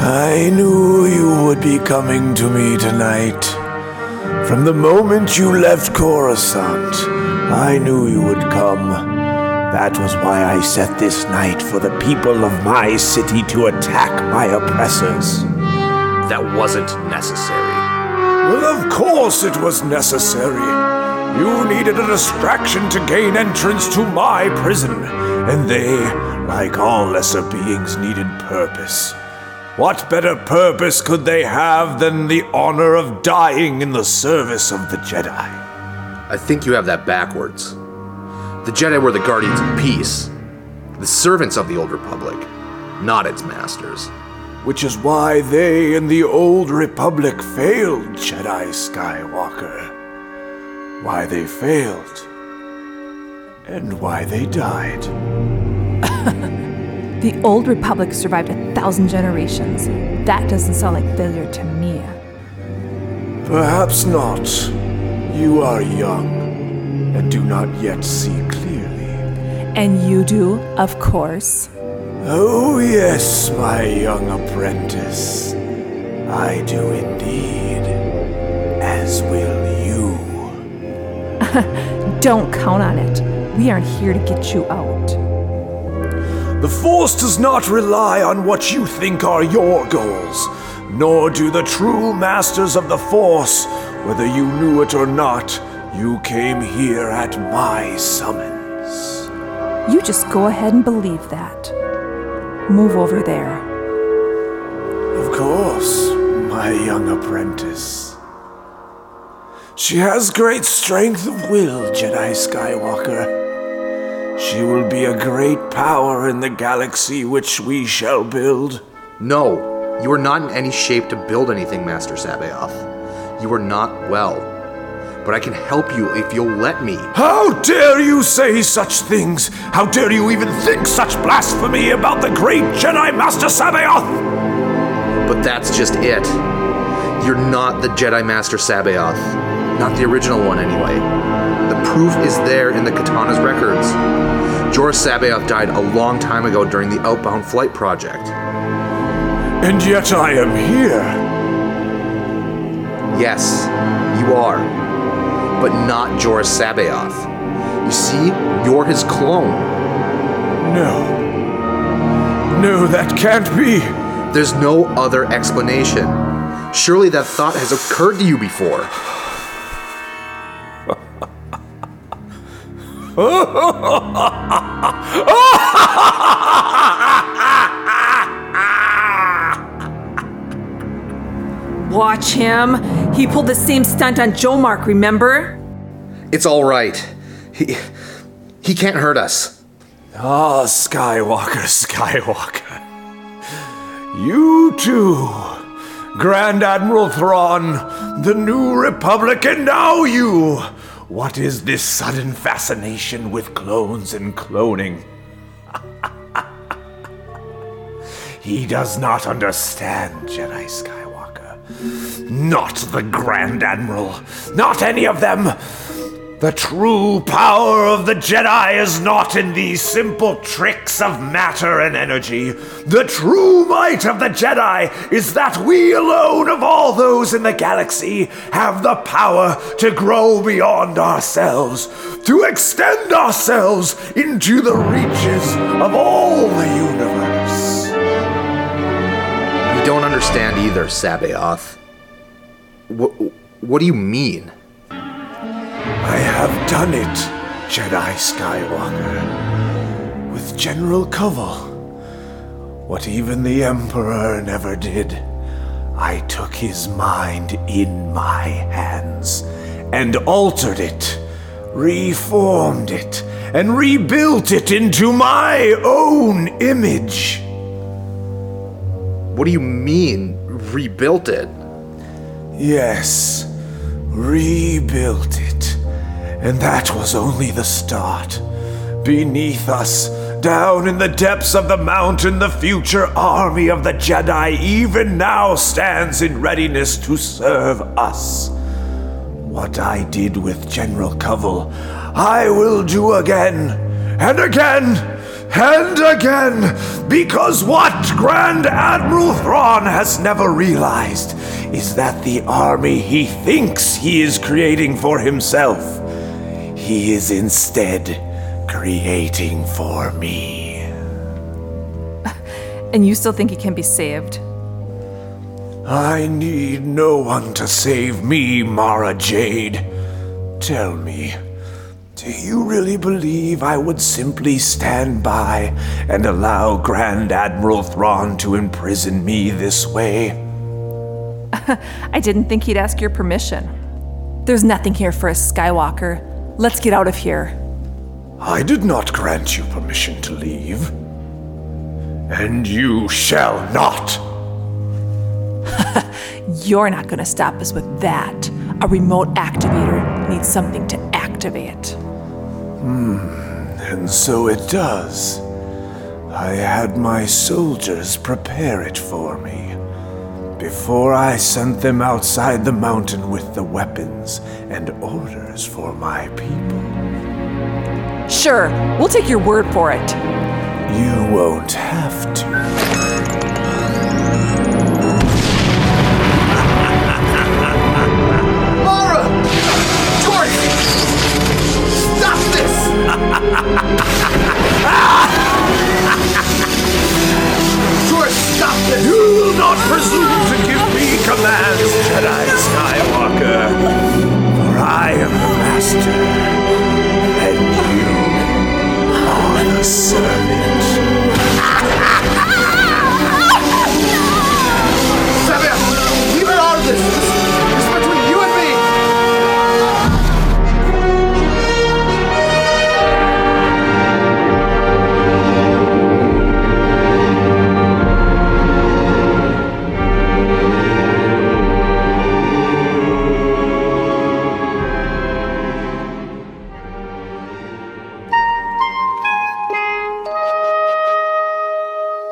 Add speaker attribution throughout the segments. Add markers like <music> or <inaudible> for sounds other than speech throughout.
Speaker 1: I knew you would be coming to me tonight. From the moment you left Coruscant, I knew you would come. That was why I set this night for the people of my city to attack my oppressors.
Speaker 2: That wasn't necessary.
Speaker 1: Well, of course it was necessary. You needed a distraction to gain entrance to my prison, and they, like all lesser beings, needed purpose. What better purpose could they have than the honor of dying in the service of the Jedi?
Speaker 2: I think you have that backwards. The Jedi were the guardians of peace, the servants of the Old Republic, not its masters.
Speaker 1: Which is why they and the Old Republic failed, Jedi Skywalker. Why they failed. And why they died.
Speaker 3: The Old Republic survived a thousand generations. That doesn't sound like failure to me.
Speaker 1: Perhaps not. You are young and do not yet see clearly.
Speaker 3: And you do, of course.
Speaker 1: Oh, yes, my young apprentice. I do indeed. As will you.
Speaker 3: Don't count on it. We aren't here to get you out.
Speaker 1: The Force does not rely on what you think are your goals, nor do the true masters of the Force. Whether you knew it or not, you came here at my summons.
Speaker 3: You just go ahead and believe that. Move over there.
Speaker 1: Of course, my young apprentice. She has great strength of will, Jedi Skywalker. She will be a great power in the galaxy which we shall build.
Speaker 2: No, you are not in any shape to build anything, Master Sabayoth. You are not well. But I can help you if you'll let me.
Speaker 1: How dare you say such things? How dare you even think such blasphemy about the great Jedi Master Sabaoth?
Speaker 2: But that's just it. You're not the Jedi Master Sabaoth. Not the original one, anyway. The proof is there in the Katana's records. Jorah Sabaoth died a long time ago during the Outbound Flight Project.
Speaker 1: And yet I am here.
Speaker 2: Yes, you are. But not Jorah Sabaoth. You see, you're his clone.
Speaker 1: No. No, that can't be.
Speaker 2: There's no other explanation. Surely that thought has occurred to you before.
Speaker 1: 어? <laughs>
Speaker 3: Watch him. He pulled the same stunt on Joe Mark, remember?
Speaker 2: It's all right. He, he can't hurt us.
Speaker 1: Ah, Skywalker, <laughs> Skywalker. You too, Grand Admiral Thrawn, the new Republic, and now you! What is this sudden fascination with clones and cloning? <laughs> he does not understand, Jedi Skywalker. Not the Grand Admiral, not any of them! The true power of the Jedi is not in these simple tricks of matter and energy. The true might of the Jedi is that we alone, of all those in the galaxy, have the power to grow beyond ourselves, to extend ourselves into the reaches of all the universe.
Speaker 2: You don't understand either, Sabaoth. What, what do you mean?
Speaker 1: I have done it, Jedi Skywalker. With General Koval. What even the Emperor never did. I took his mind in my hands and altered it, reformed it, and rebuilt it into my own image.
Speaker 2: What do you mean, rebuilt it?
Speaker 1: Yes, rebuilt it. And that was only the start. Beneath us, down in the depths of the mountain, the future army of the Jedi even now stands in readiness to serve us. What I did with General Covell, I will do again, and again, And again, because what Grand Admiral Thrawn has never realized is that the army he thinks he is creating for himself, he is instead creating for me.
Speaker 4: And you still think he can be saved?
Speaker 1: I need no one to save me, Mara Jade. Tell me, do you really believe I would simply stand by and allow Grand Admiral Thrawn to imprison me this way?
Speaker 4: I didn't think he'd ask your permission. There's nothing here for us, Skywalker. Let's get out of here.
Speaker 1: I did not grant you permission to leave. And you shall not.
Speaker 4: You're not gonna stop us with that. A remote activator needs something to activate.
Speaker 1: And so it does. I had my soldiers prepare it for me. Before I sent them outside the mountain with the weapons and orders for my people.
Speaker 4: Sure, we'll take your word for it.
Speaker 1: You won't have to.
Speaker 5: Mara! Jordan! Stop this! Jordan, stop this!
Speaker 1: You will not presume to give me commands, Jedi Skywalker. For I am the master, and you are the servant.
Speaker 5: Sabia, leave her out of this. This this is between you and me.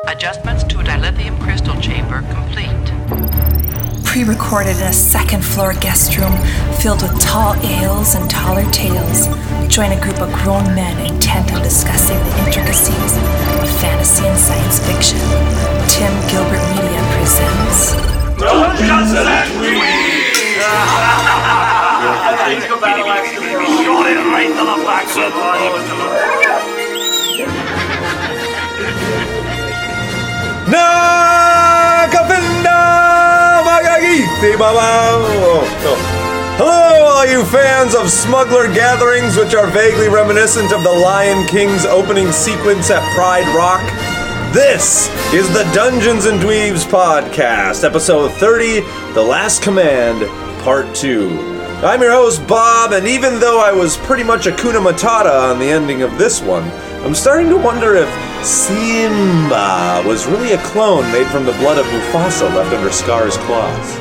Speaker 6: Adjustments to dilithium crystal chamber complete.
Speaker 3: pre recorded in a second floor guest room filled with tall ales and taller tales. Join a group of grown men intent on discussing the intricacies of fantasy and science fiction. Tim Gilbert Media presents.
Speaker 7: <laughs>
Speaker 8: Nagavinda Magagiti Baba. Oh, no. Hello, all you fans of smuggler gatherings, which are vaguely reminiscent of the Lion King's opening sequence at Pride Rock. This is the Dungeons and Dweebs podcast, episode 30, The Last Command, part 2. I'm your host, Bob, and even though I was pretty much a Kuna Matata on the ending of this one, I'm starting to wonder if Simba was really a clone made from the blood of Mufasa left under Scar's claws.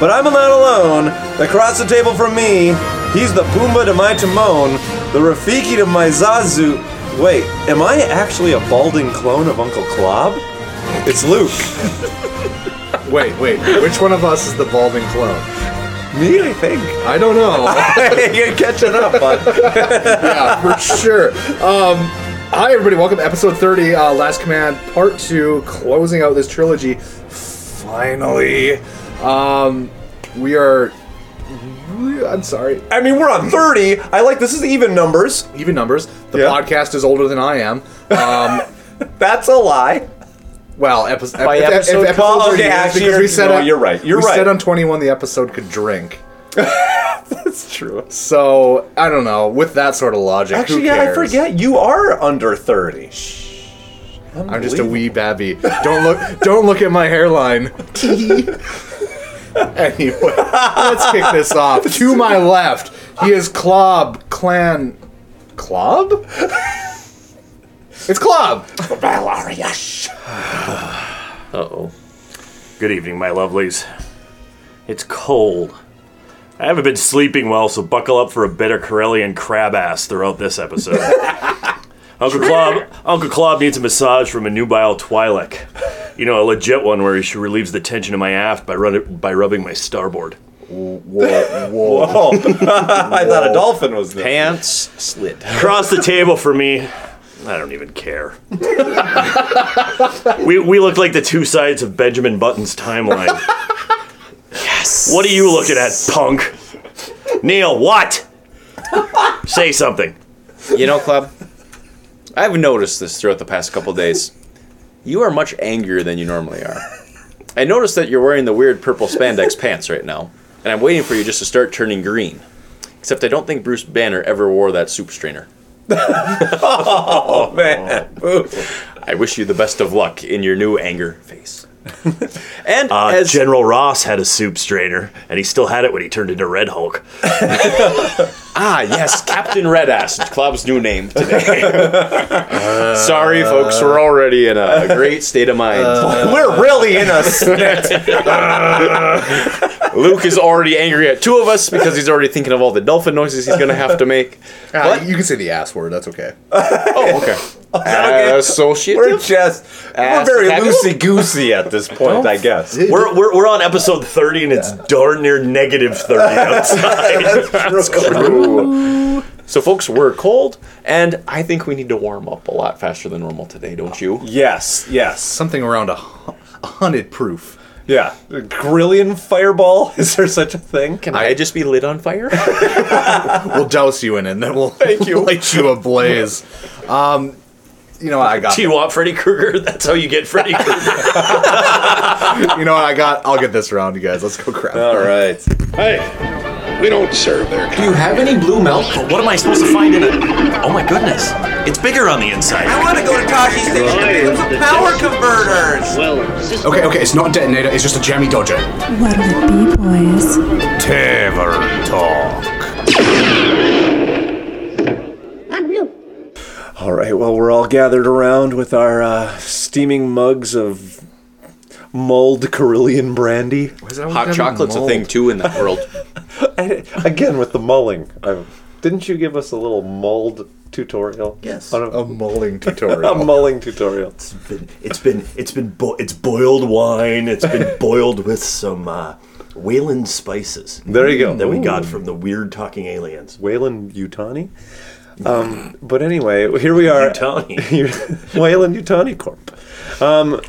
Speaker 8: But I'm not alone. Across the table from me, he's the Pumbaa to my Timon, the Rafiki to my Zazu. Wait, am I actually a balding clone of Uncle Clob? It's Luke.
Speaker 2: Wait, wait. Which one of us is the balding clone?
Speaker 8: Me, I think.
Speaker 2: I
Speaker 5: <laughs>
Speaker 2: don't know.
Speaker 8: <laughs> You're catching up, bud.
Speaker 2: yeah, for sure. Um, hi, everybody. Welcome to episode 30, uh, Last Command, part two, closing out this trilogy. Finally. Um, we are. I'm sorry.
Speaker 8: I mean, we're on 30. I like this is even numbers.
Speaker 2: Even numbers. The
Speaker 8: Yeah.
Speaker 2: podcast is older than I am. Um, <laughs>
Speaker 8: That's a lie.
Speaker 2: well, episode.
Speaker 8: By episode call? Okay, actually, you're- no, you're right, you're
Speaker 2: we
Speaker 8: right.
Speaker 2: said on 21 the episode could drink.
Speaker 8: <laughs> That's true.
Speaker 2: So I don't know. With that sort of logic, who
Speaker 8: Actually, yeah, I
Speaker 2: cares?
Speaker 8: forget you are under 30.
Speaker 2: I'm just a wee babby. Don't look don't look at my
Speaker 8: <laughs>
Speaker 2: hairline. <laughs> anyway, let's kick this off. To my left, he is Clob Clan
Speaker 8: <laughs>
Speaker 2: Clob? It's Clob!
Speaker 7: Uh-oh. Good evening, my lovelies. It's cold. I haven't been sleeping well, so buckle up for a bit of Corellian crab ass throughout this episode. Uncle Clob, Uncle Clob needs a massage from a nubile Twi'lek. You know, a legit one where she relieves the tension in my aft by, run- by rubbing my starboard.
Speaker 2: Whoa, whoa.
Speaker 8: Oh, I thought a dolphin was there.
Speaker 9: Pants slit.
Speaker 7: Across the table from me, I don't even
Speaker 10: <laughs>
Speaker 7: care. we we look like the two sides of Benjamin Button's timeline. yes. What are you looking at, punk? Neil, what? Say something.
Speaker 8: You know, Club, I've noticed this throughout the past couple days. You are much angrier than you normally are. I noticed that you're wearing the weird purple spandex pants right now, and I'm waiting for you just to start turning green. Except I don't think Bruce Banner ever wore that soup strainer.
Speaker 10: Oh, man.
Speaker 8: I wish you the best of luck in your new anger phase. and
Speaker 7: Uh,
Speaker 8: as
Speaker 7: General Ross had a soup strainer, and he still had it when he turned into Red Hulk.
Speaker 8: ah
Speaker 10: <laughs>
Speaker 8: yes, Captain Red Ass, Club's new name today. Sorry, folks,
Speaker 10: Uh,
Speaker 8: we're already in a great state of mind. <laughs>
Speaker 10: We're <laughs> really in a <laughs>
Speaker 8: Luke is already angry at two of us because he's already thinking of all the dolphin noises he's gonna have to make.
Speaker 2: Ah,
Speaker 8: What?
Speaker 2: You can say the ass word. That's okay.
Speaker 8: Oh, okay.
Speaker 10: <laughs> okay?
Speaker 8: Associative?
Speaker 10: We're just we're
Speaker 8: Ass
Speaker 10: very
Speaker 8: tattoo?
Speaker 10: loosey goosey at
Speaker 8: <laughs>
Speaker 10: this point, I guess.
Speaker 7: We're, we're, we're on episode 30, and it's darn near negative 30
Speaker 10: <laughs>
Speaker 7: outside.
Speaker 8: Ooh. So, folks, we're cold, and I think we need to warm up a lot faster than normal today, don't you?
Speaker 10: Yes, yes,
Speaker 2: Something around a, hu- a hundred proof.
Speaker 10: yeah. Grillion fireball? Is there such a thing?
Speaker 8: Can I just be lit on
Speaker 10: <laughs>
Speaker 8: fire?
Speaker 2: We'll douse you in it, and then we'll Thank
Speaker 8: you.
Speaker 2: <laughs> light you ablaze. Um, you know what I got?
Speaker 7: Do you want Freddy Krueger? That's how you get Freddy Krueger.
Speaker 2: You know what I got? I'll get this round, you guys. Let's go crap.
Speaker 10: All right.
Speaker 11: Do you have any blue milk?
Speaker 7: But what am I supposed to find in it? Oh my goodness. It's bigger on the inside.
Speaker 12: want to go to Tashi Station to pick up some power converters.
Speaker 13: Okay, okay, it's not a detonator, it's just a jammy dodger.
Speaker 3: What'll it be, boys?
Speaker 14: Tavern talk.
Speaker 10: All right. Well, we're all gathered around with our uh, steaming mugs of mulled Carillion brandy.
Speaker 8: Hot chocolate's a thing, too, in that
Speaker 7: <laughs>
Speaker 8: world.
Speaker 10: And <laughs> again with the mulling. i didn't you give us a little mulled tutorial? Yes. On a,
Speaker 2: A mulling
Speaker 10: <laughs> a
Speaker 2: tutorial.
Speaker 10: mulling tutorial.
Speaker 7: Oh. It's been it's been it's been bo- it's boiled wine. It's
Speaker 10: <laughs>
Speaker 7: been boiled with some uh, Wayland spices.
Speaker 10: There you go.
Speaker 7: That we got from the weird talking aliens.
Speaker 10: <laughs> Wayland Utani. Um, but anyway, here we are. <laughs>
Speaker 7: Utani.
Speaker 10: Wayland Utani Corp. Um,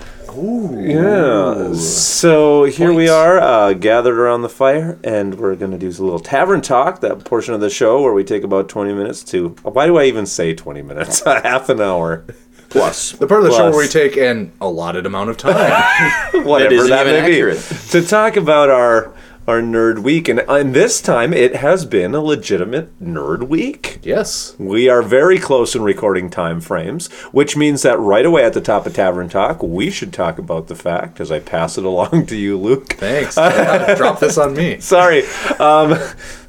Speaker 10: Yeah. So here we are, uh, gathered around the fire, and we're going to do a little tavern talk, that portion of the show where we take about 20 minutes to. Why do I even say 20 minutes? <laughs> Half an hour.
Speaker 8: Plus,
Speaker 2: The part of the show
Speaker 10: Plus.
Speaker 2: where we take an allotted amount of time.
Speaker 10: Whatever
Speaker 8: isn't
Speaker 10: that,
Speaker 8: even
Speaker 10: may
Speaker 8: accurate.
Speaker 10: be. To talk about our. Our nerd week, and, and this time it has been a legitimate nerd week.
Speaker 2: yes.
Speaker 10: We are very close in recording time frames, which means that right away at the top of Tavern Talk, we should talk about the fact, as I pass it along to you, Luke.
Speaker 2: Thanks. Drop this on me.
Speaker 10: <laughs> Sorry, um,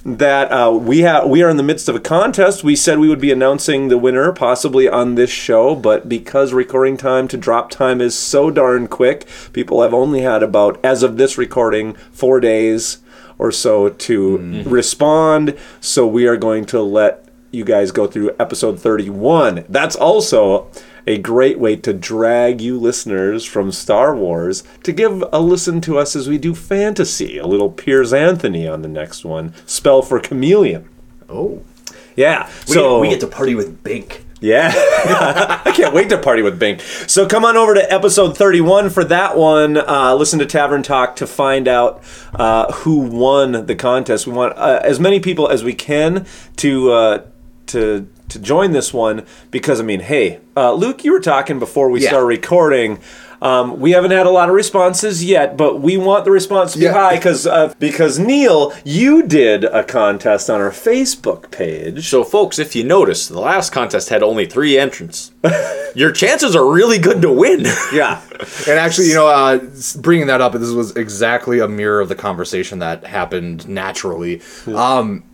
Speaker 10: that uh, we have we are in the midst of a contest. We said we would be announcing the winner possibly on this show, but because recording time to drop time is so darn quick, people have only had about as of this recording four days or so to respond. So we are going to let you guys go through episode 31. That's also a great way to drag you listeners from Star Wars to give a listen to us as we do fantasy, a little Piers Anthony on the next one, Spell for Chameleon.
Speaker 2: Oh.
Speaker 10: Yeah.
Speaker 7: We,
Speaker 10: so
Speaker 7: get, we get to party with Bink.
Speaker 10: yeah. <laughs> I can't wait to party with Bing. So come on over to episode 31 for that one. Uh, listen to Tavern Talk to find out uh, who won the contest. We want uh, as many people as we can to. Uh, to, to join this one because I mean, hey, uh, Luke, you were talking before we
Speaker 2: Yeah.
Speaker 10: started recording. Um, we haven't had a lot of responses yet, but we want the response to be
Speaker 2: Yeah.
Speaker 10: high because uh, because Neil, you did a contest on our Facebook page.
Speaker 8: so folks, if you notice, the last contest had only three entrants. Your chances are really good to
Speaker 7: <laughs>
Speaker 8: win.
Speaker 10: Yeah,
Speaker 2: And actually, you know, uh, s- bringing that up, this was exactly a mirror of the conversation that happened naturally. Um,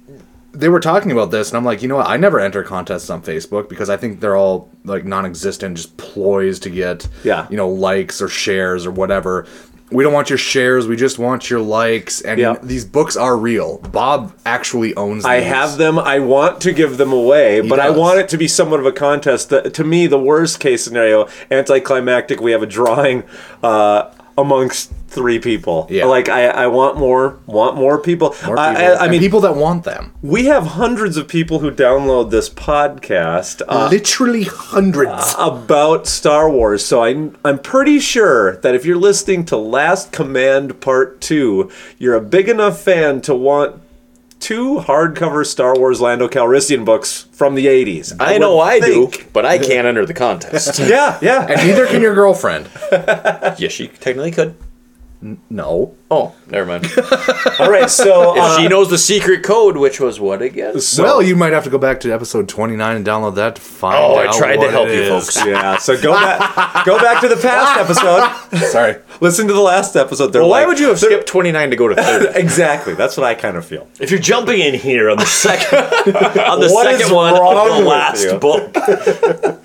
Speaker 2: they were talking about this, and I'm like, you know what? I never enter contests on Facebook because I think they're all like non-existent, just ploys to get,
Speaker 10: Yeah.
Speaker 2: you know, likes or shares or whatever. We don't want your shares. We just want your likes. And
Speaker 10: Yeah.
Speaker 2: these books are real. Bob actually owns.
Speaker 10: I
Speaker 2: these.
Speaker 10: have them. I want to give them away, but I
Speaker 2: does.
Speaker 10: want it to be somewhat of a contest. The, to me, the worst case scenario, anticlimactic, we have a drawing uh, amongst three people. Yeah. Like I, I want more, want more people.
Speaker 2: More
Speaker 10: I-
Speaker 2: people.
Speaker 10: I, I
Speaker 2: And
Speaker 10: mean,
Speaker 2: people that want them.
Speaker 10: We have hundreds of people who download this podcast. uh,
Speaker 2: Literally hundreds.
Speaker 10: about Star Wars. So I'm I'm pretty sure that if you're listening to Last Command Part 2, you're a big enough fan to want two hardcover Star Wars Lando Calrissian books from the 80s.
Speaker 8: I know I do,
Speaker 10: but I can't enter
Speaker 7: <laughs>
Speaker 10: the contest. yeah, yeah.
Speaker 8: <laughs> And neither can your girlfriend. yes, she technically could.
Speaker 2: No.
Speaker 8: Oh, never
Speaker 7: <laughs>
Speaker 8: mind.
Speaker 10: All right, so
Speaker 8: if she
Speaker 10: uh,
Speaker 8: knows the secret code, which was what again?
Speaker 2: well, you might have to go back to episode 29 and download that to find out.
Speaker 8: Oh, I tried to
Speaker 2: what
Speaker 8: help
Speaker 2: it
Speaker 8: you
Speaker 2: is.
Speaker 8: folks.
Speaker 10: Yeah, so go back go back to
Speaker 8: <laughs>
Speaker 10: the past episode. Sorry. Listen to the last episode. They're
Speaker 8: Well, why
Speaker 10: like-
Speaker 8: would you have
Speaker 10: they're-
Speaker 8: skipped 29 to go to 30?
Speaker 10: exactly. That's what I kind of feel.
Speaker 7: If you're jumping in here on
Speaker 10: <laughs>
Speaker 7: the second on the
Speaker 10: uh, What is
Speaker 7: second one, of
Speaker 10: wrong
Speaker 7: the
Speaker 10: with
Speaker 7: last
Speaker 8: <laughs>
Speaker 10: you?
Speaker 7: book.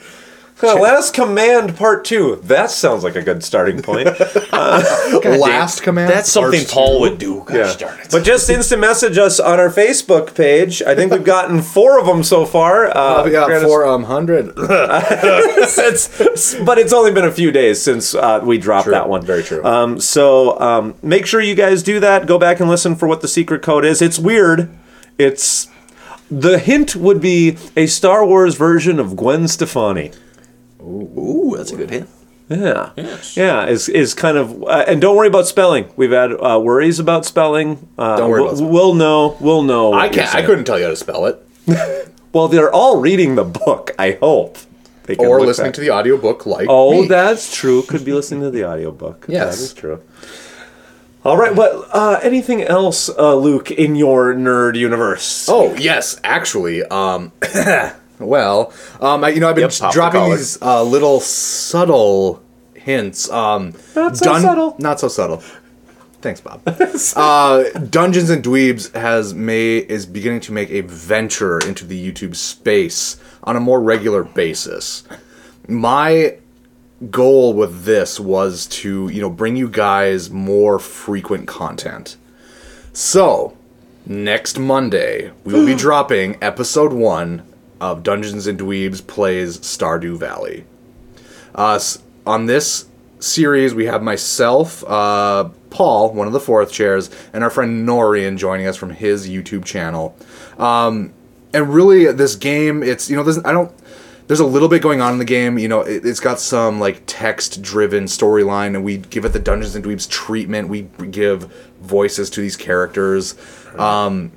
Speaker 10: Huh, Last Command Part 2. That sounds like a good starting point. Uh,
Speaker 2: God <laughs> Last damn. Command?
Speaker 8: That's something
Speaker 10: Parts
Speaker 8: Paul
Speaker 10: two.
Speaker 8: would do. Gosh darn it.
Speaker 10: But just instant message us on our Facebook page. I think we've gotten four of them so far. Uh,
Speaker 2: Uh, we got
Speaker 10: granted-
Speaker 2: 400.
Speaker 10: Since- but it's only been a few days since uh, we dropped that one. Very true. Um, so um, make sure you guys do that. Go back and listen for what the secret code is. It's weird. It's the hint would be a Star Wars version of Gwen Stefani.
Speaker 8: Ooh, that's a good hint.
Speaker 10: Yeah. Yeah, is is kind of uh, and don't worry about spelling. We've had uh, worries about spelling. Uh,
Speaker 2: Don't worry
Speaker 10: we'll,
Speaker 2: about spelling.
Speaker 10: We'll know. We'll know. what
Speaker 2: I
Speaker 10: you're
Speaker 2: can't. I
Speaker 10: saying.
Speaker 2: couldn't tell you how to spell it.
Speaker 10: Well, they're all reading the book. I hope. They can
Speaker 2: Or
Speaker 10: look
Speaker 2: listening
Speaker 10: back.
Speaker 2: to the audiobook like
Speaker 10: Oh,
Speaker 2: me.
Speaker 10: that's true. Could be listening to the audiobook.
Speaker 2: Yes.
Speaker 10: That is true. All right, but uh, anything else, uh, Luke, in your nerd universe?
Speaker 2: Oh yes, actually. Um, <coughs> well, um, I, you know, I've been
Speaker 8: Yep,
Speaker 2: just
Speaker 8: pop the
Speaker 2: dropping
Speaker 8: collar.
Speaker 2: these uh, little subtle hints. Um,
Speaker 10: Not so subtle.
Speaker 2: Not so subtle. Thanks,
Speaker 8: <laughs>
Speaker 2: Bob. uh, Dungeons and Dweebs has may is beginning to make a venture into the YouTube space on a more regular basis. My goal with this was to you know bring you guys more frequent content. So, next Monday, we will be dropping episode one of Dungeons and Dweebs Plays Stardew Valley. Uh, s- on this series, we have myself, uh, Paul, one of the fourth chairs, and our friend Norian joining us from his YouTube channel. Um, and really, this game, it's, you know, there's, I don't. There's a little bit going on in the game, you know. It, it's got some like text-driven storyline, and we give it the Dungeons and Dweebs treatment. We give voices to these characters. Um,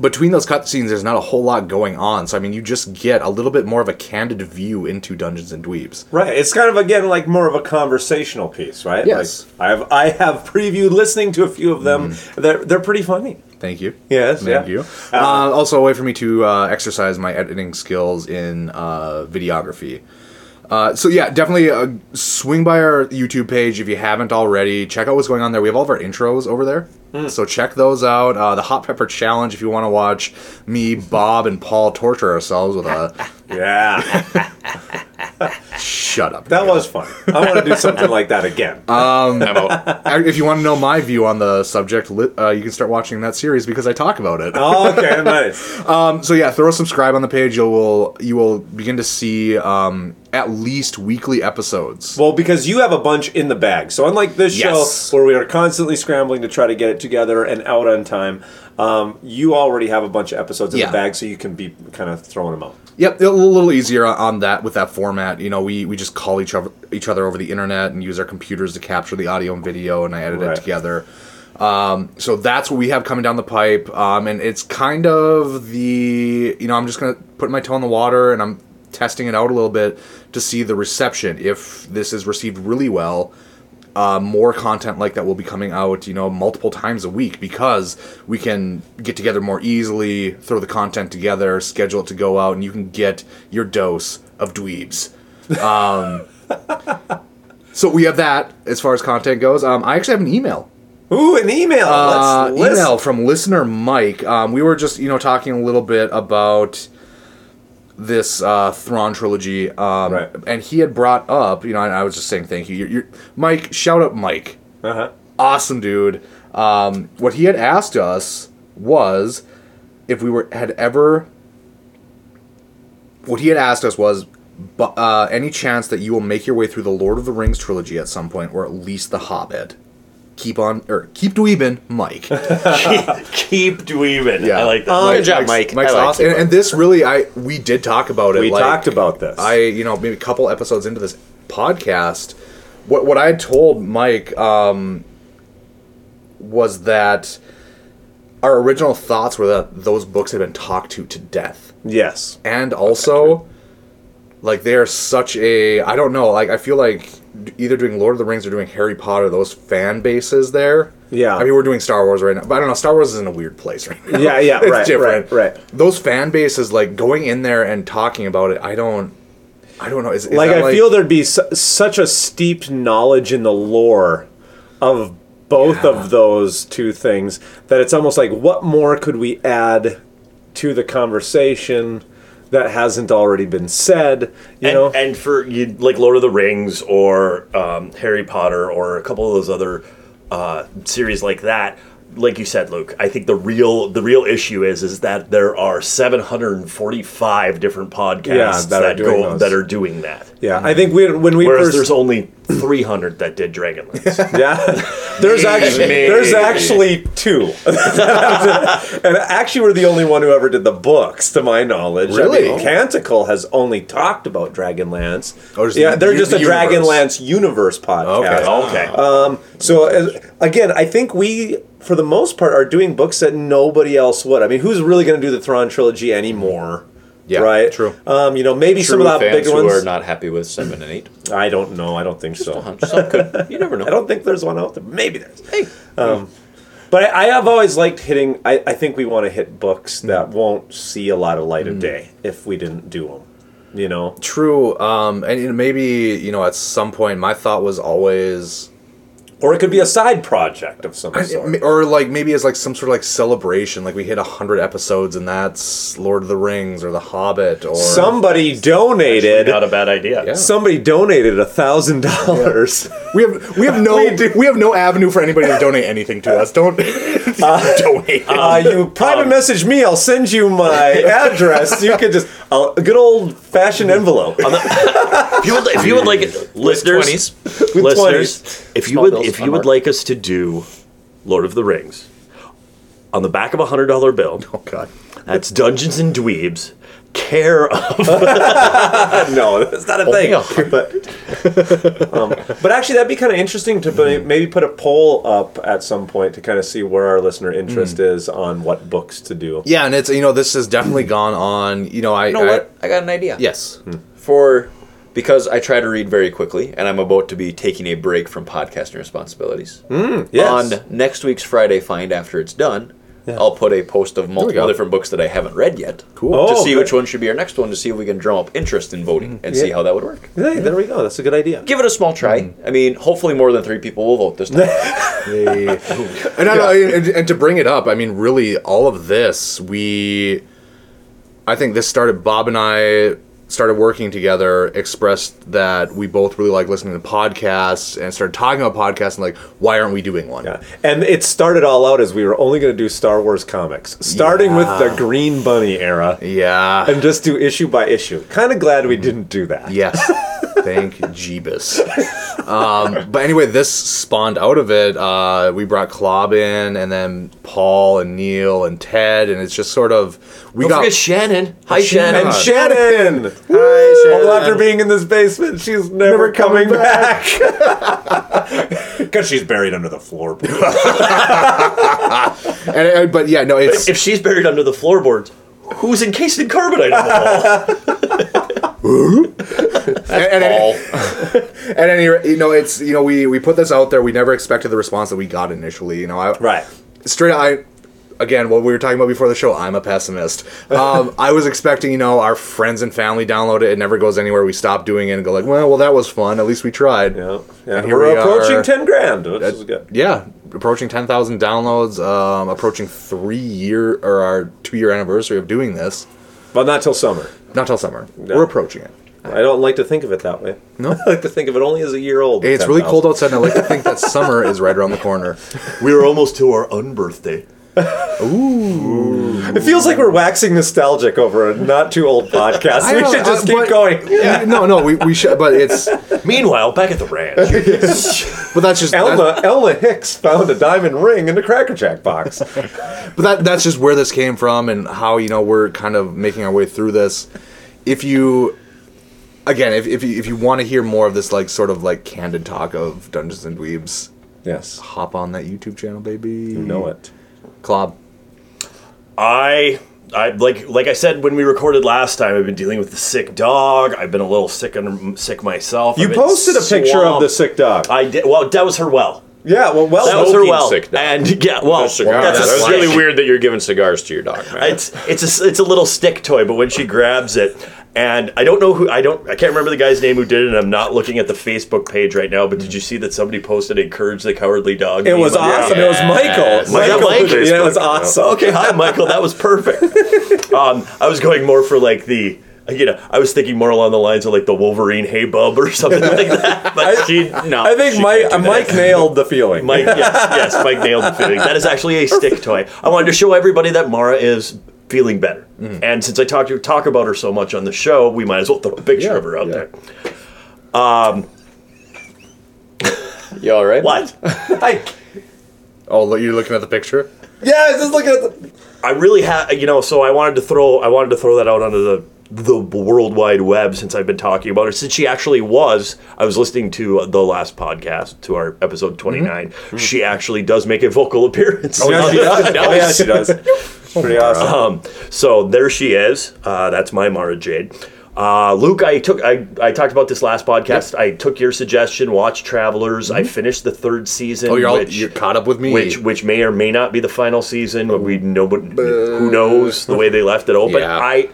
Speaker 2: between those cutscenes, there's not a whole lot going on. So I mean, you just get a little bit more of a candid view into Dungeons and Dweebs.
Speaker 10: Right. It's kind of again like more of a conversational piece, right?
Speaker 2: Yes. Mm.
Speaker 10: Like, I have I have previewed listening to a few of them. They're they're pretty funny.
Speaker 2: Thank you.
Speaker 10: Yes,
Speaker 2: Thank
Speaker 10: yeah.
Speaker 2: you. Uh, also, a way for me to uh, exercise my editing skills in uh, videography. Uh, so yeah, definitely uh, swing by our YouTube page if you haven't already. Check out what's going on there. We have all of our intros over there,
Speaker 10: Hmm.
Speaker 2: so check those out. Uh, the hot pepper challenge if you want to watch me, Bob, and Paul torture ourselves with
Speaker 10: <laughs>
Speaker 2: a.
Speaker 10: Yeah.
Speaker 2: Shut up.
Speaker 10: That was fun. I want to do something like
Speaker 2: <laughs>
Speaker 10: that again.
Speaker 2: Um, if you want to know my view on the subject, li- uh, you can start watching that series because I talk about it.
Speaker 10: okay, nice.
Speaker 2: Um, so yeah, throw a subscribe on the page. You will you will begin to see um, at least weekly episodes.
Speaker 10: Well, because you have a bunch in the bag. So unlike this
Speaker 2: Yes.
Speaker 10: show where we are constantly scrambling to try to get it together and out on time, um, you already have a bunch of episodes in
Speaker 2: Yeah.
Speaker 10: the bag, so you can be kind of throwing them out.
Speaker 2: Yep, a little easier on- on that with that format. You know, we, we just call each other each other over the internet and use our computers to capture the audio and video, and I edit
Speaker 10: Right.
Speaker 2: it together. Um, so that's what we have coming down the pipe, um, and it's kind of the you know I'm just gonna put my toe in the water and I'm testing it out a little bit to see the reception. If this is received really well, uh, more content like that will be coming out, you know, multiple times a week because we can get together more easily, throw the content together, schedule it to go out, and you can get your dose of dweebs. Um, <laughs> so we have that as far as content goes. Um, I actually have an email.
Speaker 10: Ooh, an email.
Speaker 2: Uh,
Speaker 10: Let's list.
Speaker 2: email from listener Mike. Um, we were just, you know, talking a little bit about this uh, Thrawn trilogy, um,
Speaker 10: Right.
Speaker 2: and he had brought up, you know, and I was just saying thank you. You're, you're, Mike, shout out Mike
Speaker 10: Uh-huh.
Speaker 2: awesome dude. Um, what he had asked us was if we were had ever. What he had asked us was, bu- uh, any chance that you will make your way through the Lord of the Rings trilogy at some point, or at least the Hobbit?
Speaker 15: keep on or keep dweebin,
Speaker 10: <laughs>
Speaker 15: Mike.
Speaker 7: keep dweebin. I like that.
Speaker 10: Oh,
Speaker 2: Mike's awesome. And, and this really, I we did talk about it.
Speaker 10: We talked about this.
Speaker 2: I, you know, maybe a couple episodes into this podcast, what what I had told Mike um, was that our original thoughts were that those books had been talked to to death.
Speaker 10: Yes.
Speaker 2: And also, like they are such a I don't know. Like I feel like d- either doing Lord of the Rings or doing Harry Potter, those fan bases there.
Speaker 10: Yeah.
Speaker 2: I mean, we're doing Star Wars right now, but I don't know. Star Wars is in a weird place right now.
Speaker 10: Yeah, yeah,
Speaker 2: <laughs> it's
Speaker 10: right,
Speaker 2: different.
Speaker 10: right, right.
Speaker 2: Those fan bases, like going in there and talking about it, I don't, I don't know. Is, is
Speaker 10: like
Speaker 2: that,
Speaker 10: I feel there'd be su- such a steeped knowledge in the lore of both of those two things that it's almost like what more could we add to the conversation that hasn't already been said? You
Speaker 7: and,
Speaker 10: know,
Speaker 7: and for you like Lord of the Rings or um, Harry Potter or a couple of those other uh, series like that. Like you said, Luke, I think the real the real issue is is that there are 745 different podcasts
Speaker 10: Yeah,
Speaker 7: that,
Speaker 10: that are doing
Speaker 7: go
Speaker 10: those.
Speaker 7: that are doing that.
Speaker 10: yeah, I think we, when we
Speaker 7: Whereas
Speaker 10: first
Speaker 7: there's only 300 that did Dragonlance.
Speaker 10: <laughs> yeah, there's actually there's actually two, <laughs> and actually we're the only one who ever did the books, to my knowledge. I
Speaker 2: Really?
Speaker 10: mean, Canticle has only talked about Dragonlance.
Speaker 2: Oh, just
Speaker 10: yeah,
Speaker 2: the-
Speaker 10: they're
Speaker 2: the
Speaker 10: just a
Speaker 2: universe.
Speaker 10: Dragonlance universe podcast.
Speaker 7: Okay, okay.
Speaker 10: Um, so as, again, I think we, for the most part, are doing books that nobody else would. I mean, who's really going to do the Thrawn trilogy anymore?
Speaker 8: Yeah,
Speaker 10: right.
Speaker 8: true.
Speaker 10: Um, you know, maybe
Speaker 8: True
Speaker 10: some of the
Speaker 8: fans
Speaker 10: bigger
Speaker 8: who
Speaker 10: ones
Speaker 8: are not happy with seven and eight.
Speaker 10: I don't know. I don't think so.
Speaker 8: You never know.
Speaker 10: I don't think there's one out there. Maybe there's. Hey. Um, but I, I have always liked hitting. I, I think we want to hit books
Speaker 2: Mm.
Speaker 10: that won't see a lot of light of day if we didn't do them. You know.
Speaker 2: True. Um, and you know, maybe you know, at some point, my thought was always,
Speaker 10: or it could be a side project of some
Speaker 2: I-
Speaker 10: sort.
Speaker 2: or like maybe it's like some sort of like celebration, like we hit hundred episodes, and that's Lord of the Rings or The Hobbit or
Speaker 10: Somebody donated.
Speaker 7: Not a bad idea. <laughs>
Speaker 10: Somebody donated a thousand dollars.
Speaker 2: We have <laughs> we have no we, have no avenue for anybody to donate anything to us. Don't donate.
Speaker 10: <laughs> Uh, you
Speaker 2: um,
Speaker 10: private message me. I'll send you my
Speaker 2: <laughs>
Speaker 10: address. You could just a good old fashioned
Speaker 2: Mm.
Speaker 10: envelope.
Speaker 7: if you would, if you would like listeners,
Speaker 8: 20s.
Speaker 10: With
Speaker 7: listeners,
Speaker 10: 20s.
Speaker 7: if you
Speaker 8: Small
Speaker 7: would,
Speaker 8: bills,
Speaker 7: if you would
Speaker 8: unmarked.
Speaker 7: like us to do Lord of the Rings on the back of a hundred dollar bill,
Speaker 2: Oh God.
Speaker 7: that's Dungeons and Dweebs. Care of
Speaker 10: <laughs> no, that's Oh, not a
Speaker 2: Oh,
Speaker 10: thing. But, um, but actually, that'd be kind of interesting to put- maybe put a poll up at some point to kind of see where our listener interest
Speaker 7: Hmm.
Speaker 10: is on what books to do.
Speaker 2: <laughs> <laughs> Yeah, and it's you know this has definitely gone on. You know I.
Speaker 8: You know what? I got an idea.
Speaker 2: Yes.
Speaker 8: For because I try to read very quickly, and I'm about to be taking a break from podcasting responsibilities.
Speaker 10: Mm, yes.
Speaker 8: On next week's Friday Find after it's done, I'll put a post of multiple
Speaker 2: go.
Speaker 8: different books that I haven't read yet.
Speaker 10: Cool.
Speaker 8: To
Speaker 10: Oh,
Speaker 8: see
Speaker 10: okay.
Speaker 8: which one should be our next one to see if we can drum up interest in voting and see
Speaker 10: Yeah.
Speaker 8: how that would work.
Speaker 10: Hey, there we go. That's a good idea.
Speaker 8: Give it a small try. I mean, hopefully more than three people will vote this <laughs> time.
Speaker 2: and, I, and, and to bring it up, I mean, really, all of this, we, I think this started. Bob and I started working together, expressed that we both really like listening to podcasts, and started talking about podcasts and like, why aren't we doing one?
Speaker 10: Yeah. And it started all out as we were only going to do Star Wars comics, starting with the Green Bunny era,
Speaker 2: Yeah.
Speaker 10: and just do issue by issue. Kind of glad we didn't do that.
Speaker 2: Yes. Thank Jeebus. Um, but anyway, this spawned out of it. Uh, we brought Klob in, and then Paul and Neil and Ted, and it's just sort of we
Speaker 8: Don't
Speaker 2: got
Speaker 8: forget Shannon. Hi, Shannon.
Speaker 10: And Shannon!
Speaker 8: Hi,
Speaker 10: Although after being in this basement, she's never, coming, back. Because she's buried under the floorboard.
Speaker 2: And, and- but yeah, no, it's
Speaker 7: <laughs> if she's buried under the floorboards, who's encased in carbonite
Speaker 10: <laughs>
Speaker 7: on the wall?
Speaker 2: at, at, <laughs> at any rate, you know, it's you know, we we put this out there. We never expected the response that we got initially. You know, I
Speaker 10: right.
Speaker 2: straight up, I again what we were talking about before the show i'm a pessimist um,
Speaker 10: <laughs>
Speaker 2: i was expecting you know our friends and family download it it never goes anywhere we stop doing it and go like well well that was fun at least we tried
Speaker 10: Yeah. <laughs> yeah.
Speaker 2: And here
Speaker 10: We're
Speaker 2: we
Speaker 10: approaching
Speaker 2: are.
Speaker 10: 10 grand, which is good.
Speaker 2: yeah approaching 10000 downloads um, approaching three year or our two year anniversary of doing this
Speaker 10: But not till summer.
Speaker 2: not till summer we're approaching it
Speaker 10: I don't like to think of it that way.
Speaker 2: No?
Speaker 10: <laughs> I like to think of it only as a year old. <laughs>
Speaker 2: it's really cold outside and i like to think that summer is right around the corner
Speaker 7: we were almost to our unbirthday.
Speaker 10: Ooh. It feels like we're waxing nostalgic over a not too old <laughs> podcast.
Speaker 2: I
Speaker 10: We
Speaker 2: know,
Speaker 10: should just
Speaker 2: uh,
Speaker 10: keep
Speaker 2: but-
Speaker 10: going.
Speaker 2: No, no, we, we should, but it's.
Speaker 10: Meanwhile, back at the ranch.
Speaker 2: but that's just
Speaker 10: Elma, Elma Hicks found a diamond ring in the Cracker Jack box.
Speaker 2: but that that's just where this came from and how you know we're kind of making our way through this. If you again, if if you, if you want to hear more of this like sort of like candid talk of Dungeons and Dweebs,
Speaker 10: yes,
Speaker 2: hop on that YouTube channel, baby. You
Speaker 7: know it.
Speaker 2: Clob.
Speaker 7: I I like like I said when we recorded last time. I've been dealing with the sick dog. I've been a little sick and sick myself.
Speaker 10: You
Speaker 7: I've been
Speaker 10: posted a picture of the sick dog.
Speaker 7: I did. Well, that was her well.
Speaker 10: Yeah, well, well,
Speaker 7: that was her
Speaker 8: smoking
Speaker 7: well.
Speaker 8: sick dog.
Speaker 7: And yeah, well,
Speaker 8: No
Speaker 7: that's,
Speaker 8: Oh, cigar.
Speaker 7: a
Speaker 8: That's
Speaker 7: stick.
Speaker 8: really weird that you're giving cigars to your dog, man.
Speaker 7: It's it's a it's a little stick toy, but when she grabs it, and I don't know who I don't I can't remember the guy's name who did it. and I'm not looking at the Facebook page right now, but did you see that somebody posted "Encourage the Cowardly Dog"?
Speaker 10: It
Speaker 7: meme
Speaker 10: was
Speaker 7: on there?
Speaker 10: awesome. It was Michael.
Speaker 7: Was that
Speaker 10: Michael
Speaker 7: Mike? Oh.
Speaker 10: did it. Yeah, it was awesome.
Speaker 7: Okay, hi Michael. That was
Speaker 10: <laughs>
Speaker 7: perfect. um, I was going more for like the. You know, I was thinking more along the lines of like the Wolverine hay bub or something like that. But she, no,
Speaker 10: I think
Speaker 7: she
Speaker 10: Mike,
Speaker 7: can't do that.
Speaker 10: Mike nailed the feeling.
Speaker 7: Mike, yes, yes, Mike nailed the fitting. That is actually a stick toy. I wanted to show everybody that Mara is feeling better. And since I talked to talk about her so much on the show, we might as well throw a picture of her out there. Um,
Speaker 8: you all right?
Speaker 7: What?
Speaker 2: Oh, look, you're looking at the picture.
Speaker 10: Yeah, just looking at the.
Speaker 7: I really had, you know, so I wanted to throw, I wanted to throw that out onto the the world wide web since I've been talking about her. Since she actually was, I was listening to the last podcast to our episode twenty She actually does make a vocal <laughs> appearance.
Speaker 10: Mm-hmm. Oh, yeah,
Speaker 7: <laughs>
Speaker 10: she does. Yeah, she does. Pretty awesome.
Speaker 7: Um, so there she is. Uh, that's my Mara Jade. Uh, Luke, I took I, I talked about this last podcast. I took your suggestion, watch Travelers.
Speaker 10: Mm-hmm.
Speaker 7: I finished the third season.
Speaker 2: Oh, you're all,
Speaker 7: which-
Speaker 2: you're caught up with me.
Speaker 7: which which may or may not be the final season. but We nobody who knows the way they left it open.
Speaker 2: Yeah.
Speaker 7: I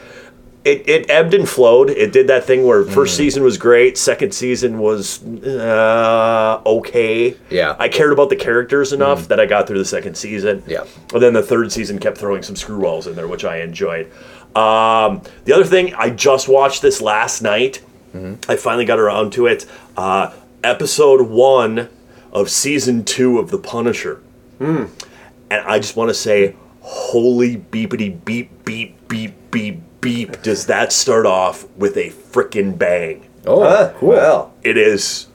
Speaker 7: it, it ebbed and flowed. It did that thing where
Speaker 2: Mm.
Speaker 7: first season was great, second season was uh, okay.
Speaker 2: Yeah.
Speaker 7: I cared about the characters enough that I got through the second season. Yeah, and then the third season kept throwing some screwballs in there, which I enjoyed. Um, the other thing I just watched this last night. I finally got around to it. Uh, episode one of season two of The Punisher. And I just want to say, holy beepity beep, beep, beep, beep, beep, does that start off with a frickin' bang?
Speaker 2: Oh, cool. Well.
Speaker 7: It is.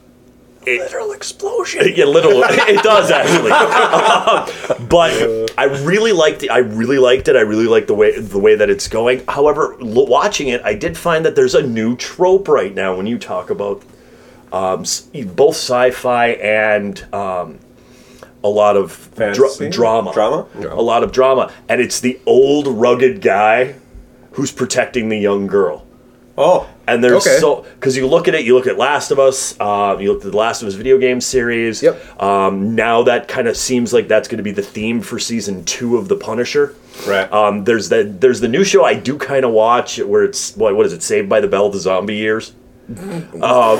Speaker 7: It, literal explosion. Yeah, literal. it does actually. Um, but I really liked it. I really liked it. I really liked the way the way that it's going. However, l- watching it, I did find that there's a new trope right now when you talk about um, s- both sci-fi and um, a lot of dra-
Speaker 10: Fantasy?
Speaker 7: drama. Drama. A lot of drama, and it's the old rugged guy who's protecting the young girl.
Speaker 10: Oh,
Speaker 7: and there's
Speaker 10: okay.
Speaker 7: so because you look at it, you look at Last of Us, uh, you look at the Last of Us video game series. Yep. Um, now that kind of seems like that's going to be the theme for season two of The Punisher.
Speaker 10: Right.
Speaker 7: Um, there's the there's the new show I do kind of watch where it's what what is it Saved by the Bell the zombie years. Um,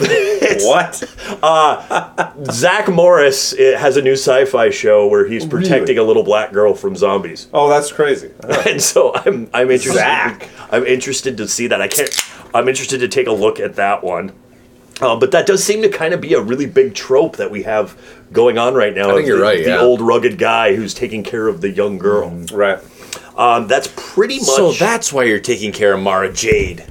Speaker 10: what?
Speaker 7: Uh, Zach Morris it, has a new sci-fi show where he's protecting a little black girl from zombies.
Speaker 10: Oh, that's crazy.
Speaker 7: <laughs> and so I'm I'm interested.
Speaker 10: Zach.
Speaker 7: I'm interested to see that. I can't. I'm interested to take a look at that one. Uh, but that does seem to kind of be a really big trope that we have going on right now.
Speaker 2: I think
Speaker 7: of
Speaker 2: you're
Speaker 7: the,
Speaker 2: right,
Speaker 7: The
Speaker 2: yeah. Mm-hmm.
Speaker 7: old rugged guy who's taking care of the young girl.
Speaker 10: Right.
Speaker 7: Um, that's pretty much.
Speaker 8: So that's why you're taking care of Mara Jade.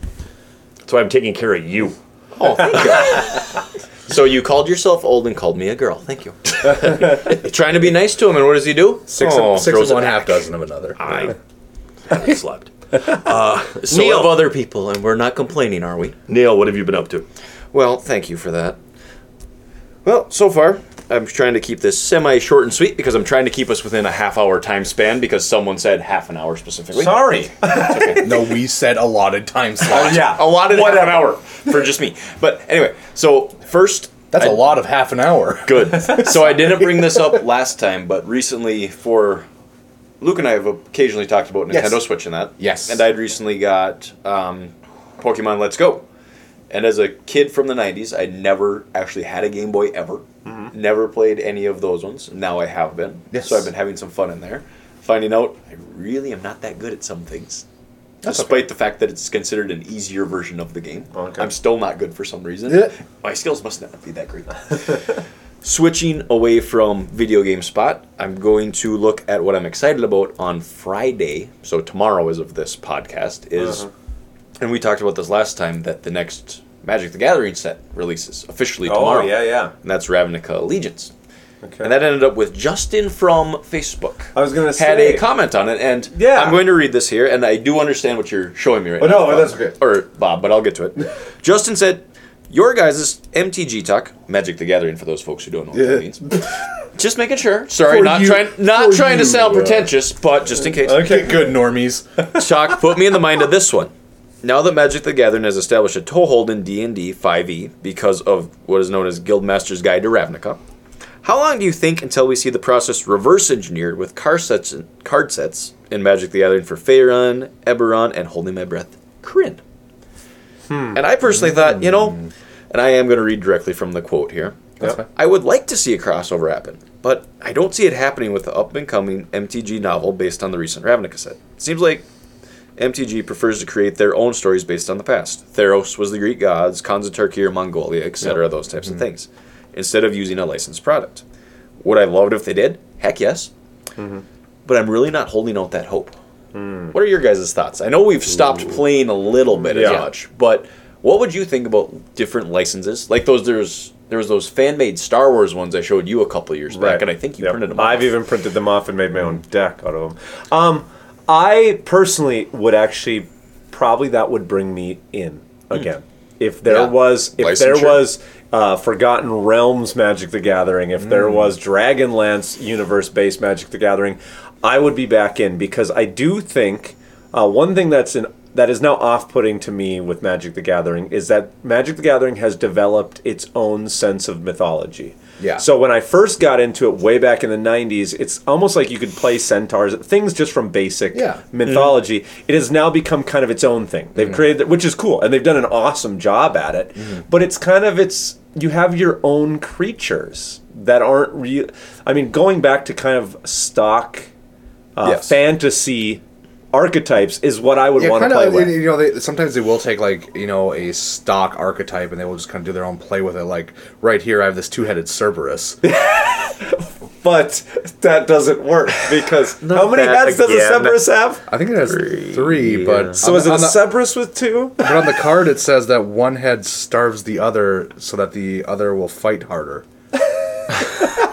Speaker 7: That's why I'm taking care of you.
Speaker 8: Oh, thank you. <laughs> so you called yourself old and called me a girl. <laughs> Thank you. You're trying to be nice to him, and what does he do?
Speaker 2: Six
Speaker 8: oh,
Speaker 2: of, six
Speaker 8: throws
Speaker 2: of
Speaker 8: it
Speaker 2: one,
Speaker 8: back. <laughs>
Speaker 2: half dozen of another.
Speaker 8: I
Speaker 7: haven't slept. Uh,
Speaker 8: so
Speaker 7: Neil.
Speaker 8: have other people, and we're not complaining, are we?
Speaker 7: Neil, what have you been up to?
Speaker 8: Well, thank you for that. Well, so far, I'm trying to keep this semi short and sweet because I'm trying to keep us within a half hour time span because someone said half an hour specifically.
Speaker 10: <laughs>
Speaker 16: Sorry.
Speaker 2: <laughs>
Speaker 8: no, we said allotted time
Speaker 16: slot.
Speaker 8: yeah, allotted half an hour for just me. But anyway, so first.
Speaker 2: That's
Speaker 8: a
Speaker 2: a lot of half an hour.
Speaker 16: <laughs>
Speaker 8: Good. So I didn't bring this up last time, but recently for Luke and I have occasionally talked about
Speaker 16: Yes.
Speaker 8: Nintendo Switch and that.
Speaker 16: Yes.
Speaker 8: And I'd recently got um, Pokemon Let's Go. And as a kid from the 90s, I never actually had a Game Boy ever. Never played any of those ones. Now I have been.
Speaker 16: Mm-hmm. Yes.
Speaker 8: So I've been having some fun in there. Finding out I really am not that good at some things.
Speaker 16: That's
Speaker 8: Despite the fact that it's considered an easier version of the game, I'm still not good for some reason.
Speaker 16: Yeah.
Speaker 8: My skills must not be that great. <laughs> switching away from video game spot, I'm going to look at what I'm excited about on Friday. So tomorrow, as of this podcast, is,
Speaker 2: Uh-huh.
Speaker 8: and we talked about this last time that the next Magic the Gathering set releases officially
Speaker 17: Oh,
Speaker 8: tomorrow.
Speaker 17: yeah, yeah.
Speaker 8: And that's Ravnica Allegiance. Okay. And that ended up with Justin from Facebook. I
Speaker 17: was going to
Speaker 8: had
Speaker 17: say-
Speaker 8: a comment on it, and
Speaker 17: Yeah.
Speaker 8: I'm going to read this here, and I do understand what you're showing me right
Speaker 17: Oh,
Speaker 8: now.
Speaker 17: no,
Speaker 8: Bob.
Speaker 17: that's okay.
Speaker 8: Or Bob, but I'll
Speaker 17: <laughs>
Speaker 8: get to it. Justin said, "Your guys' MTG talk, Magic the Gathering, for those folks who don't know what that means. Just making sure. Sorry,
Speaker 18: For
Speaker 8: not
Speaker 18: you-
Speaker 8: trying not
Speaker 18: for
Speaker 8: trying
Speaker 18: you,
Speaker 8: to sound
Speaker 18: uh,
Speaker 8: pretentious, but just in case.
Speaker 18: Okay, good, normies.
Speaker 8: Chalk put me in the mind of this one. Now that Magic the Gathering has established a toehold in D&D 5e E because of what is known as Guildmaster's Guide to Ravnica, how long do you think until we see the process reverse engineered with card sets, card sets in Magic the Gathering for Faerun, Eberron, and Holding My Breath, Kryn? And I personally thought, you know, and I am going to read directly from the quote here.
Speaker 17: That's
Speaker 8: Yep. I would like to see a crossover happen, but I don't see it happening with the up and coming MTG novel based on the recent Ravnica set. Seems like MTG prefers to create their own stories based on the past. Theros was the Greek gods, Khans of Turkey or Mongolia, etc.,
Speaker 17: Yep.
Speaker 8: those types
Speaker 17: Mhm.
Speaker 8: of things, instead of using a licensed product. Would I love it if they did? Heck yes. But I'm really not holding out that hope. What are your guys' thoughts? I know we've stopped playing a little bit as
Speaker 17: Yeah.
Speaker 8: much, but what would you think about different licenses? Like those, there's there was those fan made Star Wars ones I showed you a couple years back, and I think you printed them.
Speaker 10: I've even printed them off and made my own deck out of them. Um, I personally would actually probably that would bring me in again. If there
Speaker 17: Hmm. Yeah.
Speaker 10: was, if there
Speaker 17: Licensure.
Speaker 10: was uh, Forgotten Realms Magic the Gathering, if there
Speaker 17: Mm.
Speaker 10: was Dragonlance universe based Magic the Gathering, I would be back in because I do think uh, one thing that's in that is now off putting to me with Magic the Gathering is that Magic the Gathering has developed its own sense of mythology.
Speaker 8: Yeah.
Speaker 10: So when I first got into it way back in the 90s, it's almost like you could play centaurs, things just from basic
Speaker 8: Yeah.
Speaker 10: mythology. It has now become kind of its own thing. They've
Speaker 18: Mm-hmm.
Speaker 10: created it, which is cool, and they've done an awesome job at it. But it's kind of it's you have your own creatures that aren't real. I mean, going back to kind of stock uh,
Speaker 18: Yes.
Speaker 10: fantasy archetypes is what I would
Speaker 18: yeah,
Speaker 10: want to
Speaker 18: kind
Speaker 10: play
Speaker 18: of.
Speaker 10: with.
Speaker 18: You know, they, sometimes they will take like you know a stock archetype and they will just kind of do their own play with it. Like right here, I have this two-headed Cerberus.
Speaker 10: but <laughs> that doesn't work
Speaker 17: <laughs>
Speaker 10: because how many heads does a Cerberus have?
Speaker 18: I think it has three, but
Speaker 10: So
Speaker 18: on
Speaker 10: is
Speaker 18: the-
Speaker 10: it a
Speaker 18: on the-
Speaker 10: Cerberus with two?
Speaker 18: but on the card, it says that one head starves the other so that the other will fight
Speaker 10: <laughs>
Speaker 18: harder.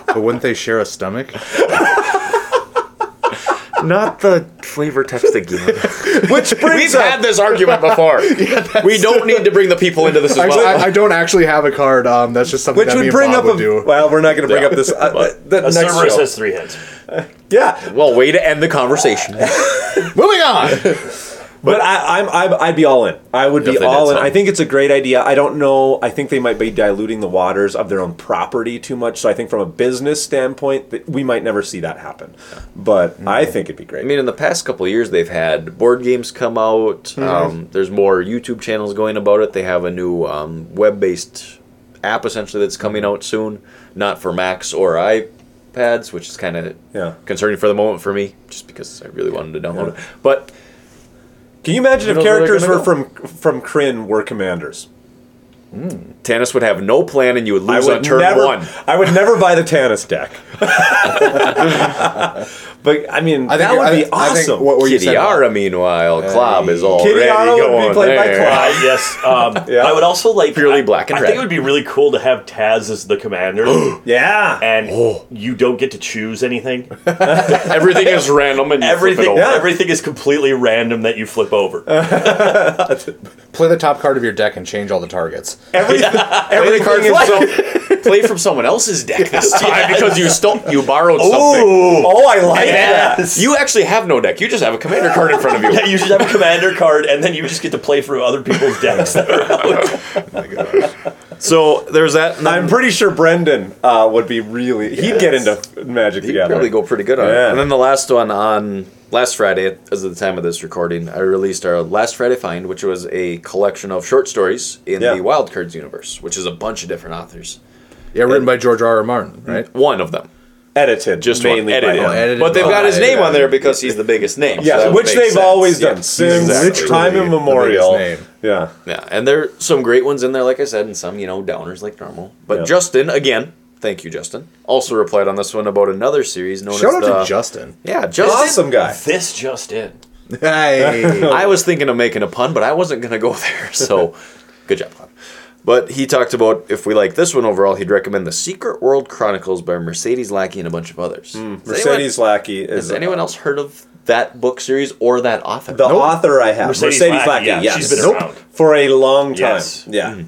Speaker 18: but wouldn't they share a stomach?
Speaker 8: Not the flavor text again.
Speaker 10: Which
Speaker 8: brings We've had this argument before. we don't need to bring the people into this as
Speaker 18: Actually,
Speaker 8: well.
Speaker 18: I, I don't actually have a card. Um, that's just something
Speaker 10: Which
Speaker 18: that
Speaker 10: would
Speaker 18: me and
Speaker 10: bring
Speaker 18: Bob
Speaker 10: up
Speaker 18: would do.
Speaker 10: a- <laughs> Well, we're not going to bring up this. Uh, that
Speaker 19: a
Speaker 10: next
Speaker 19: Cerberus
Speaker 10: show.
Speaker 19: has three heads.
Speaker 10: Yeah.
Speaker 8: Well, way to end the <laughs> conversation.
Speaker 18: Moving on.
Speaker 10: But I, I'm, I'm I'd be all in. I would
Speaker 8: If
Speaker 10: be
Speaker 8: they did
Speaker 10: all in. I
Speaker 8: something.
Speaker 10: think it's a great idea. I don't know. I think they might be diluting the waters of their own property too much. So I think from a business standpoint, that we might never see that happen. But
Speaker 18: Mm.
Speaker 10: I think it'd be great.
Speaker 8: I mean, in the past couple of years, they've had board games come out.
Speaker 10: Mm-hmm.
Speaker 8: Um, there's more YouTube channels going about it. They have a new um, web-based app essentially that's coming
Speaker 10: Mm-hmm.
Speaker 8: out soon, not for Macs or iPads, which is kind of
Speaker 10: Yeah.
Speaker 8: concerning for the moment for me, just because I really wanted to download it. But
Speaker 10: Can you imagine
Speaker 8: Who
Speaker 10: if
Speaker 8: knows where they're
Speaker 10: characters
Speaker 8: gonna
Speaker 10: were from from Kryn were commanders?
Speaker 8: Tannis would have no plan, and you would lose
Speaker 10: I would
Speaker 8: on turn
Speaker 10: never,
Speaker 8: one.
Speaker 10: I would never buy the Tannis deck.
Speaker 8: <laughs>
Speaker 10: but I mean,
Speaker 18: I think-
Speaker 10: that would
Speaker 18: I
Speaker 10: be
Speaker 18: think- I think
Speaker 10: awesome.
Speaker 18: what were you saying about-
Speaker 8: Kidiara, meanwhile, Klob is all
Speaker 10: Kidiara would be played by Klob.
Speaker 19: Uh, yes.
Speaker 8: <laughs>
Speaker 19: Um, I would also like.
Speaker 8: Purely
Speaker 19: I,
Speaker 8: black and
Speaker 19: I
Speaker 8: red. Oh.
Speaker 19: think it would be really cool to have Taz as the
Speaker 8: <gasps>
Speaker 19: commander.
Speaker 10: yeah.
Speaker 19: And you don't get to choose
Speaker 8: <laughs>
Speaker 19: anything.
Speaker 8: Everything
Speaker 10: <laughs>
Speaker 8: is random, and you
Speaker 19: everything,
Speaker 8: Flip it over.
Speaker 19: everything is completely random that you flip over.
Speaker 18: Play the top card of your deck and change all the targets.
Speaker 8: Play the card
Speaker 10: Everything is
Speaker 8: from
Speaker 10: <laughs>
Speaker 8: some, play from someone else's deck this time
Speaker 19: Yeah.
Speaker 8: because you stole, you borrowed
Speaker 19: Ooh.
Speaker 8: something.
Speaker 10: Oh, I
Speaker 8: <laughs>
Speaker 10: like
Speaker 8: Yeah.
Speaker 19: <laughs>
Speaker 10: that.
Speaker 8: You actually have no deck. You just have a commander card in front of you.
Speaker 19: Yeah, you should have a commander card, and then you just get to play through other people's decks. That
Speaker 8: <laughs>
Speaker 19: are out.
Speaker 8: Oh So
Speaker 10: <laughs>
Speaker 8: there's that. and
Speaker 10: I'm
Speaker 8: then
Speaker 10: pretty sure Brendan uh, would be really. He'd get into Magic
Speaker 8: you
Speaker 10: together.
Speaker 8: probably go pretty good on it.
Speaker 10: Yeah.
Speaker 8: And then the last one on last Friday, as of the time of this recording, I released our last Friday find, which was a collection of short stories in
Speaker 10: Yeah.
Speaker 8: the Wild Cards universe, which is a bunch of different authors.
Speaker 18: Yeah, written by George R. R. Martin, right?
Speaker 8: One of them.
Speaker 10: edited,
Speaker 8: Just one
Speaker 10: mainly by
Speaker 8: edited.
Speaker 10: him.
Speaker 18: edited
Speaker 8: but they've
Speaker 18: by-
Speaker 8: got his name on there because he's the biggest name. so
Speaker 10: Yeah,
Speaker 8: that would
Speaker 10: which
Speaker 8: make
Speaker 10: they've
Speaker 8: sense.
Speaker 10: always
Speaker 8: Yeah.
Speaker 10: done since
Speaker 8: Exactly.
Speaker 10: time
Speaker 18: Literally the
Speaker 10: immemorial.
Speaker 18: biggest
Speaker 10: Yeah,
Speaker 8: Yeah, and there's some great ones in there, like I said, and some, you know, downers like normal. But
Speaker 10: Yeah.
Speaker 8: Justin, again, Thank you, Justin. Also replied on this one about another series known
Speaker 2: Shout
Speaker 8: as
Speaker 2: out
Speaker 8: the,
Speaker 2: to
Speaker 18: <laughs>
Speaker 2: Justin.
Speaker 8: Yeah, Justin.
Speaker 2: Awesome guy.
Speaker 8: This just in.
Speaker 2: Hey.
Speaker 8: I was thinking of making a pun, but I wasn't gonna go <laughs> there. So, good job, Bob. But he talked about if we like this one overall, he'd recommend the Secret World Chronicles by Mercedes Lackey and a bunch of others. Has
Speaker 10: Mercedes
Speaker 8: anyone-
Speaker 10: Lackey is
Speaker 8: Has anyone else heard of that book series or that author?
Speaker 10: The author I have, Mercedes, Lackey. yes.
Speaker 8: She's been
Speaker 10: Nope.
Speaker 8: around.
Speaker 10: for a long time.
Speaker 8: Yes. Mm-hmm.
Speaker 10: Yeah.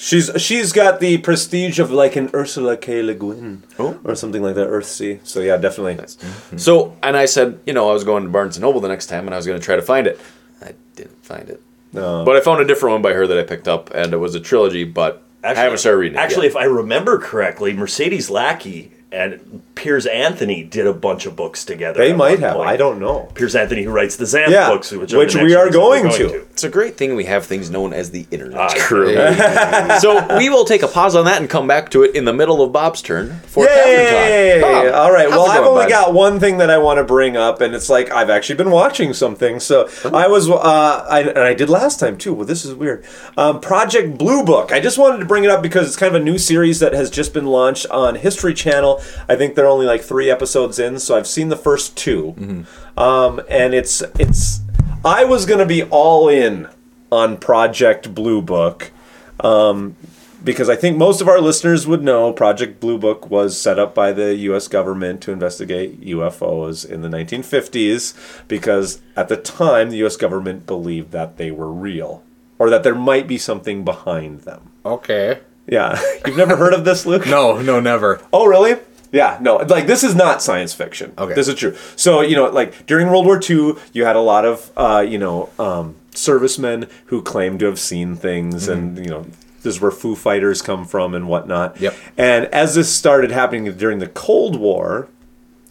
Speaker 10: She's she's got the prestige of like an Ursula K. Le Guin or something like that, Earthsea. So yeah, definitely.
Speaker 8: So, and I said, you know, I was going to Barnes and Noble the next time, and I was going to try to find it. I didn't find it.
Speaker 10: No.
Speaker 8: But I found a different one by her that I picked up, and it was a trilogy, but I haven't started reading it.
Speaker 7: Actually,
Speaker 8: yet.
Speaker 7: if I remember correctly, Mercedes Lackey and Piers Anthony did a bunch of books together.
Speaker 10: They
Speaker 7: at
Speaker 10: might
Speaker 7: one
Speaker 10: have.
Speaker 7: point.
Speaker 10: I don't know.
Speaker 7: Piers Anthony, who writes the Xanth
Speaker 10: Yeah,
Speaker 7: books, which,
Speaker 10: which
Speaker 7: the next
Speaker 10: we are
Speaker 7: ones that we're Ah,
Speaker 10: going to.
Speaker 8: It's a great thing we have things known as the internet. <laughs>
Speaker 7: true.
Speaker 8: Ah, so we will take a pause on that and come back to it in the middle of Bob's turn for
Speaker 10: Yay!
Speaker 8: tavern talk. Bob,
Speaker 10: All right.
Speaker 8: how's
Speaker 10: Well,
Speaker 8: it
Speaker 10: I've
Speaker 8: going,
Speaker 10: only
Speaker 8: bud?
Speaker 10: got one thing that I want to bring up, and it's like I've actually been watching something. So I was, uh, I, and I did last time too. Well, this is weird. Um, Project Blue Book. I just wanted to bring it up because it's kind of a new series that has just been launched on History Channel. I think they're only like three episodes in, so I've seen the first two.
Speaker 7: Mm-hmm.
Speaker 10: Um, and it's it's. I was gonna be all in on Project Blue Book. Um, because I think most of our listeners would know Project Blue Book was set up by the US government to investigate UFOs in the 1950s because at the time the US government believed that they were real or that there might be something behind them.
Speaker 2: Okay.
Speaker 10: Yeah. <laughs> You've never heard of this, Luke?
Speaker 2: No, no, never.
Speaker 10: Oh, really? Yeah, no, like this is not science fiction. Okay. This is true. So, you know, like during World War II, you had a lot of, uh, you know, um, servicemen who claimed to have seen things, and, you know, this is where Foo Fighters come from and whatnot. Mm-hmm. Yep. And as this started happening during the Cold War,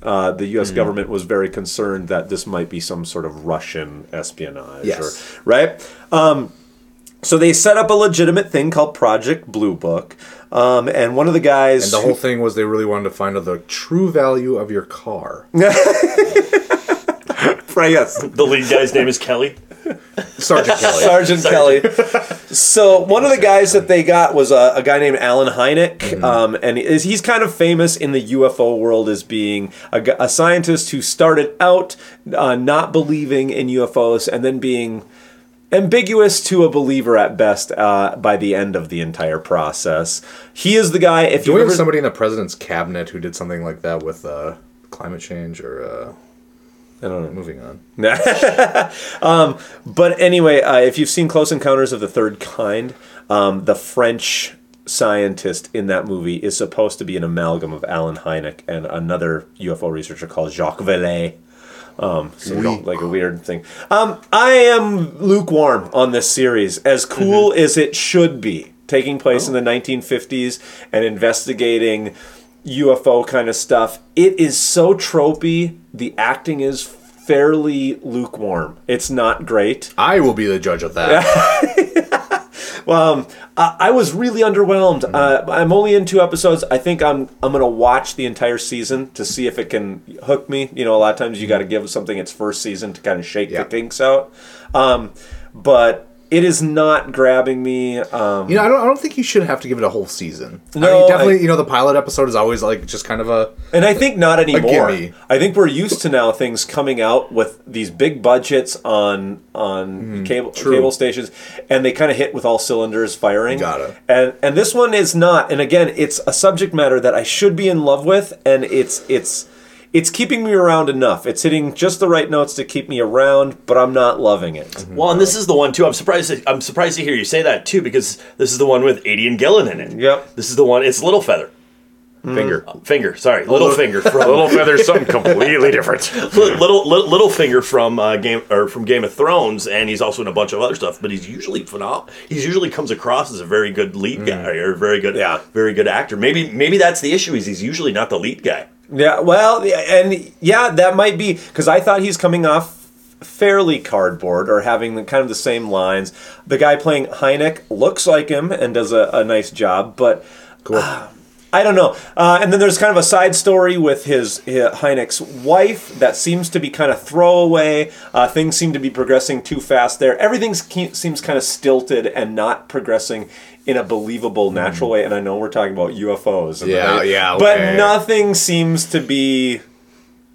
Speaker 10: uh, the
Speaker 8: Hmm.
Speaker 10: U.S. government was very concerned that this might be some sort of Russian
Speaker 2: <laughs>
Speaker 10: espionage,
Speaker 2: Yes.
Speaker 10: or, right? Um, so they set up a legitimate thing called Project Blue Book, um, and one of the guys
Speaker 2: And the
Speaker 10: who-
Speaker 2: whole thing was they really wanted to find out the true value of your <laughs> car.
Speaker 1: <laughs>
Speaker 10: Right, yes.
Speaker 7: The lead guy's name is
Speaker 10: <laughs>
Speaker 7: Kelly.
Speaker 2: Sergeant Kelly.
Speaker 10: Sergeant Kelly.
Speaker 1: <laughs>
Speaker 10: So one of the guys that they got was a, a guy named Alan Hynek,
Speaker 1: Mm-hmm.
Speaker 10: um, and is, he's kind of famous in the UFO world as being a, gu- a scientist who started out uh, not believing in UFOs and then being ambiguous to a believer at best uh, by the end of the entire process. He is the guy. If
Speaker 2: Do
Speaker 10: you
Speaker 2: we have
Speaker 10: ever
Speaker 2: somebody in the president's cabinet who did something like that with uh, climate change or? Uh,
Speaker 10: I don't know.
Speaker 2: Moving on.
Speaker 10: um, but anyway, uh, if you've seen Close Encounters of the Third Kind, um, the French scientist in that movie is supposed to be an amalgam of Alan Hynek and another UFO researcher called Jacques Vallée. Um, so don't- like a weird thing. Um, I am lukewarm on this series, as cool as it should be, taking place in the 1950s and investigating UFO kind of stuff. It is so tropey. The acting is fairly lukewarm. It's not great.
Speaker 2: I will be the judge of that.
Speaker 10: Well, um, I, I was really underwhelmed. Uh, I'm only in two episodes. I think I'm I'm gonna watch the entire season to see if it can hook me. You know, a lot of times you got to give something its first season to kind of shake the kinks out. Um, but it is not grabbing me. Um,
Speaker 2: you know, I don't. I don't think you should have to give it a whole season. I mean,
Speaker 10: No, I-
Speaker 2: definitely. <laughs> you know, the pilot episode is always like just kind of a.
Speaker 10: And I think not anymore.
Speaker 2: gimme.
Speaker 10: I think we're used to now things coming out with these big budgets on on cable
Speaker 2: Mm-hmm. true.
Speaker 10: cable stations, and they kind of hit with all cylinders firing.
Speaker 2: Got it.
Speaker 10: And and this one is not. And again, it's a subject matter that I should be in love with, and it's it's it's keeping me around enough. It's hitting just the right notes to keep me around, but I'm not loving it.
Speaker 2: Mm-hmm.
Speaker 7: Mm-hmm. Well, and this is the one too. I'm surprised. That, I'm surprised to hear you say that too, because this is the one with Adi and Gillen in it.
Speaker 10: Yep.
Speaker 7: This is the one. It's Little Feather. Uh,
Speaker 8: Finger.
Speaker 7: Finger, sorry, little, finger from
Speaker 8: Little
Speaker 7: <laughs>
Speaker 8: Feather's something completely
Speaker 7: different. little, little little finger from uh, game or from Game of Thrones, and he's also in a bunch of other stuff. But he's usually phenomenal. He's usually comes across as a very good lead guy or a very good, yeah. very good actor. Maybe maybe that's the issue. Is he's usually not the lead guy.
Speaker 10: Yeah, well, yeah, and yeah, that might be because I thought he's coming off fairly cardboard or having the, kind of the same lines. The guy playing Hynek looks like him and does a, a nice job, but ah, I don't know. Uh, and then there's kind of a side story with his, his Hynek's wife that seems to be kind of throwaway. Uh, things seem to be progressing too fast there. Everything seems kind of stilted and not progressing in a believable, natural way. And I know we're talking about UFOs. and
Speaker 20: Hmm. Yeah,
Speaker 10: the-
Speaker 20: yeah, okay.
Speaker 10: But nothing seems to be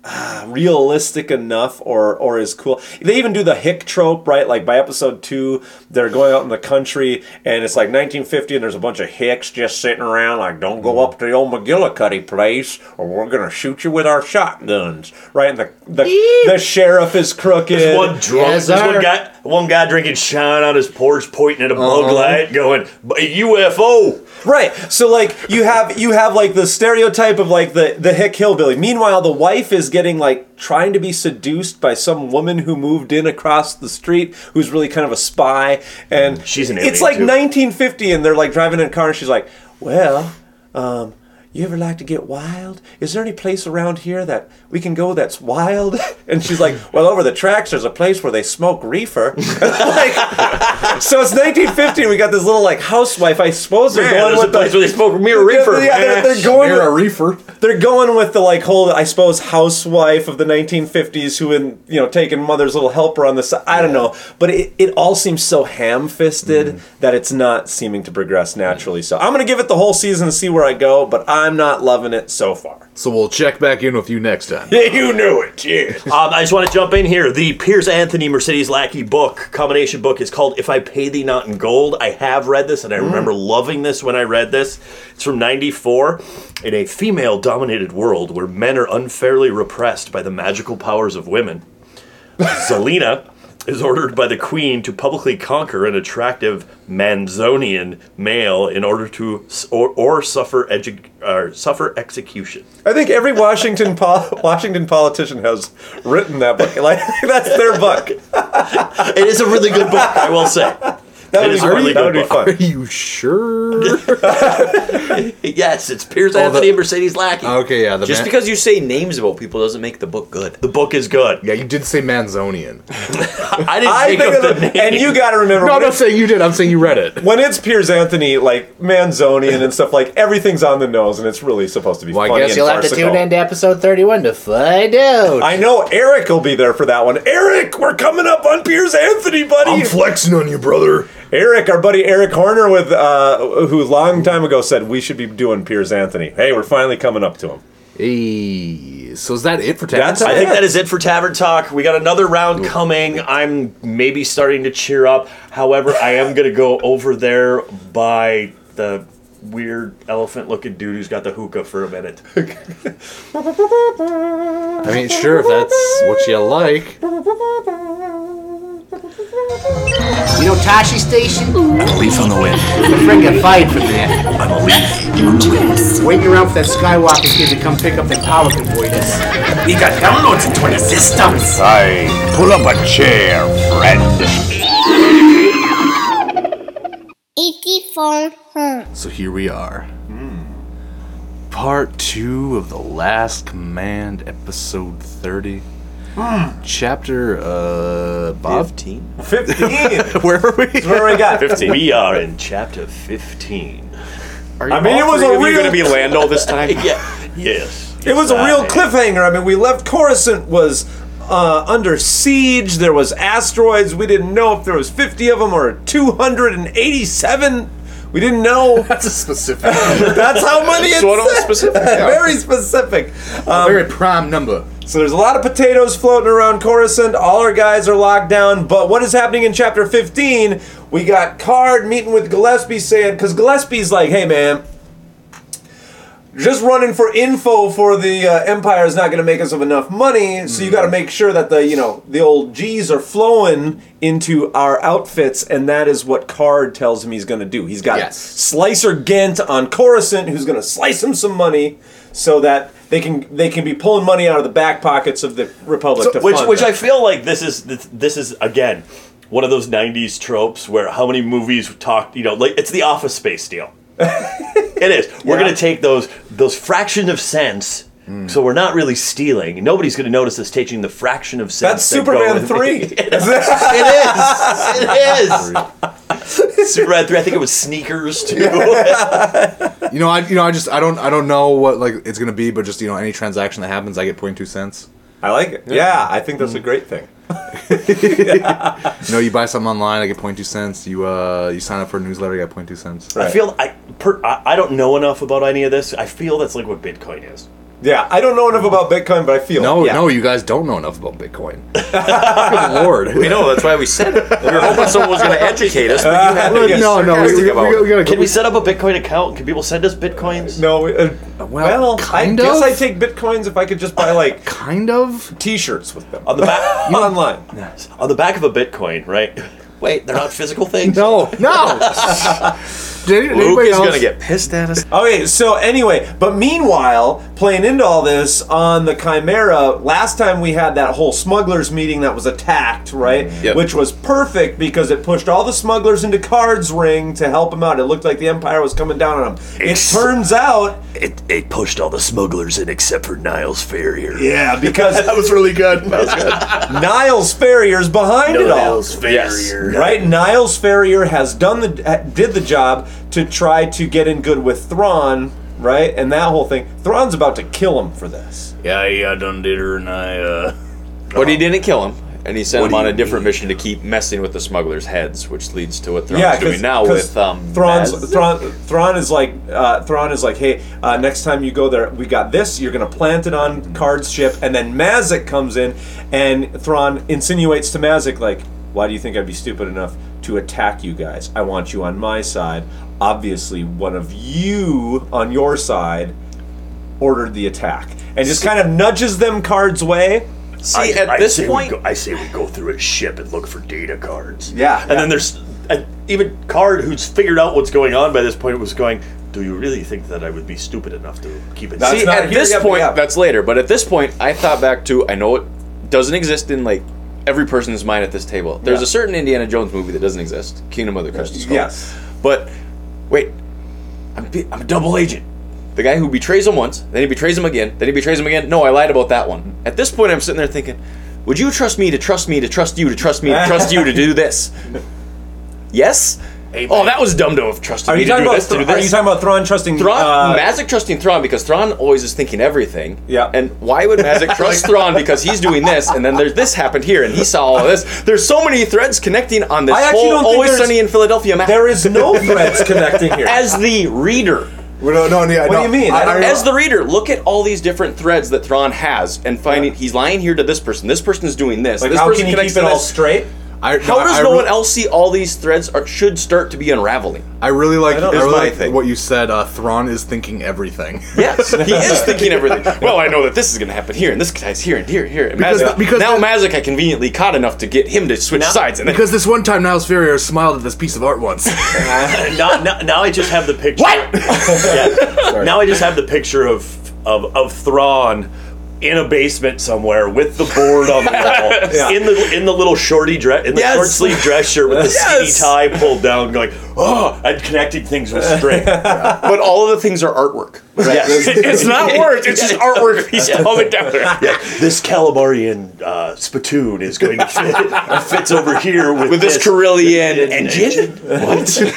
Speaker 10: ah, realistic enough or or is cool they even do the hick trope right like by episode two they're going out in the country and it's like 1950 and there's a bunch of hicks just sitting around like don't go up to the old mcgillicuddy place or we're gonna shoot you with our shotguns right and the the, the sheriff is crooked
Speaker 7: There's one drunk. there's one guy. One guy drinking shine on his porch, pointing at a bug
Speaker 10: Uh-huh.
Speaker 7: light, going "B- UFO.
Speaker 10: Right. So like you have you have like the stereotype of like the the hick hillbilly. Meanwhile, the wife is getting like trying to be seduced by some woman who moved in across the street who's really kind of a spy and she's
Speaker 7: an alien,
Speaker 10: It's like
Speaker 7: too.
Speaker 10: 1950 and they're like driving in a car and she's like, "Well, um you ever like to get wild? Is there any place around here that we can go that's wild? <laughs> And she's like, Well, over the tracks, there's a place where they smoke reefer. <laughs> So it's 1950. We got this little like housewife. I suppose they're
Speaker 7: Man,
Speaker 10: going
Speaker 7: there's
Speaker 10: with
Speaker 7: a place
Speaker 10: the,
Speaker 7: where they smoke mirror
Speaker 10: <laughs> Yeah,
Speaker 7: reefer.
Speaker 10: Yeah, they're, they're
Speaker 7: Yeah.
Speaker 10: going
Speaker 7: Mirror
Speaker 10: with, reefer. They're going with the like whole I suppose housewife of the 1950s who in you know taking mother's little helper on the side. I don't know, but it, it all seems so ham-fisted that it's not seeming to progress naturally. So I'm gonna give it the whole season and see where I go, but I'm not loving it so far.
Speaker 2: So we'll check back in with you next time.
Speaker 7: Yeah, you knew it. Yeah. <laughs> um, I just want to jump in here. The Piers Anthony Mercedes Lackey book combination book is called "If I Pay Thee Not in Gold." I have read this, and I remember loving this when I read this. It's from '94. In a female-dominated world where men are unfairly repressed by the magical powers of women, Zelina is ordered by the queen to publicly conquer an attractive Manzonian male in order to s- or, or suffer edu- or suffer execution.
Speaker 10: I think every Washington pol- Washington politician has written that book. Like <laughs> that's their book. it
Speaker 7: is a really good book, I will say.
Speaker 10: <laughs> That
Speaker 7: It
Speaker 10: would
Speaker 7: is
Speaker 10: be,
Speaker 7: a really
Speaker 10: that would be
Speaker 7: good
Speaker 10: fun.
Speaker 7: book.
Speaker 2: Are you sure? <laughs>
Speaker 7: yes, it's Piers
Speaker 21: Oh, the-
Speaker 7: Anthony and Mercedes Lackey.
Speaker 2: Okay, yeah. The
Speaker 21: Just because you say names about people doesn't make the book good.
Speaker 7: The book is good.
Speaker 2: Yeah, you did say <laughs> Manzonian.
Speaker 7: I
Speaker 2: didn't make up
Speaker 10: of
Speaker 2: the
Speaker 10: and you got to remember.
Speaker 2: No,
Speaker 10: when
Speaker 2: I'm not
Speaker 10: it's-
Speaker 2: saying you did. I'm saying you read it.
Speaker 10: when it's Piers Anthony, like Manzonian and stuff, like everything's on the nose, and it's really supposed to be. Well, funny and farcical.
Speaker 2: to episode 31 to find out.
Speaker 10: I know Eric will be there for that one. Eric, we're coming up on Piers Anthony, buddy. I'm
Speaker 2: flexing on you, brother.
Speaker 10: Eric, our buddy Eric Horner, with uh, who a long time ago said we should be doing Piers Anthony. Hey, we're finally coming up to him.
Speaker 2: Hey, so is that it for Tavern
Speaker 7: I think that is it for Tavern Talk. We got another round coming. I'm maybe starting to cheer up. However, I am going to go over there by the weird elephant looking dude who's got the hookah for a
Speaker 21: <laughs>
Speaker 7: minute.
Speaker 2: I mean, sure, if that's what you like.
Speaker 1: You know Tashi Station? I'm a leaf on the wind. The friggin' fight from there. I'm a leaf. Waiting around for that Skywalker kid to come pick up the power convoy. We got downloads into the system.
Speaker 22: Aye, pull up a chair, friend.
Speaker 2: So here we are. Part two of The Last Command, episode 30. Chapter, uh, Bob? 15?
Speaker 10: 15!
Speaker 2: <laughs> where are we?
Speaker 10: where we <laughs> got.
Speaker 7: We are in chapter 15.
Speaker 10: you I mean, all it was three a of you real- gonna be Lando
Speaker 21: <laughs>
Speaker 10: this time?
Speaker 7: yeah. Yes.
Speaker 10: It was a real cliffhanger. I mean, we left Coruscant was uh, under siege. There was asteroids. We didn't know if there was 50 of them or 287. We didn't know. That's
Speaker 2: a specific.
Speaker 10: That's
Speaker 2: <laughs>
Speaker 10: how many. it
Speaker 8: Oh,
Speaker 2: Sort of
Speaker 10: said.
Speaker 2: specific, yeah.
Speaker 10: Very specific. Um,
Speaker 2: very prime number.
Speaker 10: So there's a lot of potatoes floating around Coruscant. All our guys are locked down. But what is happening in chapter 15? We got Card meeting with Gillespie saying, because Gillespie's like, hey man, just running for info for the uh, empire is not going to make us of enough money so you
Speaker 7: Mm-hmm.
Speaker 10: got to make sure that the you know the old g's are flowing into our outfits and that is what card tells him he's going to do he's got slicer gent on coruscant who's going to slice him some money so that they can they can be pulling money out of the back pockets of the republic to
Speaker 7: which
Speaker 10: fund
Speaker 7: which
Speaker 10: them.
Speaker 7: I feel like this is this, this is again one of those '90s tropes where how many movies talk you know like it's the Office Space
Speaker 10: <laughs>
Speaker 7: deal. it is. We're gonna take those those fraction of cents.
Speaker 10: Hmm.
Speaker 7: So we're not really stealing. Nobody's going to notice us taking the fraction of cents.
Speaker 10: that's
Speaker 7: <laughs>
Speaker 10: superman <laughs> 3
Speaker 7: it is. It
Speaker 10: <laughs>
Speaker 7: is. Superman three. I think it was sneakers too. <laughs>
Speaker 2: you know, I you know, I just I don't I don't know what like it's gonna be, but just you know, any transaction that happens, I get 0.2 cents.
Speaker 10: I like it. Yeah, I think that's a great thing.
Speaker 2: no, you buy something online, I get 0.2 cents. You uh, you sign up for a newsletter, you get 0.2 cents.
Speaker 7: I feel I, per, I I don't know enough about any of this. I feel that's like what Bitcoin is.
Speaker 10: Yeah, I don't know enough about Bitcoin, but I feel
Speaker 2: no,
Speaker 7: Yeah.
Speaker 2: no. You guys don't know enough about Bitcoin. Good lord,
Speaker 8: We know that's why we said it. We were hoping someone was going to educate us, but you had to be
Speaker 2: No, no, we-
Speaker 8: sarcastic
Speaker 2: we- we- we-
Speaker 8: about it.
Speaker 2: we gotta
Speaker 7: Can
Speaker 2: go-
Speaker 7: we set up a Bitcoin account? Can people send us bitcoins?
Speaker 10: No. Uh, well,
Speaker 2: kind
Speaker 10: I
Speaker 2: of.
Speaker 10: guess I take bitcoins if I could just
Speaker 2: <laughs>
Speaker 10: buy like
Speaker 2: kind of
Speaker 10: t-shirts with them
Speaker 7: on the back <laughs>
Speaker 10: online.
Speaker 7: On the back of a Bitcoin, right? Wait, they're not physical things.
Speaker 2: No, no.
Speaker 10: Did,
Speaker 7: Luke anybody is else- gonna get pissed
Speaker 8: at us.
Speaker 10: Okay, so anyway, but meanwhile, playing into all this on the Chimera, last time we had that whole smugglers meeting that was attacked, right?
Speaker 8: Yep.
Speaker 10: Which was perfect because it pushed all the smugglers into Card's Ring to help him out. It looked like the Empire was coming down on him. It turns out
Speaker 7: it, it pushed all the smugglers in except for Niles Ferrier. <laughs>
Speaker 10: Yeah, because
Speaker 7: That
Speaker 10: was really good. That was good. <laughs> Niles Ferrier's behind it all.
Speaker 7: Niles Ferrier.
Speaker 10: Yes. Right? Niles Ferrier has done the ha- did the job to try to get in good with Thrawn, right? And that whole thing. Thrawn's about to kill him for this.
Speaker 8: Yeah, yeah, I done did her, and I. uh... But he didn't kill him, and he sent
Speaker 10: What
Speaker 8: him
Speaker 10: do
Speaker 8: on
Speaker 10: you
Speaker 8: a different mission to keep messing with the smugglers' heads, which leads to what Thrawn's
Speaker 10: Yeah, 'cause-
Speaker 8: doing now
Speaker 10: 'cause
Speaker 8: with um.
Speaker 10: Thrawn's,
Speaker 8: Maz.
Speaker 10: Thrawn, Thrawn is like uh, Thrawn is like, hey, uh, next time you go there, we got this. You're gonna plant it on Card's ship, and then Mazik comes in, and Thrawn insinuates to Mazik like, why do you think I'd be stupid enough to attack you guys? I want you on my side. Obviously, one of you on your side ordered the attack, and just kind of nudges them Card's way.
Speaker 7: I- I say we go- I say we go through his ship and look for data cards.
Speaker 10: Yeah,
Speaker 7: and then there's and even Card, who's figured out what's going on by this point, was going. Do you really think that I would be stupid enough to keep it?
Speaker 8: See, at this point, that's later. But at this point, I thought back to I know it doesn't exist in like every person's mind at this table. There's
Speaker 7: Yeah.
Speaker 8: a certain Indiana Jones movie that doesn't exist, Kingdom of the Crystal Skull.
Speaker 10: Yes,
Speaker 8: but wait, I'm be- I'm a double agent. The guy who betrays him once, then he betrays him again, then he betrays him again. No, I lied about that one. At this point, I'm sitting there thinking, would you trust me to trust me to trust you to trust me to trust you to
Speaker 10: <laughs>
Speaker 8: do this? Yes. Oh, that was dumb to have trusted
Speaker 10: Are
Speaker 8: me
Speaker 10: you
Speaker 8: to do
Speaker 10: talking about
Speaker 8: this. to do
Speaker 10: Thra- are
Speaker 8: this.
Speaker 10: you talking about Thrawn trusting
Speaker 8: Thrawn,
Speaker 10: uh,
Speaker 8: Mazik trusting Thrawn because Thrawn always is thinking everything.
Speaker 10: Yeah.
Speaker 8: And why would Mazik
Speaker 10: <laughs>
Speaker 8: trust Thrawn because he's doing this and then there's this happened here and he saw all of this. There's so many threads connecting on this
Speaker 10: I actually
Speaker 8: whole
Speaker 10: don't think
Speaker 8: Always
Speaker 10: there's-
Speaker 8: Sunny in Philadelphia map.
Speaker 10: There
Speaker 8: <laughs>
Speaker 10: is no threads connecting here.
Speaker 8: As the reader.
Speaker 2: no, no, yeah,
Speaker 10: What do no, you mean? I- I don't
Speaker 8: As
Speaker 10: know.
Speaker 8: the reader, look at all these different threads that Thrawn has and finding he's lying here to this person. This person is doing this.
Speaker 10: Like,
Speaker 8: this
Speaker 10: how
Speaker 8: person
Speaker 10: can you
Speaker 8: connects
Speaker 10: keep it
Speaker 8: to
Speaker 10: all
Speaker 8: this.
Speaker 10: straight?
Speaker 2: I,
Speaker 8: How
Speaker 2: I-
Speaker 8: does
Speaker 2: I
Speaker 8: no
Speaker 2: re-
Speaker 8: one else see all these threads are, should start to be unraveling?
Speaker 2: I really like, I
Speaker 8: don't-
Speaker 2: really
Speaker 8: That's my
Speaker 2: like what you said. Uh, Thrawn is thinking everything. <laughs>
Speaker 8: Yes, he is thinking everything. Well, I know that this is going to happen here, and this guy's here, and here, here. And
Speaker 2: Because-
Speaker 8: Mazik,
Speaker 2: because
Speaker 8: now Mazik I conveniently caught enough to get him to switch sides, and then
Speaker 2: because this one time Niles Ferrier smiled at this piece of art once.
Speaker 7: now, now, now I just have the picture. <laughs> What? Now I just have the picture of of of Thrawn in a basement somewhere with the board on the
Speaker 10: <laughs>
Speaker 7: wall,
Speaker 8: Yeah.
Speaker 7: in the in the little shorty dress, in the
Speaker 8: Yes.
Speaker 7: short sleeve dress shirt with the
Speaker 8: Yes.
Speaker 7: skinny tie pulled down, going, oh, and connecting things with
Speaker 10: <laughs>
Speaker 7: string.
Speaker 8: But all of the things are artwork.
Speaker 7: Yes.
Speaker 8: it's not words. It's <laughs> just artwork. He's coming
Speaker 7: <laughs>
Speaker 8: down there.
Speaker 7: Yeah, this Calamarian uh, spittoon is going to fit <laughs> fits over here with,
Speaker 8: With this Carillion
Speaker 7: engine.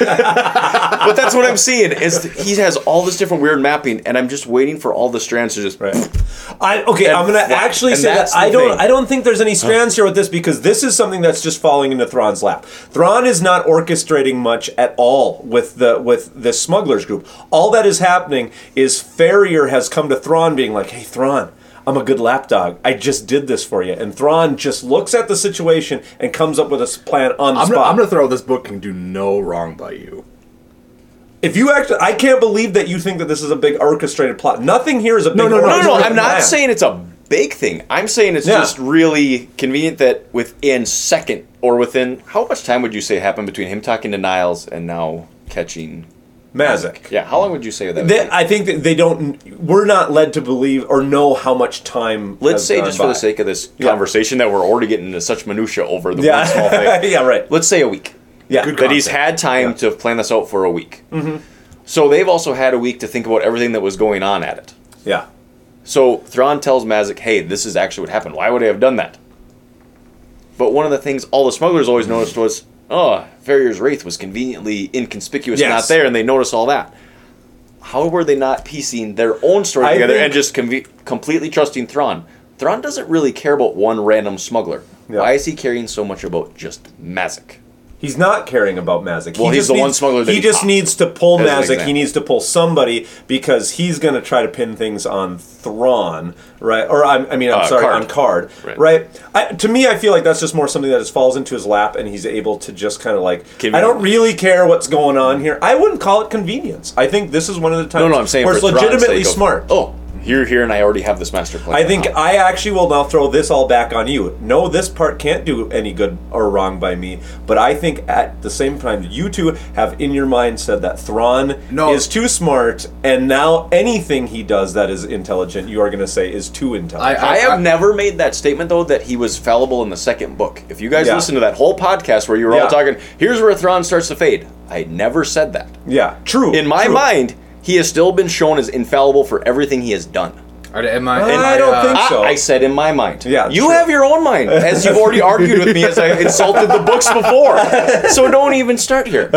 Speaker 8: <laughs> but that's what I'm seeing. Is he has all this different weird mapping, and I'm just waiting for all the strands to just.
Speaker 10: I okay. I'm gonna actually
Speaker 8: and
Speaker 10: say that
Speaker 8: that's the
Speaker 10: I don't.
Speaker 8: thing.
Speaker 10: I don't think there's any strands here with this because this is something that's just falling into Thrawn's lap. Thrawn is not orchestrating much at all with the with the smugglers group. All that is happening is Farrier has come to Thrawn, being like, "Hey, Thrawn." I'm a good lapdog. I just did this for you. And Thrawn just looks at the situation and comes up with a s- plan on the
Speaker 2: I'm
Speaker 10: spot.
Speaker 2: gonna, I'm gonna throw this book can do no wrong by you.
Speaker 10: If you actually, I can't believe that you think that this is a big orchestrated plot. Nothing here is a big
Speaker 8: no, no, no, no.
Speaker 10: orchestrated
Speaker 8: I'm not
Speaker 10: plan.
Speaker 8: saying it's a big thing. I'm saying it's
Speaker 10: Yeah.
Speaker 8: just really convenient that within second or within how much time would you say happened between him talking to Niles and now catching
Speaker 10: Mazik?
Speaker 8: Yeah, how long would you say that? would
Speaker 10: They, I think that they don't. We're not led to believe or know how much time.
Speaker 8: Let's
Speaker 10: has
Speaker 8: say
Speaker 10: gone
Speaker 8: just for
Speaker 10: by.
Speaker 8: the sake of this conversation that we're already getting into such minutia over the
Speaker 10: Yeah.
Speaker 8: one small
Speaker 10: <laughs>
Speaker 8: thing.
Speaker 10: yeah, right.
Speaker 8: Let's say a week.
Speaker 10: Yeah, Mm-hmm.
Speaker 8: that he's had time to plan this out for a week. So they've also had a week to think about everything that was going on at it.
Speaker 10: Yeah.
Speaker 8: So Thrawn tells Mazik, "Hey, this is actually what happened. Why would I have done that?" But one of the things all the smugglers always noticed was, "Oh, Farrier's wraith was conveniently inconspicuous,
Speaker 10: Yes.
Speaker 8: not there," and they noticed all that. How were they not piecing their own story
Speaker 10: I
Speaker 8: together
Speaker 10: think-
Speaker 8: and just conve- completely trusting Thrawn? Thrawn doesn't really care about one random smuggler. Why is he caring so much about just Mazik?
Speaker 10: He's not caring about Mazik.
Speaker 8: Well,
Speaker 10: He
Speaker 8: he's
Speaker 10: just
Speaker 8: the one
Speaker 10: needs-
Speaker 8: smuggler that
Speaker 10: He,
Speaker 8: he
Speaker 10: just
Speaker 8: popped,
Speaker 10: needs to
Speaker 8: as
Speaker 10: pull
Speaker 8: an
Speaker 10: Mazik. He
Speaker 8: example.
Speaker 10: needs to pull somebody because he's going to try to pin things on Thrawn, right? Or I'm, I mean, I'm
Speaker 8: Uh,
Speaker 10: sorry,
Speaker 8: Card.
Speaker 10: on Card, right? I, to me, I feel like that's just more something that just falls into his lap, and he's able to just kind of like. I don't really care what's going on here. I wouldn't call it convenience. I think this is one of the times
Speaker 8: No, no, I'm saying
Speaker 10: where
Speaker 8: for
Speaker 10: it's
Speaker 8: Thrawn's
Speaker 10: legitimately
Speaker 8: sake of-
Speaker 10: smart.
Speaker 8: Oh, you're here, and I already have this master plan.
Speaker 10: I think I actually will now throw this all back on you. No, this part can't do any good or wrong by me, but I think at the same time, you two have in your mind said that Thrawn is too smart, and now anything he does that is intelligent, you are going to say is too
Speaker 8: I,
Speaker 10: intelligent.
Speaker 8: I have never made that statement though that he was fallible in the second book. If you guys
Speaker 10: Yeah.
Speaker 8: listen to that whole podcast where you were
Speaker 10: Yeah.
Speaker 8: all talking, here's where Thrawn starts to fade. I never said that.
Speaker 10: Yeah, true.
Speaker 8: In my mind, he has still been shown as infallible for everything he has done.
Speaker 2: Am I,
Speaker 8: And-
Speaker 2: I uh,
Speaker 8: I- I said in my mind. Yeah, you have your own mind, as you've already argued with me as I insulted the books
Speaker 10: <laughs>
Speaker 8: before. So don't even start here.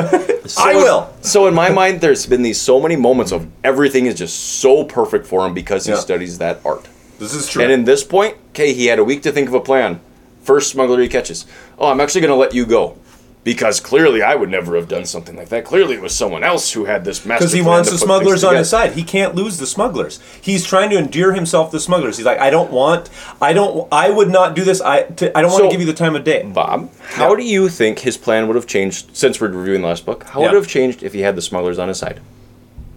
Speaker 8: I will. So in my mind, there's been these so many moments of everything is just so perfect for him because he
Speaker 10: Yeah.
Speaker 8: studies that art.
Speaker 10: This is true.
Speaker 8: And in this point, okay, he had a week to think of a plan. First smuggler he catches. Oh, I'm actually going to let you go. Because clearly, I would never have done something like that. Clearly, it was someone else who had this master.
Speaker 10: Because he
Speaker 8: plan
Speaker 10: wants
Speaker 8: to
Speaker 10: the
Speaker 8: put things
Speaker 10: smugglers on
Speaker 8: together.
Speaker 10: his side. He can't lose the smugglers. He's trying to endear himself to the smugglers. He's like, I don't want, I don't, I would not do this. I, to, I don't want
Speaker 8: So-
Speaker 10: to give you the time of day.
Speaker 8: Bob, how do you think his plan would have changed since we're reviewing the last book? How would
Speaker 10: Yeah.
Speaker 8: it have changed if he had the smugglers on his side?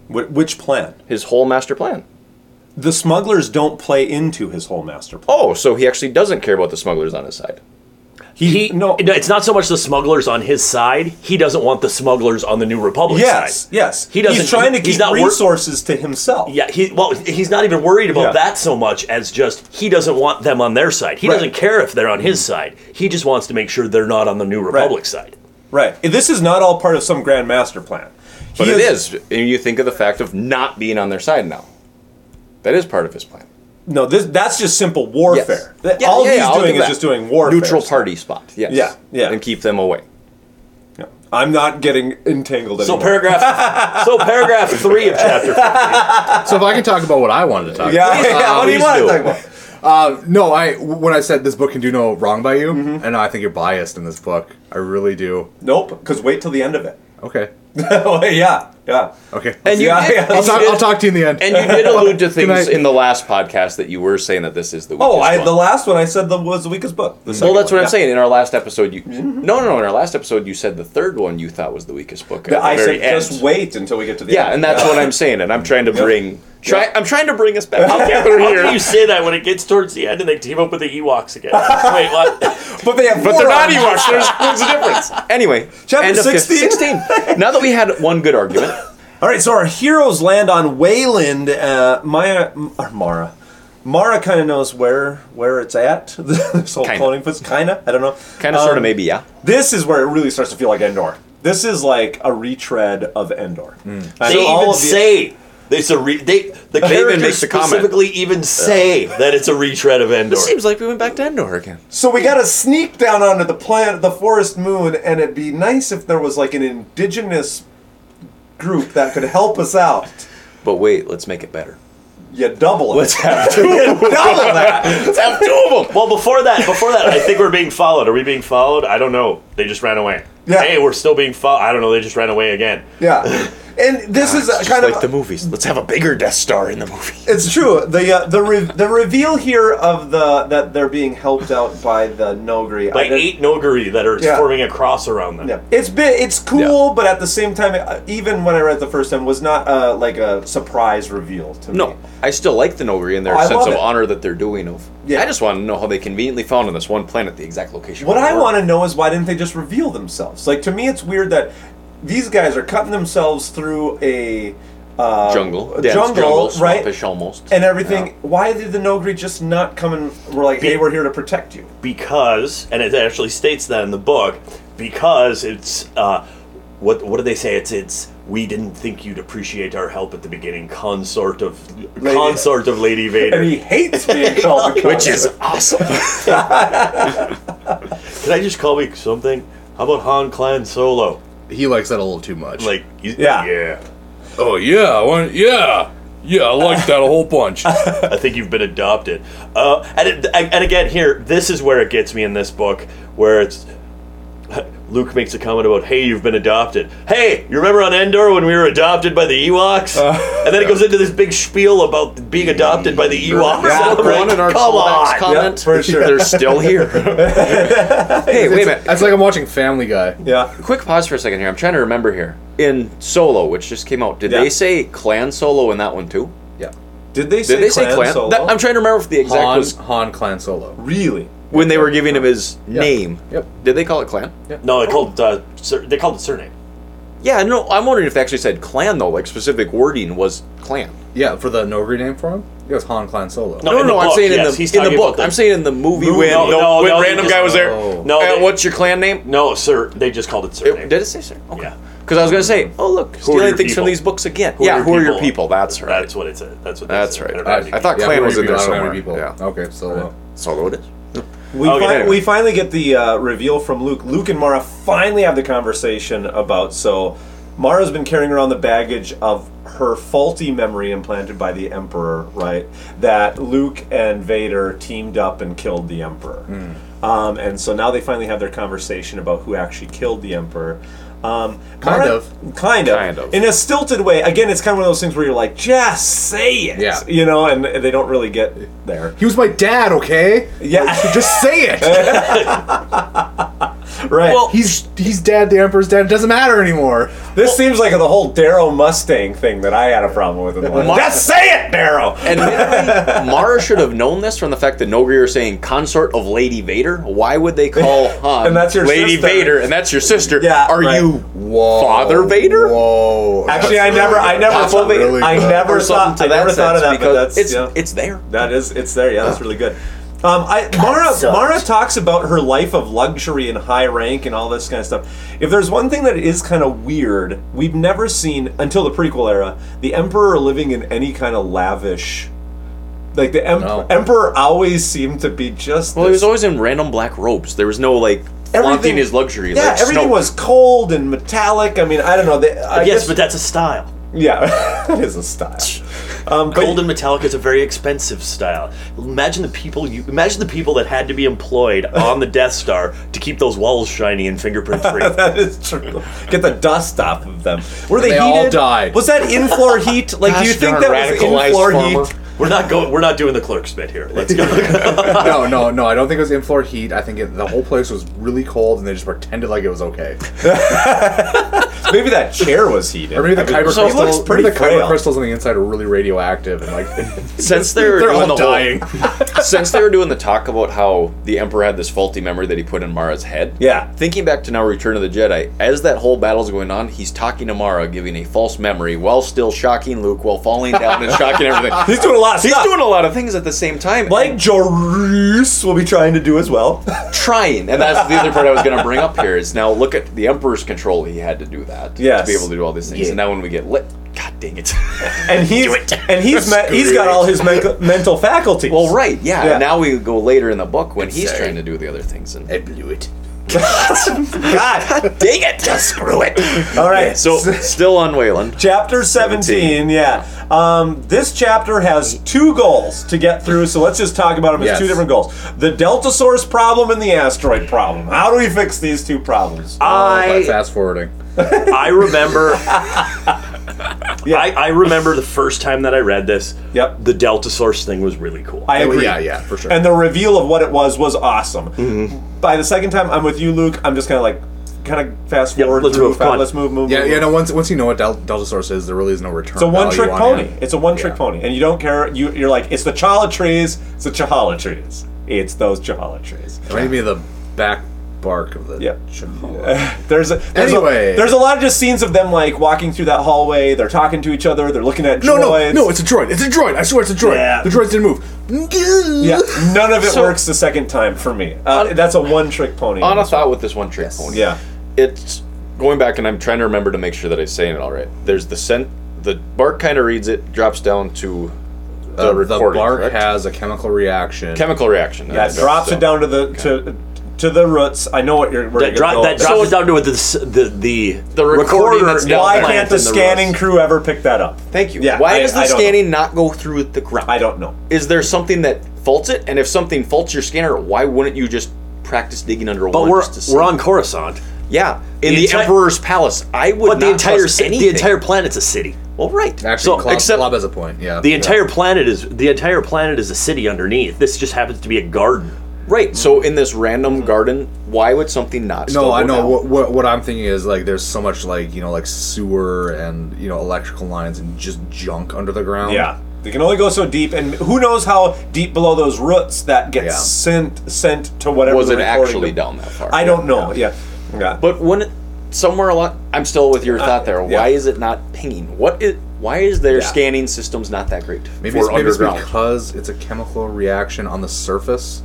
Speaker 10: which plan?
Speaker 8: His whole master plan.
Speaker 10: The smugglers don't play into his whole master plan.
Speaker 8: Oh, so he actually doesn't care about the smugglers on his side.
Speaker 7: He, no, it's not so much the smugglers on his side. He doesn't want the smugglers on the New Republic
Speaker 10: Yes,
Speaker 7: side.
Speaker 10: yes.
Speaker 7: He doesn't.
Speaker 10: He's trying to
Speaker 7: he's
Speaker 10: keep
Speaker 7: not wor-
Speaker 10: resources to himself.
Speaker 7: Yeah, he well, he's not even worried about that so much as just he doesn't want them on their side. He
Speaker 10: Right.
Speaker 7: doesn't care if they're on his side. He just wants to make sure they're not on the New Republic side.
Speaker 10: Right. This is not all part of some grand master plan.
Speaker 8: But
Speaker 10: He
Speaker 8: it is. And you think of the fact of not being on their side now. That is part of his plan.
Speaker 10: No, this that's just simple warfare. That- all he's
Speaker 8: I'll
Speaker 10: doing
Speaker 8: give
Speaker 10: is
Speaker 8: that.
Speaker 10: just doing warfare.
Speaker 8: Neutral party spot. Yes.
Speaker 10: Yeah, yeah.
Speaker 8: And keep them away.
Speaker 10: I'm not getting entangled
Speaker 7: So
Speaker 10: anymore.
Speaker 7: <laughs> paragraph, so paragraph three of chapter. <laughs>
Speaker 2: so if I can talk about what I wanted to talk <laughs>
Speaker 10: Yeah,
Speaker 2: about.
Speaker 10: yeah, <laughs> what do you
Speaker 2: please
Speaker 10: wanna talk about?
Speaker 2: Uh, no, I when I said this book can do no wrong by you, and I think you're biased in this book. I really do.
Speaker 10: Nope, because wait till the end of it. <laughs>
Speaker 2: Okay.
Speaker 10: yeah, yeah.
Speaker 2: Okay.
Speaker 8: And you
Speaker 10: Yeah,
Speaker 8: did-
Speaker 10: yeah.
Speaker 8: and
Speaker 2: I'll,
Speaker 8: you
Speaker 2: talk,
Speaker 8: did-
Speaker 2: I'll talk to you in the end.
Speaker 8: And you did
Speaker 2: <laughs>
Speaker 8: allude to things
Speaker 2: Can I-
Speaker 8: in the last podcast that you were saying that this is the weakest
Speaker 10: Oh, I,
Speaker 8: one.
Speaker 10: the last one I said the, was the weakest book. The
Speaker 8: well,
Speaker 10: second
Speaker 8: that's what
Speaker 10: one,
Speaker 8: I'm
Speaker 10: yeah.
Speaker 8: saying. In our last episode, you no, no, no. In our last episode, you said the third one you thought was the weakest book.
Speaker 10: That
Speaker 8: at the
Speaker 10: I
Speaker 8: very
Speaker 10: said
Speaker 8: end.
Speaker 10: just wait until we get to the end.
Speaker 8: Yeah, and that's what I'm saying. And I'm trying to bring. Try, I'm trying to bring us back
Speaker 7: How can,
Speaker 8: together
Speaker 7: how
Speaker 8: here.
Speaker 7: can you say that when it gets towards the end and they team up with the Ewoks <laughs> again? Wait, what?
Speaker 10: But they have.
Speaker 8: But they're not
Speaker 7: Forearms.
Speaker 8: Ewoks. There's, there's a difference. Anyway,
Speaker 10: Chapter
Speaker 8: end of fifth-
Speaker 10: 16?
Speaker 8: 16. Now that we had one good argument,
Speaker 10: All right, so our heroes land on Wayland. Uh, Maya, M- or Mara, Mara kind of knows where where it's at. <laughs> this whole
Speaker 8: Kinda.
Speaker 10: cloning phase, kind of. I don't know. Um,
Speaker 8: kind of, sort of, maybe, yeah.
Speaker 10: This is where it really starts to feel like Endor. This is like a retread of Endor.
Speaker 8: Hmm.
Speaker 10: I
Speaker 7: They
Speaker 10: know all
Speaker 7: even
Speaker 10: of the-
Speaker 7: say it's a re- they the
Speaker 10: They even
Speaker 7: characters
Speaker 10: make the comment.
Speaker 7: specifically even say that it's a retread of Endor.
Speaker 8: This seems like we went back to Endor again.
Speaker 10: So we gotta sneak down onto the planet, the forest moon, and it'd be nice if there was like an indigenous group that could help us out.
Speaker 8: But wait, let's make it better.
Speaker 10: You double it.
Speaker 8: Let's
Speaker 10: <laughs>
Speaker 8: have two. <laughs>
Speaker 10: You double that.
Speaker 8: Let's have two of them.
Speaker 7: Well, before that, before that, I think we're being followed. Are we being followed? I don't know. They just ran away.
Speaker 10: Yeah.
Speaker 7: Hey, we're still being followed. I don't know. They just ran away again.
Speaker 10: Yeah. And this is
Speaker 8: Just
Speaker 10: kind
Speaker 8: like
Speaker 10: of
Speaker 8: the movies. Let's have a bigger Death Star in the movie.
Speaker 10: It's true. The uh, the re- the reveal here of the that they're being helped out by the Nogri. I
Speaker 7: By
Speaker 10: didn't-
Speaker 7: eight Noguri that are
Speaker 10: Yeah.
Speaker 7: forming a cross around them.
Speaker 10: Yeah. It's been, it's cool, but at the same time, uh, even when I read it the first time, was not uh, like a surprise reveal to me.
Speaker 8: No, I still like the Nogri and their
Speaker 10: Oh, I
Speaker 8: sense
Speaker 10: love
Speaker 8: of
Speaker 10: it.
Speaker 8: honor that they're doing. Of
Speaker 10: Yeah.
Speaker 8: I just want to know how they conveniently found on this one planet the exact location.
Speaker 10: What
Speaker 8: where
Speaker 10: I
Speaker 8: they were.
Speaker 10: want to know is why didn't they just reveal themselves? Like to me, it's weird that these guys are cutting themselves through a uh,
Speaker 8: jungle,
Speaker 10: a
Speaker 8: dense
Speaker 10: jungle, right?
Speaker 8: swampish almost.
Speaker 10: And everything. Why did the Nogri just not come and were like, "Hey, we're here to protect you"?
Speaker 7: because, and it actually states that in the book, because it's uh, what what do they say? It's it's we didn't think you'd appreciate our help at the beginning, consort of consort of
Speaker 10: <laughs>
Speaker 7: Lady Vader.
Speaker 10: And he
Speaker 2: <laughs>
Speaker 10: hates being called, a
Speaker 7: Which is
Speaker 10: consort.
Speaker 8: awesome.
Speaker 7: Can I just call me something? How about Han Clan Solo?
Speaker 2: He likes that a little too much.
Speaker 7: Like, yeah, yeah.
Speaker 23: Oh yeah, I want yeah.
Speaker 24: Yeah, I like that a whole
Speaker 2: <laughs>
Speaker 24: bunch.
Speaker 7: I think you've been adopted. Uh, and, it, and again, here, this is where it gets me in this book, where it's Luke makes a comment about, "Hey, you've been adopted." Hey, you remember on Endor when we were adopted by the Ewoks?
Speaker 8: Uh,
Speaker 7: and then it goes into this big spiel about being adopted by the Ewoks.
Speaker 8: Yeah,
Speaker 7: And I'm
Speaker 8: Aquan
Speaker 7: like,
Speaker 8: and our
Speaker 7: come
Speaker 8: Snorlax
Speaker 7: on,
Speaker 8: comment. Yeah, for sure. They're still
Speaker 10: <laughs>
Speaker 8: here.
Speaker 2: hey, wait a minute. That's like I'm watching Family Guy.
Speaker 25: Yeah.
Speaker 8: Quick pause for a second here. I'm trying to remember here. In Solo, which just came out, did
Speaker 2: Yeah.
Speaker 8: they say Clan Solo in that one too?
Speaker 2: Yeah.
Speaker 8: Did
Speaker 2: they say
Speaker 8: Did they say
Speaker 2: Clan
Speaker 8: Clan?
Speaker 2: Solo?
Speaker 8: That- I'm trying to remember if the exact
Speaker 2: Han,
Speaker 8: was
Speaker 2: Han Clan Solo.
Speaker 8: really when they were giving him his name.
Speaker 2: Yep.
Speaker 8: Did they call it Clan?
Speaker 7: No, they called uh, sur- they called it surname.
Speaker 8: Yeah, no, I'm wondering if they actually said Clan though. Like specific wording was Clan.
Speaker 2: Yeah, for the Nogri name for him? It was Han Clan Solo.
Speaker 8: No, no, I'm saying in the in the book. I'm saying in the movie
Speaker 2: Movie,
Speaker 8: when
Speaker 2: no,
Speaker 8: the-
Speaker 2: no,
Speaker 8: when
Speaker 2: no,
Speaker 8: random
Speaker 2: they
Speaker 8: guy
Speaker 2: just-
Speaker 8: was there.
Speaker 2: Oh.
Speaker 8: No, what's your clan name?
Speaker 7: No, sir. They just called it surname.
Speaker 8: did it say sir? Okay. Because I was gonna say, oh look,
Speaker 7: Who are
Speaker 8: stealing
Speaker 7: your
Speaker 8: things from
Speaker 7: people?
Speaker 8: these books again.
Speaker 7: Who are
Speaker 8: yeah,
Speaker 7: your
Speaker 8: who are your
Speaker 7: people?
Speaker 8: people? That's right.
Speaker 7: That's what it said. That's what.
Speaker 8: That's
Speaker 7: they
Speaker 8: right.
Speaker 7: said.
Speaker 8: I, I thought
Speaker 10: Yeah, who
Speaker 8: Clan
Speaker 10: are
Speaker 8: was
Speaker 10: your
Speaker 8: in there
Speaker 10: people? I don't know
Speaker 8: somewhere.
Speaker 10: your
Speaker 8: Yeah.
Speaker 2: Okay, Solo.
Speaker 8: Solo it is.
Speaker 10: We,
Speaker 8: Okay,
Speaker 10: fin-
Speaker 8: anyway.
Speaker 10: we finally get the uh, reveal from Luke. Luke and Mara finally have the conversation about so Mara's been carrying around the baggage of her faulty memory implanted by the Emperor, right? That Luke and Vader teamed up and killed the Emperor. Um, and so now they finally have their conversation about who actually killed the Emperor. Um,
Speaker 2: Kind
Speaker 10: Mara-
Speaker 2: of.
Speaker 10: Kind of. In a stilted way. Again, it's kind of one of those things where you're like, just say it.
Speaker 2: Yeah.
Speaker 10: You know, and they don't really get there.
Speaker 2: He was my dad, okay?
Speaker 10: Yeah.
Speaker 2: just say it.
Speaker 10: <laughs> right.
Speaker 8: <laughs>
Speaker 2: Well, he's he's dad, the Emperor's dad. It doesn't matter anymore.
Speaker 10: This seems like the whole Darrow Mustang thing that I had a problem with. In the
Speaker 8: Mar-
Speaker 10: last. Just say it, Darrow.
Speaker 8: And <laughs> Mara should have known this from the fact that Nogri are saying consort of Lady Vader. Why would they call Han
Speaker 10: And that's your
Speaker 8: Lady
Speaker 10: sister.
Speaker 8: Vader and that's your sister?
Speaker 10: Yeah,
Speaker 8: Are
Speaker 10: right.
Speaker 8: you Father Vader?
Speaker 2: Whoa.
Speaker 10: Actually, I never, I never, thought, I never thought, I never thought of that. But that's
Speaker 8: it's
Speaker 10: yeah.
Speaker 8: it's there.
Speaker 10: That is, it's there. Yeah, that's
Speaker 8: Ah.
Speaker 10: really good. Um, I, Mara, Mara talks about her life of luxury and high rank and all this kind of stuff. If there's one thing that is kind of weird, we've never seen until the prequel era the Emperor living in any kind of lavish. Like the em- Emperor always seemed to be just.
Speaker 8: Well, he
Speaker 10: this-
Speaker 8: was always in random black robes. There was no like flaunting
Speaker 10: Everything-
Speaker 8: his luxury.
Speaker 10: Yeah,
Speaker 8: like,
Speaker 10: everything
Speaker 8: Snoke.
Speaker 10: was cold and metallic. I mean, I don't know. They, I
Speaker 7: yes,
Speaker 10: guess-
Speaker 7: but that's a style.
Speaker 10: yeah, <laughs> that is a style. Um, but-
Speaker 7: Gold and metallic is a very expensive style. Imagine the people you imagine the people that had to be employed on the Death Star to keep those walls shiny and fingerprint free.
Speaker 8: <laughs>
Speaker 10: <laughs> that is true. Get the dust off of them. Were they,
Speaker 7: They all
Speaker 10: heated?
Speaker 7: died.
Speaker 10: Was that in floor heat? Like, do you
Speaker 7: Gosh
Speaker 10: think
Speaker 7: darn
Speaker 10: that was in
Speaker 7: radicalized
Speaker 10: floor
Speaker 7: farmer.
Speaker 10: heat?
Speaker 7: We're not going. We're not doing the clerk's bit here. Let's go.
Speaker 2: uh, no, no, no. I don't think it was in floor heat. I think it, the whole place was really cold, and they just pretended like it was okay.
Speaker 10: maybe that chair was heated.
Speaker 2: Or maybe the
Speaker 10: I mean,
Speaker 2: kyber
Speaker 10: so he
Speaker 2: crystal.
Speaker 10: looks
Speaker 2: maybe
Speaker 10: pretty
Speaker 2: the kyber
Speaker 10: frail.
Speaker 2: crystals on the inside are really radioactive, and
Speaker 10: <laughs>
Speaker 2: like
Speaker 8: since they were
Speaker 2: they're
Speaker 8: doing
Speaker 2: all
Speaker 8: the whole-
Speaker 2: dying.
Speaker 8: since they were doing the talk about how the Emperor had this faulty memory that he put in Mara's head.
Speaker 10: Yeah.
Speaker 8: Thinking back to now Return of the Jedi, as that whole battle's going on, he's talking to Mara, giving a false memory while still shocking Luke, while falling down and shocking everything.
Speaker 10: <laughs> He's doing a lot of
Speaker 8: He's
Speaker 10: stuff.
Speaker 8: doing a lot of things at the same time.
Speaker 10: Like Jorus will be trying to do as well.
Speaker 8: Trying, and that's the other part I was going to bring up here is now look at the Emperor's control. He had to do that to
Speaker 10: Yes.
Speaker 8: be able to do all these things.
Speaker 10: Yeah.
Speaker 8: And now when we get lit, god dang it.
Speaker 10: And he's and he's me- he's got all his men- mental faculties.
Speaker 8: Well, right, yeah.
Speaker 10: Yeah.
Speaker 8: Now we go later in the book when he's
Speaker 10: Sorry.
Speaker 8: trying to do the other things, and I blew it.
Speaker 10: God,
Speaker 8: <laughs> dang it! screw it.
Speaker 10: All right.
Speaker 8: So still on Wayland.
Speaker 10: Chapter 17, yeah. Um, this chapter has two goals to get through, so let's just talk about them. It's
Speaker 7: Yes.
Speaker 10: two different goals the Delta Source problem and the asteroid problem. How do we fix these two problems?
Speaker 2: Uh,
Speaker 7: I-
Speaker 2: fast forwarding.
Speaker 7: <laughs> I
Speaker 8: <laughs>
Speaker 7: remember. I, I remember the first time that I read this.
Speaker 10: Yep.
Speaker 7: The Delta Source thing was really cool.
Speaker 10: I agree.
Speaker 2: for Mm-hmm.
Speaker 10: And the reveal of what it was was awesome. By the second time I'm with you, Luke, I'm just kind of like, kind of fast forward.
Speaker 2: let's
Speaker 10: through,
Speaker 2: move, come
Speaker 10: fa-
Speaker 2: on.
Speaker 10: Let's move, move,
Speaker 2: Yeah,
Speaker 10: move.
Speaker 2: yeah. No, once once you know what Del- Delta Source is, there really is no return.
Speaker 10: It's a
Speaker 2: value
Speaker 10: one-trick
Speaker 2: on
Speaker 10: pony.
Speaker 2: it.
Speaker 10: It's a one-trick pony, and you don't care. You, you're like, it's the Chahala trees. It's the Chahala trees. It's those Chahala trees.
Speaker 2: Reminds me of the back bark of the.
Speaker 10: Yeah. <laughs> there's a, there's
Speaker 2: Anyway.
Speaker 10: a, there's a lot of just scenes of them like walking through that hallway. They're talking to each other. They're looking at droids.
Speaker 2: No, no, no! It's a droid. It's a droid. I swear, it's a droid.
Speaker 10: Yeah.
Speaker 2: The droids didn't move.
Speaker 8: <laughs>
Speaker 10: yeah. None of it works the second time for me. Uh, that's a one trick pony.
Speaker 8: On a thought with this one trick pony.
Speaker 10: Yeah.
Speaker 8: It's going back, and I'm trying to remember to make sure that I'm saying it all right. There's the scent. The bark kind of reads it, drops down to the
Speaker 2: Uh, the
Speaker 8: recording.
Speaker 2: bark
Speaker 8: correct?
Speaker 2: has a chemical reaction.
Speaker 8: Chemical reaction.
Speaker 10: Yeah, it drops it down to the to to the roots. I know what you're. Where
Speaker 19: That,
Speaker 10: you're
Speaker 19: dro-
Speaker 10: gonna go
Speaker 19: that
Speaker 10: with this.
Speaker 19: drops down to the s- the the, the
Speaker 10: Why can't the scanning crew ever pick that up? Thank
Speaker 8: you.
Speaker 10: Yeah,
Speaker 8: Why
Speaker 10: I-
Speaker 8: does the
Speaker 10: I don't know.
Speaker 8: scanning not go through the ground? I
Speaker 10: don't know.
Speaker 8: Is there something that faults it? And if something faults your scanner, why wouldn't you just practice digging under a
Speaker 19: But
Speaker 8: one?
Speaker 19: we're-
Speaker 8: just to
Speaker 19: we're
Speaker 8: see?
Speaker 19: on Coruscant.
Speaker 8: Yeah, in
Speaker 19: The
Speaker 8: the,
Speaker 19: enti-
Speaker 8: Emperor's Palace, I would.
Speaker 19: But the
Speaker 8: not
Speaker 19: entire
Speaker 8: trust
Speaker 19: ci- the
Speaker 8: anything.
Speaker 19: entire planet's a city.
Speaker 8: Well, right.
Speaker 19: Actually, So, Klob- except- Klob
Speaker 2: has a point. Yeah.
Speaker 19: The entire planet is the entire planet is a city underneath. This just happens to be a garden.
Speaker 8: Right. So
Speaker 2: Mm-hmm.
Speaker 8: in this random garden, why would something not?
Speaker 2: No, I know. What, what what I'm thinking is like there's so much like you know like sewer and you know electrical lines and just junk under the ground.
Speaker 10: Yeah, they can only go so deep, and who knows how deep below those roots that gets
Speaker 2: Yeah.
Speaker 10: sent sent to whatever.
Speaker 8: Was
Speaker 10: the
Speaker 8: it
Speaker 10: recording
Speaker 8: actually
Speaker 10: of-
Speaker 8: down that far?
Speaker 10: I don't know. Yeah, yeah.
Speaker 8: But when it, somewhere along, I'm still with your thought there.
Speaker 10: yeah.
Speaker 8: Why is it not pinging? What is? Why is their
Speaker 2: Yeah.
Speaker 8: scanning systems not that great?
Speaker 2: Maybe
Speaker 8: for
Speaker 2: it's, maybe it's
Speaker 8: underground?
Speaker 2: because it's a chemical reaction on the surface.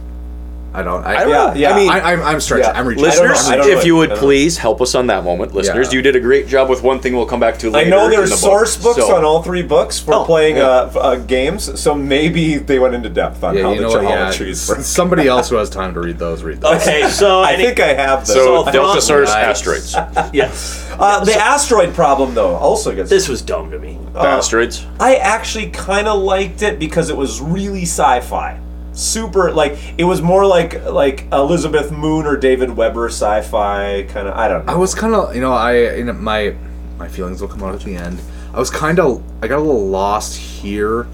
Speaker 2: I don't. I,
Speaker 8: I don't know. I mean,
Speaker 2: I, am I'm stretching. I'm reaching.
Speaker 8: Listeners, if you would please help us on that moment. Listeners,
Speaker 2: Yeah.
Speaker 8: you did a great job with one thing we'll come back to
Speaker 10: I
Speaker 8: later.
Speaker 10: know
Speaker 8: in the
Speaker 10: there's
Speaker 8: book.
Speaker 10: source books
Speaker 8: So-
Speaker 10: on all three books
Speaker 2: Oh,
Speaker 10: for playing uh, f- uh, games, so maybe they went into depth on
Speaker 2: Yeah,
Speaker 10: how
Speaker 2: you know what?
Speaker 10: the
Speaker 2: Yeah,
Speaker 10: geometries work.
Speaker 2: somebody else who has time to read those, read
Speaker 19: <laughs>
Speaker 2: those.
Speaker 10: Okay, so I any- think I have those.
Speaker 2: So,
Speaker 10: So
Speaker 2: Deltasaurus
Speaker 10: Nice.
Speaker 2: asteroids.
Speaker 8: Oh.
Speaker 19: yes.
Speaker 10: Uh, the asteroid problem, though, also gets.
Speaker 19: This was dumb to me.
Speaker 10: Uh,
Speaker 8: Asteroids.
Speaker 10: I actually kind of liked it because it was really sci-fi. Super like it was more like like Elizabeth Moon or David Weber sci-fi kind of I don't know.
Speaker 2: I was kind of, you know, I in my my feelings will come out at the end. I was kind of, I got a little lost here,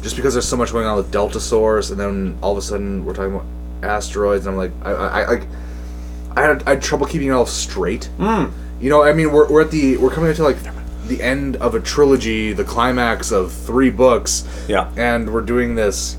Speaker 2: just because there's so much going on with Delta Source, and then all of a sudden we're talking about asteroids, and I'm like, I, I, I like, I had, I had trouble keeping it all straight.
Speaker 10: Mm.
Speaker 2: You know, I mean, we're, we're at the, we're coming into like the end of a trilogy, the climax of three books.
Speaker 10: Yeah.
Speaker 2: And we're doing this.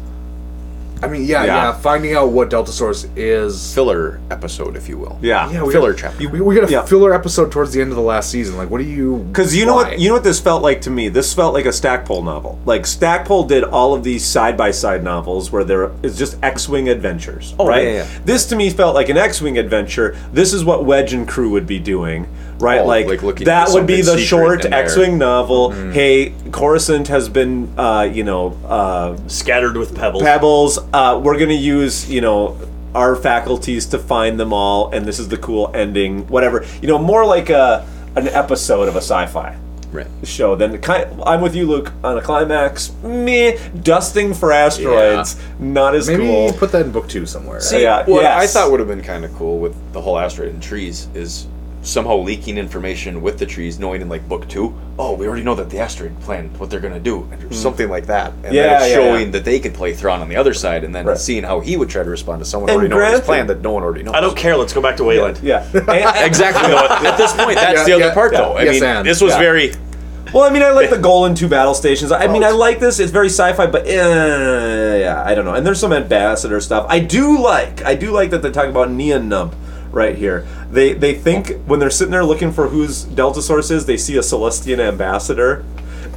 Speaker 2: I mean, yeah,
Speaker 10: Yeah.
Speaker 2: yeah, finding out what Delta Source is.
Speaker 8: Filler episode, if you will.
Speaker 10: Yeah.
Speaker 2: Yeah, we
Speaker 8: Filler
Speaker 2: got,
Speaker 8: chapter.
Speaker 2: We, we got a filler episode towards the end of the last season. Like, what do you?
Speaker 10: Because you know what you know what this felt like to me. This felt like a Stackpole novel. Like Stackpole did all of these side by side novels where there is just X Wing adventures,
Speaker 2: Oh,
Speaker 10: right?
Speaker 2: yeah, yeah, yeah.
Speaker 10: This to me felt like an X Wing adventure. This is what Wedge and crew would be doing, right?
Speaker 2: Oh,
Speaker 10: like,
Speaker 2: like looking
Speaker 10: that
Speaker 2: for
Speaker 10: would be
Speaker 2: some
Speaker 10: the
Speaker 2: big secret
Speaker 10: short
Speaker 2: in there. Mm-hmm.
Speaker 10: X Wing novel. Hey, Coruscant has been, uh, you know, uh,
Speaker 19: scattered with pebbles.
Speaker 10: Pebbles. Uh, we're gonna use you know our faculties to find them all, and this is the cool ending. Whatever you know, more like a an episode of a sci-fi
Speaker 8: Right.
Speaker 10: show. Then kind I'm with you, Luke, on a climax. Meh, dusting for asteroids, not as
Speaker 2: Maybe
Speaker 10: cool.
Speaker 2: put that in book two somewhere.
Speaker 8: See,
Speaker 10: yeah,
Speaker 8: what
Speaker 10: yes.
Speaker 8: I thought would have been kind of cool with the whole asteroid and trees is somehow leaking information with the trees, knowing in like book two, oh, we already know that the asteroid planned what they're going to do, and
Speaker 2: Mm.
Speaker 8: something like that. And
Speaker 10: Yeah,
Speaker 8: then it's
Speaker 10: yeah,
Speaker 8: showing
Speaker 10: yeah.
Speaker 8: that they can play Thrawn on the other side, and then seeing how he would try to respond to someone
Speaker 10: And
Speaker 8: already knowing his
Speaker 10: granted-
Speaker 8: plan that no one already knows.
Speaker 19: I don't care. Let's go back to Wayland.
Speaker 10: Yeah.
Speaker 8: exactly. though. At this point, that's
Speaker 10: Yeah,
Speaker 8: the other
Speaker 10: yeah,
Speaker 8: part,
Speaker 10: yeah.
Speaker 8: though. I
Speaker 10: Yes,
Speaker 8: mean,
Speaker 10: and.
Speaker 8: this was
Speaker 10: Yeah.
Speaker 8: very
Speaker 10: Well, I mean, I like the Golan two battle stations. I mean, I like this. It's very sci-fi, but eh, yeah, I don't know. And there's some ambassador stuff. I do like. I do like that they talk about Neon Nub right here. They they think when they're sitting there looking for who's Delta Source is, they see a Celestian ambassador,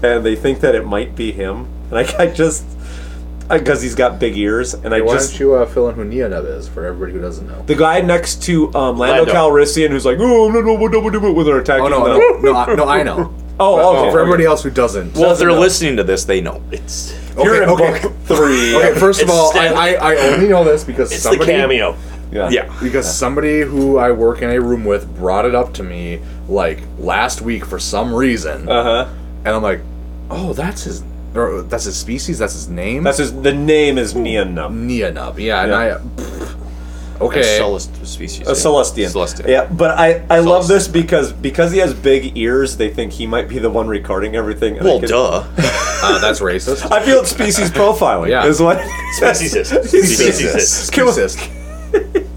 Speaker 10: and they think that it might be him. And I, I just because he's got big ears, and I
Speaker 2: Why
Speaker 10: just
Speaker 2: don't you uh, fill in who Neonub is for everybody who doesn't know?
Speaker 10: the guy next to um, Lando,
Speaker 2: Lando.
Speaker 10: Calrissian who's like, oh no no no no no no," when they're attacking.
Speaker 2: Oh no,
Speaker 10: them.
Speaker 2: no, no, I, no, I know.
Speaker 10: Oh, okay.
Speaker 2: For everybody else who doesn't.
Speaker 8: well. If they're
Speaker 2: Doesn't know.
Speaker 8: listening to this, they know it's.
Speaker 2: Okay,
Speaker 10: You're in
Speaker 2: okay.
Speaker 10: book three.
Speaker 2: Okay, first of
Speaker 10: It's
Speaker 2: all, I,
Speaker 10: still-
Speaker 2: I, I only know this because
Speaker 10: It's the
Speaker 2: somebody
Speaker 10: cameo. Yeah. Yeah.
Speaker 2: Because somebody who I work in a room with brought it up to me like last week for some reason.
Speaker 10: Uh huh.
Speaker 2: And I'm like, oh, that's his. Or, that's his species. That's his name.
Speaker 10: That's his. The name is Neonub.
Speaker 2: Neonub. Yeah. And
Speaker 10: Yeah.
Speaker 2: I. Okay.
Speaker 8: A Celest species.
Speaker 10: A Celestian.
Speaker 8: Celestian.
Speaker 10: Yeah, but I, I love this because because he has big ears, they think he might be the one recording everything. and I
Speaker 8: Well,
Speaker 10: could-
Speaker 8: duh.
Speaker 2: Uh, that's racist.
Speaker 10: I feel it's species profiling.
Speaker 2: Yeah.
Speaker 10: is what <laughs>
Speaker 2: Speciesist. Speciesist.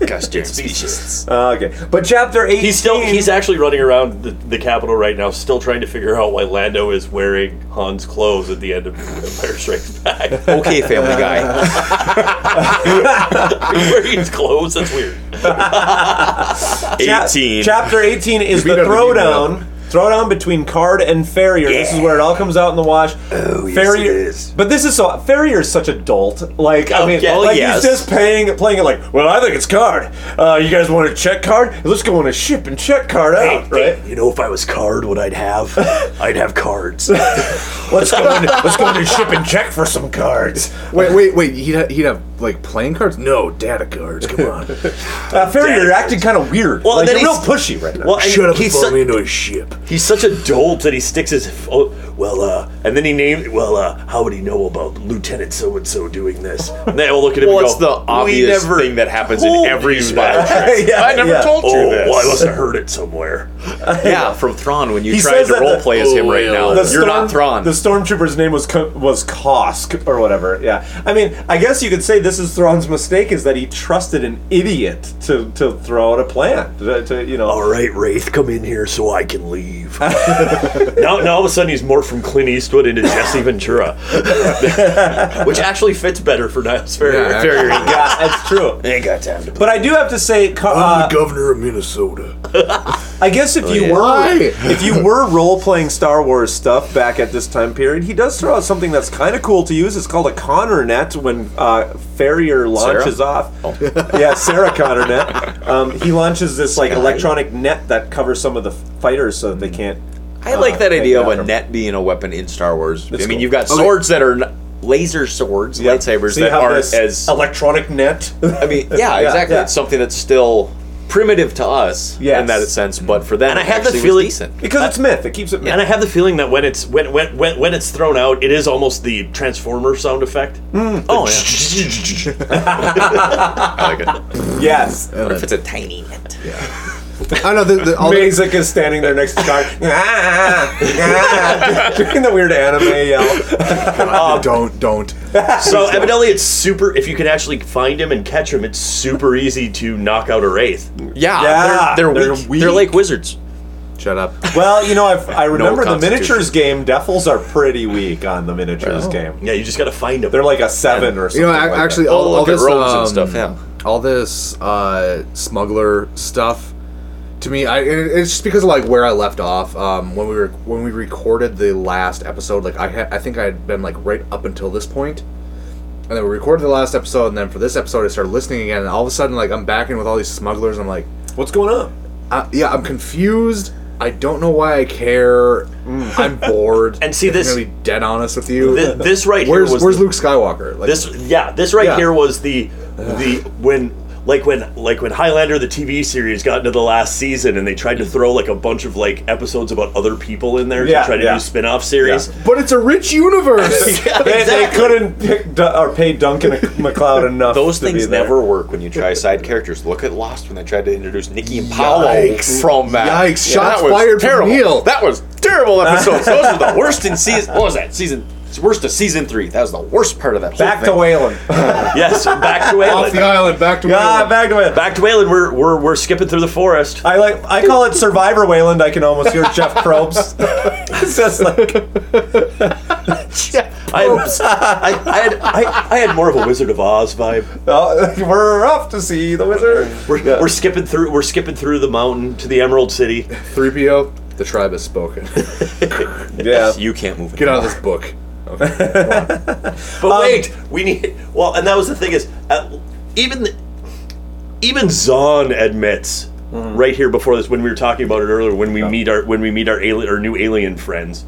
Speaker 8: Gosh, damn species.
Speaker 10: Uh, okay, but chapter eight.
Speaker 19: He's still he's actually running around the, the capital right now, still trying to figure out why Lando is wearing Han's clothes at the end of Empire Strikes Back. <laughs>
Speaker 8: <laughs>
Speaker 10: <laughs>
Speaker 8: Okay, Family Guy.
Speaker 19: wearing his clothes. That's weird.
Speaker 10: Cha- chapter eighteen is the throwdown. Throwdown between Card and Farrier. This is where it all comes out in the wash. Oh, Farrier, But this is so Farrier is such a dolt. Like I mean,
Speaker 19: yeah.
Speaker 10: like
Speaker 19: Yes.
Speaker 10: he's just paying, playing it like. Well, I think it's Card. Uh, you guys want to check Card? Let's go on a ship and check Card out, right?
Speaker 19: You know, if I was Card, what I'd have, I'd have
Speaker 10: <laughs>
Speaker 19: cards.
Speaker 10: let's go. On, let's go on a ship and check for some cards.
Speaker 2: Wait, wait, wait. He'd, ha- he'd have like playing cards? No, data cards. Come on.
Speaker 10: uh, Ferry, you're acting kind of weird.
Speaker 2: Well,
Speaker 10: like,
Speaker 2: then
Speaker 10: you're real
Speaker 2: he's-
Speaker 10: pushy right now.
Speaker 2: well, and Shut up and he's follow
Speaker 10: me into a ship.
Speaker 7: He's such a dolt that he sticks his. Oh, well, uh, and then he named. Well, uh, how would he know about Lieutenant so and so doing this? And they all look at him
Speaker 8: Well,
Speaker 7: and go,
Speaker 8: it's the obvious thing that happens in
Speaker 7: told
Speaker 8: every
Speaker 7: you
Speaker 8: <laughs> spy
Speaker 7: that."
Speaker 8: trip. Yeah, I never yeah. told you
Speaker 7: "Oh,
Speaker 8: this."
Speaker 7: Well, I <laughs> must have heard it somewhere.
Speaker 8: yeah, from Thrawn when you
Speaker 10: He
Speaker 8: tried
Speaker 10: says
Speaker 8: to
Speaker 10: that the- Oh,
Speaker 8: roleplay as him right now.
Speaker 10: The
Speaker 8: You're not Thrawn.
Speaker 10: The stormtrooper's name was Co- was Kosk or whatever. Yeah, I mean, I guess you could say this is Thrawn's mistake is that he trusted an idiot to, to throw out a plan. To, to, you
Speaker 8: Oh,
Speaker 10: know,
Speaker 7: all right, Wraith, come in here so I can
Speaker 8: <laughs>
Speaker 7: leave. now, now all of a sudden he's morphed from Clint Eastwood into Jesse Ventura, which actually fits better for Niles Ferrier.
Speaker 10: Yeah,
Speaker 7: Ferrier.
Speaker 10: actually. Yeah, that's true.
Speaker 7: Ain't got time to.
Speaker 10: But I do have to say, co-
Speaker 8: Oh
Speaker 10: uh,
Speaker 26: governor of Minnesota.
Speaker 10: I guess if
Speaker 26: Oh,
Speaker 10: you
Speaker 26: yeah.
Speaker 10: were
Speaker 26: Why?
Speaker 10: if you were role playing Star Wars stuff back at this time period, he does throw out something that's kind of cool to use. It's called a Connor net when uh, Farrier launches
Speaker 8: Sarah? Oh.
Speaker 10: off. <laughs> yeah, Sarah Connor net. Um, he launches this like electronic net that covers some of the fighters so that they can't.
Speaker 8: I
Speaker 7: Oh,
Speaker 8: like that idea of a net being a weapon in Star Wars. I mean,
Speaker 10: cool.
Speaker 8: you've got
Speaker 10: Okay.
Speaker 8: swords that are n- laser swords, lightsabers
Speaker 10: So you
Speaker 8: that
Speaker 10: have
Speaker 8: aren't
Speaker 10: this <laughs>
Speaker 8: as
Speaker 10: electronic net. <laughs>
Speaker 8: I mean, yeah, exactly.
Speaker 10: yeah.
Speaker 8: It's something that's still primitive to us in
Speaker 10: Yes.
Speaker 8: that sense, but for them,
Speaker 7: And I
Speaker 8: it
Speaker 7: have the
Speaker 8: actually was
Speaker 7: feeling-
Speaker 8: decent.
Speaker 10: because it's myth. It keeps it.
Speaker 7: And I have the feeling that when it's when when when, when it's thrown out, it is almost the transformer sound effect.
Speaker 8: Oh,
Speaker 7: I
Speaker 8: like it.
Speaker 10: Yes.
Speaker 8: What if it's a tiny net?
Speaker 10: I know the, the all Mazik is standing there next to Car <laughs> doing the weird anime yell.
Speaker 26: don't don't.
Speaker 10: <laughs>
Speaker 7: so evidently, it's super. If you can actually find him and catch him, it's super easy to knock out a wraith.
Speaker 8: Yeah, They're, they're, weak. They're like wizards. Shut up.
Speaker 10: Well, you know, I've, I
Speaker 8: No
Speaker 10: remember the
Speaker 8: constitution.
Speaker 10: miniatures game. Defils are pretty weak on the miniatures
Speaker 8: Oh.
Speaker 10: game.
Speaker 7: Yeah, you just got to find them.
Speaker 10: They're like a seven or
Speaker 2: You
Speaker 10: something.
Speaker 8: <laughs>
Speaker 2: know, ac-
Speaker 10: like
Speaker 2: actually,
Speaker 10: that.
Speaker 2: all, all this um, all this uh, smuggler stuff. To me, I, and it's just because of like where I left off um, when we were when we recorded the last episode. Like I, ha- I think I had been like right up until this point, and then we recorded the last episode, and then for this episode, I started listening again, and all of a sudden, like I'm back in with all these smugglers, and I'm like,
Speaker 10: what's going on?
Speaker 2: Uh, yeah, I'm confused. I don't know why I care. I'm bored.
Speaker 7: Mm. <laughs> And see
Speaker 2: If I'm
Speaker 7: this-
Speaker 2: gonna be dead honest with you.
Speaker 10: <laughs>
Speaker 7: Thi- this right here
Speaker 2: where's,
Speaker 7: was
Speaker 2: where's
Speaker 7: the-
Speaker 2: Luke Skywalker? Like,
Speaker 7: this, yeah, this right
Speaker 2: Yeah.
Speaker 7: here was
Speaker 10: <sighs>
Speaker 7: the the when like when like when Highlander the TV series got into the last season and they tried to throw like a bunch of like episodes about other people in there
Speaker 10: Yeah,
Speaker 7: to try to
Speaker 10: yeah.
Speaker 7: do spin-off series.
Speaker 2: But it's a rich <laughs> universe.
Speaker 10: They- they, couldn't pick Du- or pay Duncan McLeod enough.
Speaker 8: Those
Speaker 10: to be
Speaker 8: things
Speaker 10: there.
Speaker 8: never work when you try side characters. Look at Lost when they tried to introduce Nikki and Paolo
Speaker 10: Yikes.
Speaker 8: from that.
Speaker 10: Yikes.
Speaker 8: Yeah,
Speaker 10: Shots
Speaker 8: that was
Speaker 10: fired from
Speaker 8: terrible.
Speaker 10: Neil.
Speaker 8: That was terrible episodes. Those were the worst in season. What was that season? it's Worst of season three. That was the worst part of that.
Speaker 10: Back to Whalen.
Speaker 7: <laughs>
Speaker 8: <laughs>
Speaker 7: yes, back
Speaker 10: <laughs>
Speaker 7: to Wayland.
Speaker 10: Off the island,
Speaker 2: back to
Speaker 10: Yeah,
Speaker 7: Wayland.
Speaker 10: back to Wayland.
Speaker 7: Back to Wayland. We're, we're we're skipping through the forest.
Speaker 10: <laughs> I like I call it Survivor Wayland. I can almost hear Jeff Probst. <laughs> it's just like <laughs>
Speaker 7: I had, I, I, had, I, I had more of a Wizard of Oz vibe.
Speaker 10: <laughs> we're off to see the wizard.
Speaker 7: We're, we're skipping through. We're skipping through the mountain to the Emerald City.
Speaker 2: Three PO. The tribe has spoken.
Speaker 10: yeah,
Speaker 8: you can't
Speaker 2: <laughs>
Speaker 8: move.
Speaker 2: Get out of this book.
Speaker 7: But wait, we need. Well, and that was the thing is, uh, even the, even Zahn admits right here before this when we were talking about it earlier when we meet our when we meet our alien our new alien friends,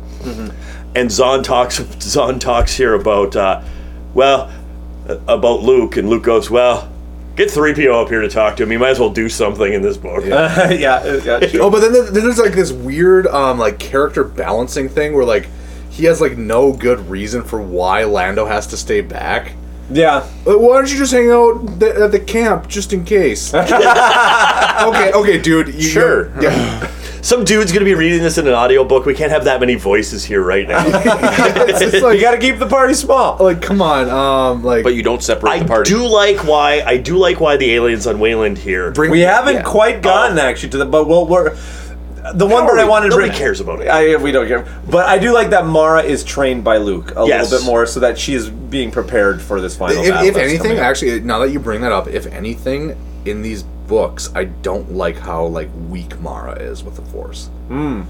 Speaker 7: and Zahn talks Zahn talks here about uh, well uh, about Luke and Luke goes well. Get 3PO up here to talk to him. You might as well do something in this book.
Speaker 10: Yeah. <laughs> yeah,
Speaker 2: Oh, but then, there- then there's like this weird um like character balancing thing where like he has like no good reason for why Lando has to stay back.
Speaker 10: Yeah.
Speaker 2: Like, why don't you just hang out th- at the camp just in
Speaker 10: <laughs>
Speaker 2: case? okay, okay, dude. You, <laughs> sure. Yeah.
Speaker 7: Some dude's going to be reading this in an audiobook. We can't have that many voices here right now.
Speaker 2: It's just like-
Speaker 10: you got to keep the party small.
Speaker 2: Like, come on. Um, like.
Speaker 8: But you don't separate
Speaker 7: I
Speaker 8: the party.
Speaker 7: do like why I do like why the aliens on Wayland here.
Speaker 10: we haven't quite gotten actually to the but well we're the one
Speaker 7: How are
Speaker 10: part I
Speaker 7: we-
Speaker 10: wanted to
Speaker 7: Oh. nobody
Speaker 10: bring-
Speaker 7: cares about it.
Speaker 10: I, we don't care. But I do like that Mara is trained by Luke a
Speaker 2: Yes.
Speaker 10: little bit more so that she is being prepared for this final
Speaker 2: if,
Speaker 10: battle.
Speaker 2: if
Speaker 10: that's
Speaker 2: anything
Speaker 10: coming up.
Speaker 2: actually now that you bring that up if anything in these books i don't like how like weak mara is with the force
Speaker 8: Mm.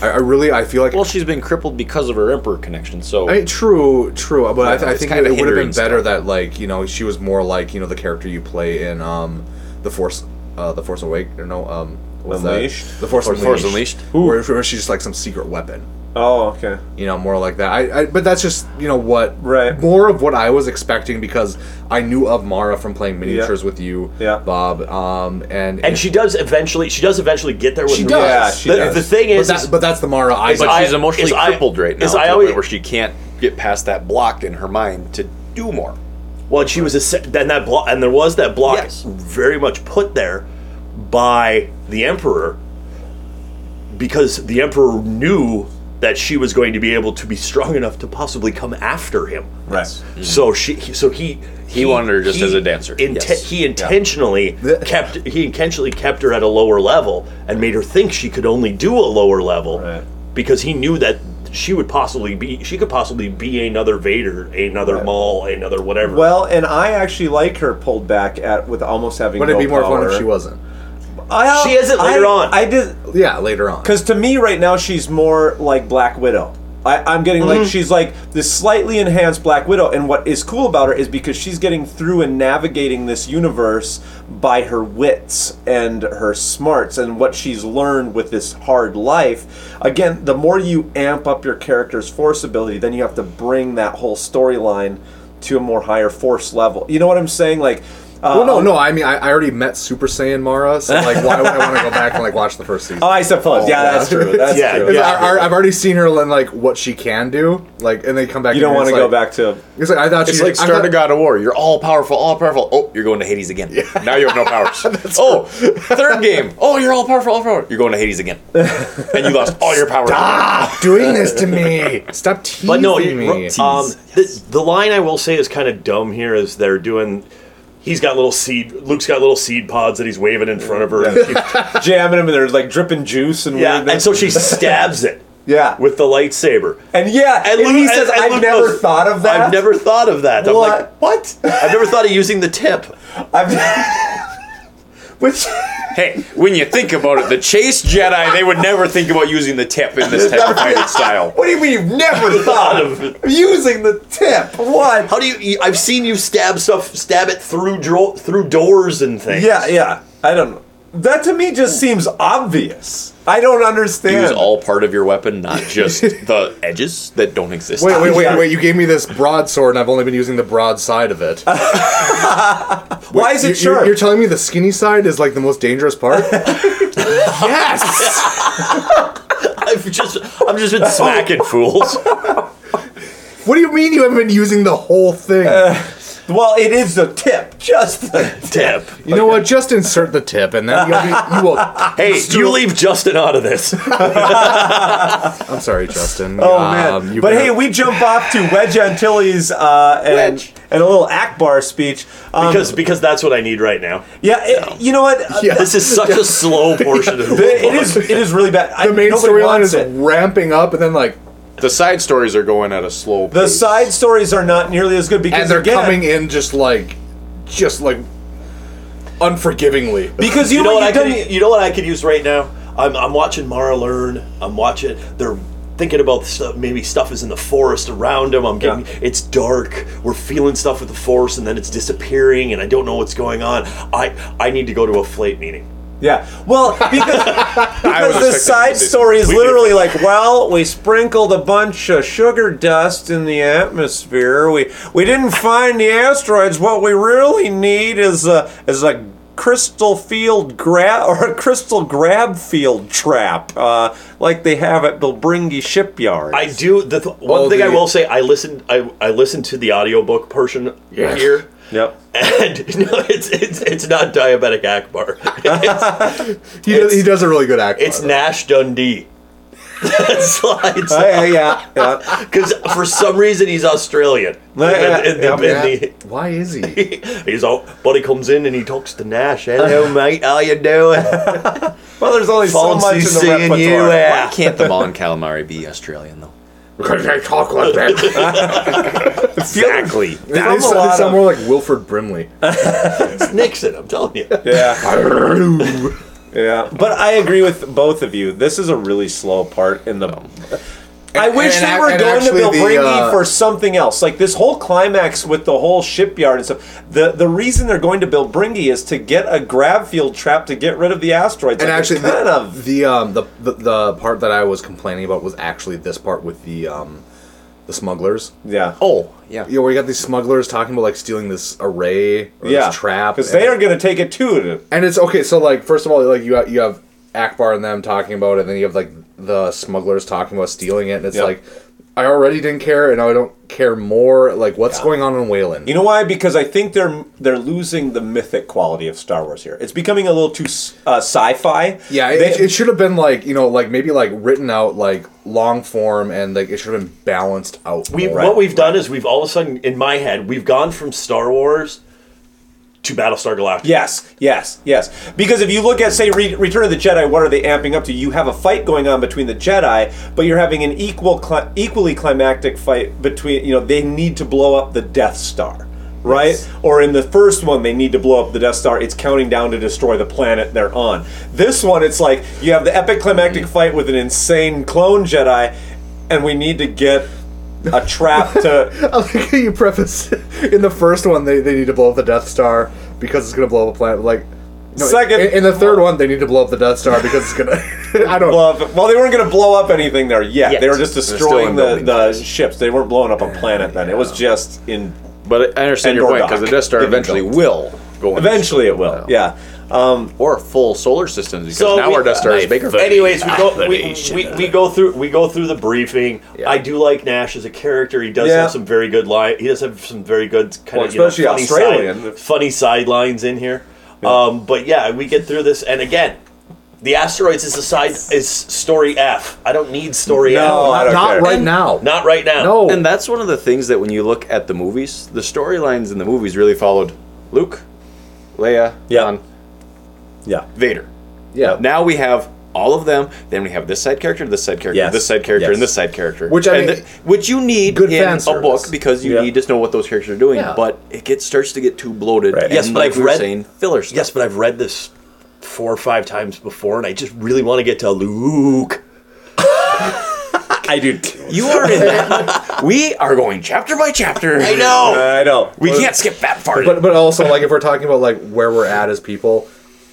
Speaker 2: I, I really i feel like
Speaker 8: well, she's been crippled because of her emperor connection. So
Speaker 2: I mean, true true but I, th-
Speaker 8: Yeah,
Speaker 2: I
Speaker 8: it's
Speaker 2: think
Speaker 8: kind
Speaker 2: it,
Speaker 8: of
Speaker 2: would have
Speaker 8: hindering
Speaker 2: been better that like you know she was more like you know the character you play in um the force uh the force awake or no um what's that?
Speaker 8: Unleashed?
Speaker 2: the force
Speaker 8: Force
Speaker 2: unleashed,
Speaker 8: Unleashed?
Speaker 2: Where, where she's just like some secret weapon
Speaker 10: Oh, okay.
Speaker 2: You know, more like that. I, I but that's just you know what, right? More of what I was expecting because I knew of Mara from playing miniatures with you, yeah. Bob. Um, and
Speaker 7: And she does eventually. She does eventually get there. With
Speaker 2: She
Speaker 7: her-
Speaker 2: does. Yeah, she
Speaker 7: the,
Speaker 2: does.
Speaker 7: the thing
Speaker 2: But
Speaker 7: is,
Speaker 2: that- but that's the Mara I
Speaker 8: But
Speaker 2: saw.
Speaker 8: she's emotionally
Speaker 7: is I-
Speaker 8: crippled right now
Speaker 7: is
Speaker 8: to
Speaker 7: I
Speaker 8: the
Speaker 7: always-
Speaker 8: point where she can't get past that block in her mind to do more.
Speaker 7: Well, she was a se- then that block, and there was that block very much put there by the emperor because the emperor knew that she was going to be able to be strong enough to possibly come after him.
Speaker 10: Right.
Speaker 7: So she, he- so he,
Speaker 8: Mm-hmm. He wanted her just as a dancer.
Speaker 7: inte-
Speaker 8: Yes.
Speaker 7: He intentionally kept he intentionally kept her at a lower level and made her think she could only do a lower level because he knew that she would possibly be she could possibly be another Vader, another Maul, another whatever.
Speaker 10: Well, and I actually like her pulled back at with almost having.
Speaker 7: Would it
Speaker 10: no
Speaker 7: be more fun if
Speaker 10: power.
Speaker 7: she wasn't?
Speaker 10: I,
Speaker 7: She is it later
Speaker 10: I-
Speaker 7: on.
Speaker 10: I did.
Speaker 2: Yeah, later on.
Speaker 10: Because to me, right now, she's more like Black Widow. I, I'm getting like
Speaker 7: Mhm.
Speaker 10: she's like this slightly enhanced Black Widow, and what is cool about her is because she's getting through and navigating this universe by her wits and her smarts and what she's learned with this hard life. Again, the more you amp up your character's force ability, then you have to bring that whole storyline to a more higher force level. You know what I'm saying? Like, uh,
Speaker 2: well, no, Oh, no. I mean, I, I already met Super Saiyan Mara, so like, why would I want to go back and like watch the
Speaker 8: <laughs>
Speaker 2: first season?
Speaker 10: Oh, I suppose. Yeah, that's true. That's <laughs> Yeah, true. yeah.
Speaker 2: I, have already seen her and like what she can do, like, and they come back.
Speaker 10: You don't
Speaker 2: and
Speaker 10: want
Speaker 2: it's
Speaker 10: to go
Speaker 2: like-
Speaker 10: back to.
Speaker 2: It's like I thought
Speaker 8: it's
Speaker 2: she
Speaker 8: like
Speaker 2: I
Speaker 8: start
Speaker 2: thought-
Speaker 8: a God of War. You're all powerful, all powerful. Oh, you're going to Hades again. Now you have no powers.
Speaker 2: <laughs>
Speaker 8: oh, third game. Oh, you're all powerful, all powerful. You're going to
Speaker 2: <laughs>
Speaker 8: Hades again, and you lost all your powers.
Speaker 2: Stop doing this to me. Stop teasing
Speaker 7: But no,
Speaker 2: me.
Speaker 7: you- um, the, the line I will say is kind of dumb here is they're doing. He's got little seed. Luke's got little seed pods that he's waving in front of her, and, <laughs> she-
Speaker 10: jamming him and there's like dripping juice and
Speaker 7: yeah, and so she stabs it.
Speaker 10: Yeah,
Speaker 7: with the lightsaber.
Speaker 10: And yeah, and, he says, "I've never thought of that."
Speaker 7: I've never thought of that." I'm like,
Speaker 10: what?
Speaker 7: I've never thought of using the tip.
Speaker 10: <laughs> I've. Which
Speaker 8: hey, when you think about it, the chase Jedi they would never think about using the tip in this type
Speaker 7: <laughs>
Speaker 8: of fighting style.
Speaker 10: What do you mean you've never
Speaker 7: thought of
Speaker 10: using the tip? What?
Speaker 7: How do you? you- I've seen you stab stuff, stab it through dro- through doors and things.
Speaker 10: Yeah, yeah. I don't know. That to me just seems obvious. I don't understand.
Speaker 8: Use all part of your weapon, not <laughs> just the edges that don't exist.
Speaker 2: Wait, wait, wait, wait! You gave me this broadsword, and I've only been using the broad side of <laughs> it.
Speaker 10: Why is it
Speaker 2: you- you-
Speaker 10: sharp?
Speaker 2: You're telling me the skinny side is like the most dangerous <laughs> part?
Speaker 10: yes.
Speaker 7: <laughs> I've just I've just been smacking
Speaker 10: <laughs>
Speaker 7: fools.
Speaker 2: What do you mean you haven't been using the whole thing?
Speaker 10: well, it is the tip, just the
Speaker 7: tip.
Speaker 2: You know what? Just insert the tip, and then you'll be, you will.
Speaker 7: Hey, you leave Justin out of
Speaker 10: <laughs>
Speaker 7: this.
Speaker 2: I'm sorry, Justin.
Speaker 10: Oh
Speaker 8: Um,
Speaker 10: man! But hey, we jump off to Wedge Antilles uh, and and a little Akbar speech um,
Speaker 7: because because that's what I need right now.
Speaker 10: yeah, it- you know what? Uh,
Speaker 2: <laughs>
Speaker 7: This is such a
Speaker 10: <laughs>
Speaker 7: slow portion of the book.
Speaker 10: It is. It is really bad. I-
Speaker 2: the main
Speaker 10: nobody
Speaker 2: storyline
Speaker 10: wants
Speaker 2: is ramping up, and then like
Speaker 8: the side stories are going at a slow.
Speaker 10: The side stories are not nearly as good because
Speaker 2: and they're
Speaker 10: again,
Speaker 2: coming in just like, just like, unforgivingly.
Speaker 10: Because you e-
Speaker 7: know
Speaker 10: know
Speaker 7: what I
Speaker 10: what you've
Speaker 7: could, you know what I could use right now. I'm, I'm watching Mara learn. I'm watching. They're thinking about stuff. Maybe stuff is in the forest around them. I'm getting. It's dark. We're feeling stuff with the force, and then it's disappearing, and I don't know what's going on. I I need to go to a flate meeting.
Speaker 10: Yeah. Well, because because the side story is
Speaker 7: We
Speaker 10: literally like, well, we sprinkled a bunch of sugar dust in the atmosphere. We we didn't find the asteroids. What we really need is a is a crystal field grab or a crystal grab field trap, uh, like they have at Bilbringi shipyard.
Speaker 7: I do. The th- one
Speaker 10: Well,
Speaker 7: thing I
Speaker 10: the-
Speaker 7: will say, I listened. I, I listened to the audiobook portion
Speaker 10: Yes.
Speaker 7: here.
Speaker 10: Yep.
Speaker 7: And <laughs> no, it's it's it's not diabetic Akbar.
Speaker 2: he, does, he does a really good act.
Speaker 10: <laughs>
Speaker 7: It's Nash Dundee. <laughs> That's why it's
Speaker 10: Oh, yeah, yeah, yeah.
Speaker 7: Because for some reason he's Australian.
Speaker 10: Yeah, yeah,
Speaker 7: And- and-
Speaker 10: yeah.
Speaker 7: and the-
Speaker 2: Why is he?
Speaker 7: <laughs> he's all, but he comes in and he talks to Nash. Hello, mate. How you doing?
Speaker 8: <laughs>
Speaker 10: well, there's only
Speaker 7: Fancy seeing you.
Speaker 8: Why can't the Mon Calamari be Australian though?
Speaker 2: Because they talk like that.
Speaker 7: exactly.
Speaker 2: They
Speaker 8: From a
Speaker 2: sound, they
Speaker 8: lot
Speaker 2: sound
Speaker 8: of-
Speaker 2: more like Wilford Brimley.
Speaker 7: it's Nixon. I'm telling you.
Speaker 10: <laughs> Yeah. yeah. But I agree with both of you. This is a really slow part in the I wish
Speaker 2: and
Speaker 10: they
Speaker 2: ac-
Speaker 10: were
Speaker 2: and
Speaker 10: going to
Speaker 2: actually the,
Speaker 10: Bill
Speaker 2: uh,
Speaker 10: for something else. Like this whole climax with the whole shipyard and stuff. The the reason they're going to Bilbringi is to get a grav field trap to get rid of the asteroids.
Speaker 2: and
Speaker 10: Like,
Speaker 2: actually,
Speaker 10: it's <laughs> kind
Speaker 2: the,
Speaker 10: of
Speaker 2: the um the, the the part that I was complaining about was actually this part with the um the smugglers.
Speaker 10: Yeah.
Speaker 2: Oh yeah. Yeah, where you got these smugglers talking about like stealing this array or
Speaker 10: Yeah,
Speaker 2: this trap
Speaker 10: 'cause they are gonna take it too.
Speaker 2: And it's okay. So like, first of all, like you have, you have Akbar and them talking about it, and then you have like the smugglers talking about stealing it, and it's
Speaker 10: Yeah.
Speaker 2: like. I already didn't care, and now I don't care more. Like, what's going on in Wayland?
Speaker 10: You know why? Because I think they're they're losing the mythic quality of Star Wars here. It's becoming a little too s- uh, sci-fi.
Speaker 2: Yeah, it, it should have been like you know, like maybe like written out like long form, and like it should have been balanced out.
Speaker 7: We
Speaker 2: more.
Speaker 7: what we've done is we've all of a sudden in my head we've gone from Star Wars to Battlestar Galactica.
Speaker 10: Yes, yes, yes. Because if you look at, say, Re- Return of the Jedi, what are they amping up to? You have a fight going on between the Jedi, but you're having an equal, cli- equally climactic fight between. You know, they need to blow up the Death Star, right? Or in the first one, they need to blow up the Death Star. It's counting down to destroy the planet they're on. This one, it's like you have the epic climactic fight with an insane clone Jedi, and we need to get a trap to
Speaker 2: I like how you preface in the first one they, they need to blow up the Death Star because it's gonna blow up a planet. Like
Speaker 10: Second-
Speaker 2: in, in the third one they need to blow up the Death Star because it's gonna. I don't
Speaker 10: blow up. Well, they weren't going to blow up anything there yet.
Speaker 2: Yet.
Speaker 10: They were just
Speaker 2: They're still
Speaker 10: destroying
Speaker 2: in
Speaker 10: the, the ships. They weren't blowing up a planet then. It was just in.
Speaker 8: But I understand your point because the Death Star eventually will go. into
Speaker 10: Eventually, it will. Yeah. Um,
Speaker 8: or full solar systems because now
Speaker 7: we-
Speaker 8: our Death Star is bigger.
Speaker 7: Anyways, we go we, we, we go through we go through the briefing. I do like Nash as a character. He does
Speaker 10: Yeah.
Speaker 7: have some very good line. He does have some very good kind
Speaker 10: Well,
Speaker 7: of you know,
Speaker 10: especially
Speaker 7: funny
Speaker 10: Australian.
Speaker 7: side, funny sidelines in here. Um, but yeah, we get through this, and again, the asteroids is a side is story F. I don't need story F.
Speaker 2: now.
Speaker 7: Not right now.
Speaker 8: No. And that's one of the things that when you look at the movies, the storylines in the movies really followed Luke, Leia, Han,
Speaker 10: yeah,
Speaker 8: Vader.
Speaker 2: Yeah.
Speaker 8: Now we have all of them. Then we have this side character, this side character,
Speaker 10: Yes.
Speaker 8: this side character,
Speaker 10: Yes.
Speaker 8: and this side character.
Speaker 10: Which I
Speaker 8: And
Speaker 10: mean-
Speaker 8: th- which you need
Speaker 10: Good
Speaker 8: in
Speaker 10: fan
Speaker 8: a book because you
Speaker 10: Yeah.
Speaker 8: need to know what those characters are doing.
Speaker 10: Yeah.
Speaker 8: But it gets starts to get too bloated. and
Speaker 7: Yes, but
Speaker 8: like
Speaker 7: I've
Speaker 8: we were
Speaker 7: read
Speaker 8: saying, filler stuff.
Speaker 7: Yes, but I've read this four or five times before, and I just really want to get to Luke.
Speaker 10: I do.
Speaker 8: You
Speaker 7: <laughs>
Speaker 8: are in that. we are going chapter by chapter.
Speaker 2: I know.
Speaker 8: <laughs>
Speaker 10: I know.
Speaker 8: We can't skip that part.
Speaker 2: But but also like if we're talking about like where we're at as people,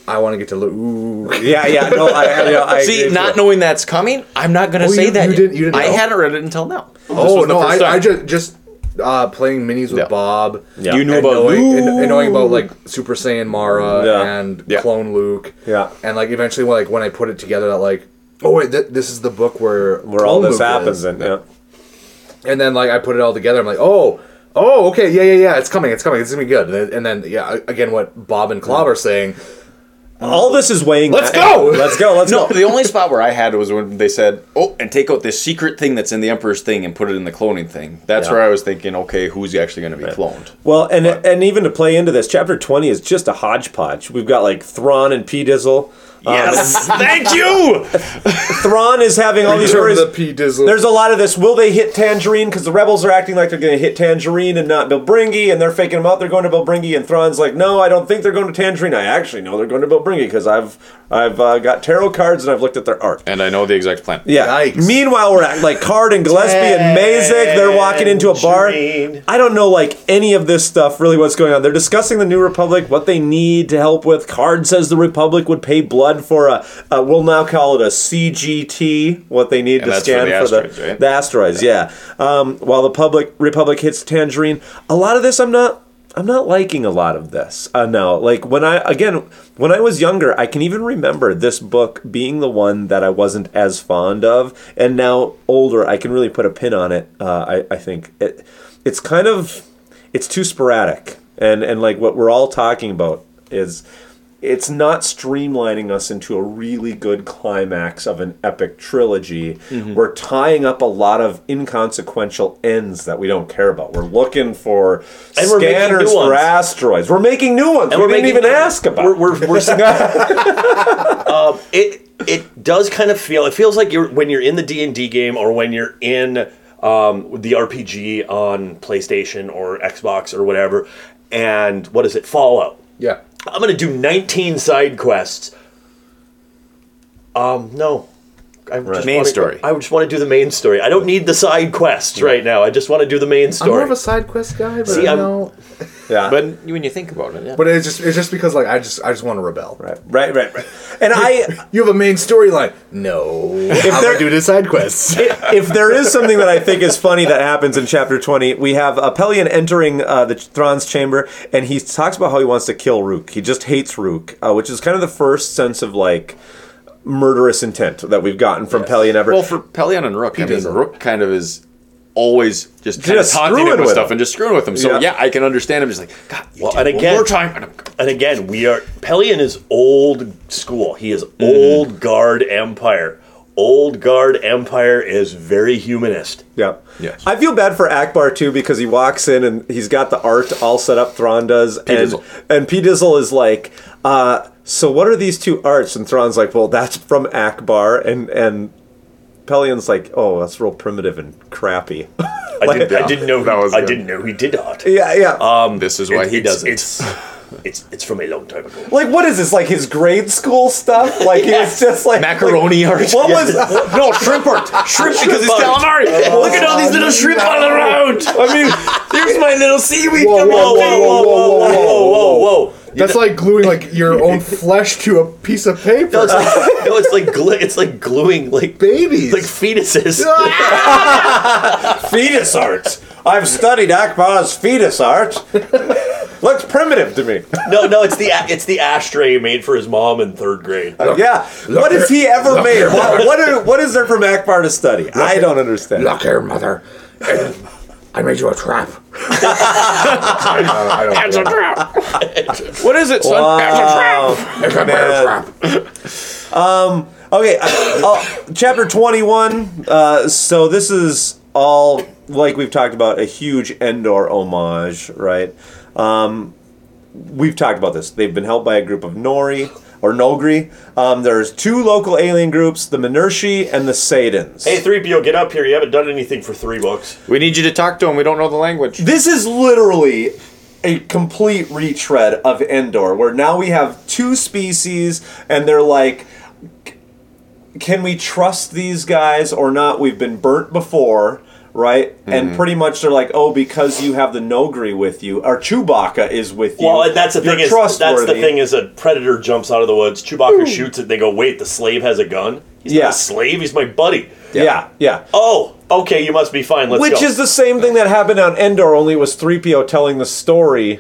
Speaker 2: I want to get to. Lu- Ooh. <laughs>
Speaker 8: see, not knowing that's coming, I'm not gonna
Speaker 2: Oh,
Speaker 8: say
Speaker 2: you-
Speaker 8: that.
Speaker 2: you didn't- you didn't
Speaker 8: I
Speaker 2: know.
Speaker 8: hadn't read it until now.
Speaker 2: Oh no! I, I just just uh, playing minis with Bob.
Speaker 8: Yeah. You knew
Speaker 2: and
Speaker 8: about
Speaker 2: knowing, and, and knowing about
Speaker 8: Luke.
Speaker 2: like Super Saiyan Mara
Speaker 8: Yeah.
Speaker 2: and Clone Luke. Yeah, and like eventually, like when I put it together, that like oh wait, th- this is the book where
Speaker 10: where all this happens, and yeah.
Speaker 2: and then like I put it all together. I'm like oh. Oh, okay, yeah, yeah, yeah. It's coming, it's coming. It's gonna be good. And then- And then, yeah, again, what Bob and Clob are saying.
Speaker 10: All this is
Speaker 2: <laughs>
Speaker 10: weighing.
Speaker 2: Let's go.
Speaker 8: no, The only spot where I had was when they said, "Oh, and take out this secret thing that's in the Emperor's thing and put it in the cloning thing." That's
Speaker 10: Yeah.
Speaker 8: where I was thinking, okay, who's actually going to be cloned?
Speaker 10: Well, and and even to play into this, chapter twenty is just a hodgepodge. We've got like Thrawn and P Dizzle. um, <laughs>
Speaker 8: Yes, thank you.
Speaker 10: Thrawn is having all these
Speaker 2: Return
Speaker 10: stories.
Speaker 2: the P Dizzle.
Speaker 10: There's a lot of this. Will they hit Tangerine? Because the rebels are acting like they're going to hit Tangerine and not Bilbringi, and they're faking them out. They're going to Bilbringi, and Thrawn's like, "No, I don't think they're going to Tangerine. I actually know they're going to Bilbringi because I've I've uh, got tarot cards and I've looked at their art."
Speaker 8: And I know the exact plan.
Speaker 10: Yeah. Meanwhile, we're at like Card and Gillespie and Mazik. They're walking into a bar. I don't know like any of this stuff really what's going on. They're discussing the New Republic, what they need to help with. Card says the Republic would pay blood for a, uh, we'll now call it a CGT, what they need
Speaker 8: And
Speaker 10: to
Speaker 8: that's for
Speaker 10: scan
Speaker 8: the
Speaker 10: for the
Speaker 8: asteroids, right?
Speaker 10: the asteroids. Yeah. Um, while the public Republic hits Tangerine, a lot of this I'm not. I'm not liking a lot of this uh, now. Like when I again, when I was younger, I can even remember this book being the one that I wasn't as fond of, and now older, I can really put a pin on it. Uh, I, I think it, it's kind of, it's too sporadic, and and like what we're all talking about is, it's not streamlining us into a really good climax of an epic trilogy.
Speaker 7: Mm-hmm.
Speaker 10: We're tying up a lot of inconsequential ends that we don't care about. We're looking for
Speaker 7: And we're making new
Speaker 10: scanners for
Speaker 7: ones.
Speaker 10: asteroids. We're making new ones.
Speaker 7: And
Speaker 10: we
Speaker 7: we're
Speaker 10: didn't
Speaker 7: making-
Speaker 10: even ask about.
Speaker 7: We're,
Speaker 10: <laughs>
Speaker 7: we're, we're um, it it does kind of feel it feels like you're when you're in the D and D game or when you're in um, the RPG on PlayStation or Xbox or whatever, and what is it Fallout?
Speaker 2: Yeah,
Speaker 7: I'm gonna do 19 side quests. Um, no, I just
Speaker 8: Main
Speaker 7: wanna-
Speaker 8: story.
Speaker 7: I just want to do the main story. I don't need the side quests right now. I just want to do the main
Speaker 18: I'm more
Speaker 7: story.
Speaker 18: of a side quest guy, but
Speaker 7: See,
Speaker 18: you
Speaker 7: I'm-
Speaker 18: know.
Speaker 10: Yeah.
Speaker 8: But when you think about it, yeah.
Speaker 18: But it's just it's just because like I just I just want to rebel.
Speaker 10: Right, right, right, right. And I
Speaker 18: you have a main storyline. No, I'm
Speaker 10: there-
Speaker 18: gonna do the side quests.
Speaker 10: <laughs> if there is something that I think is funny that happens in chapter 20, we have uh, Pelion entering uh, the Thrawn's chamber, and he talks about how he wants to kill Rook. He just hates Rook, uh, which is kind of the first sense of like murderous intent that we've gotten from Pelion ever.
Speaker 8: Well, for Pelion and Rook, I mean, Rook kind of is always just kind
Speaker 10: Just
Speaker 8: of taunting
Speaker 10: screwing
Speaker 8: him with
Speaker 10: with
Speaker 8: stuff
Speaker 10: him.
Speaker 8: and just screwing with him. So
Speaker 10: Yeah.
Speaker 8: yeah, I can understand him. Just like God, you
Speaker 7: Well,
Speaker 8: did
Speaker 7: and
Speaker 8: one
Speaker 7: again,
Speaker 8: more time. And I'm-
Speaker 7: and again, we are Pelion is old school. He is old guard empire. Old guard empire is very humanist.
Speaker 10: Yeah. Yes. I feel bad for Akbar too because he walks in and he's got the art all set up. Thrawn does,
Speaker 7: P.
Speaker 10: and
Speaker 7: Dizzle.
Speaker 10: and P Dizzle is like, uh, so what are these two arts? And Thrawn's like, well, that's from Akbar, and and Pelion's like, oh, that's real primitive and crappy.
Speaker 7: I,
Speaker 10: Like-
Speaker 7: didn't, I didn't know.
Speaker 10: That
Speaker 7: he,
Speaker 10: was
Speaker 7: I
Speaker 10: good.
Speaker 7: didn't know he did art.
Speaker 10: Yeah, yeah.
Speaker 7: Um,
Speaker 8: this is why he does it.
Speaker 7: It's, it's it's from a long time ago.
Speaker 10: Like what is this? Like his grade school stuff? Like
Speaker 7: Yes.
Speaker 10: it's just like
Speaker 8: Macaroni
Speaker 10: like,
Speaker 8: art.
Speaker 10: What
Speaker 8: Yeah.
Speaker 10: was <laughs> no shrimp art?
Speaker 8: Shrimp because it's calamari. Look at all these little shrimp all around.
Speaker 10: I mean, here's my little seaweed.
Speaker 18: Whoa, whoa, whoa, whoa, whoa, whoa, whoa,
Speaker 7: whoa, whoa!
Speaker 18: That's like gluing like your
Speaker 10: <laughs>
Speaker 18: own flesh to a piece of paper.
Speaker 7: <laughs> No, it's like, no, it's like glu- it's like gluing like
Speaker 18: babies,
Speaker 1: <laughs>
Speaker 7: like fetuses.
Speaker 2: Ah!
Speaker 10: fetus art. I've studied Akbar's fetus art. Looks primitive to me.
Speaker 7: no, no, it's the a- it's the ashtray made for his mom in third grade.
Speaker 10: yeah. what has he ever made? What, what, are, what is there from Akbar to study? I don't understand. Look here, mother. I made you a trap.
Speaker 18: I don't
Speaker 8: That's
Speaker 18: know.
Speaker 8: a trap. What is it, son? That's a trap.
Speaker 10: Um, okay, uh, uh, chapter 21. Uh, so this is all, like we've talked about, a huge Endor homage, right? Um, we've talked about this. They've been helped by a group of Nori, or Nogri. Um, there's two local alien groups, the Minershi and the Sadens.
Speaker 7: Hey, three PO, get up here. You haven't done anything for three books.
Speaker 8: We need you to talk to him. We don't know the language.
Speaker 10: This is literally a complete retread of Endor, where now we have two species, and they're like, "C- can we trust these guys or not? We've been burnt before. Right, and pretty much they're like, oh, because you have the Nogri with you, or Chewbacca is with you.
Speaker 7: Well, and that's the
Speaker 10: you're
Speaker 7: thing is that's the
Speaker 10: trustworthy."
Speaker 7: thing is a predator jumps out of the woods, Chewbacca shoots it, they go, wait, the slave has a gun. He's
Speaker 10: Yeah.
Speaker 7: not a slave. He's my buddy.
Speaker 10: Yeah, yeah.
Speaker 7: Oh, okay, you must be fine. Let's
Speaker 10: Which
Speaker 7: go.
Speaker 10: is the same thing that happened on Endor, only it was 3PO telling the story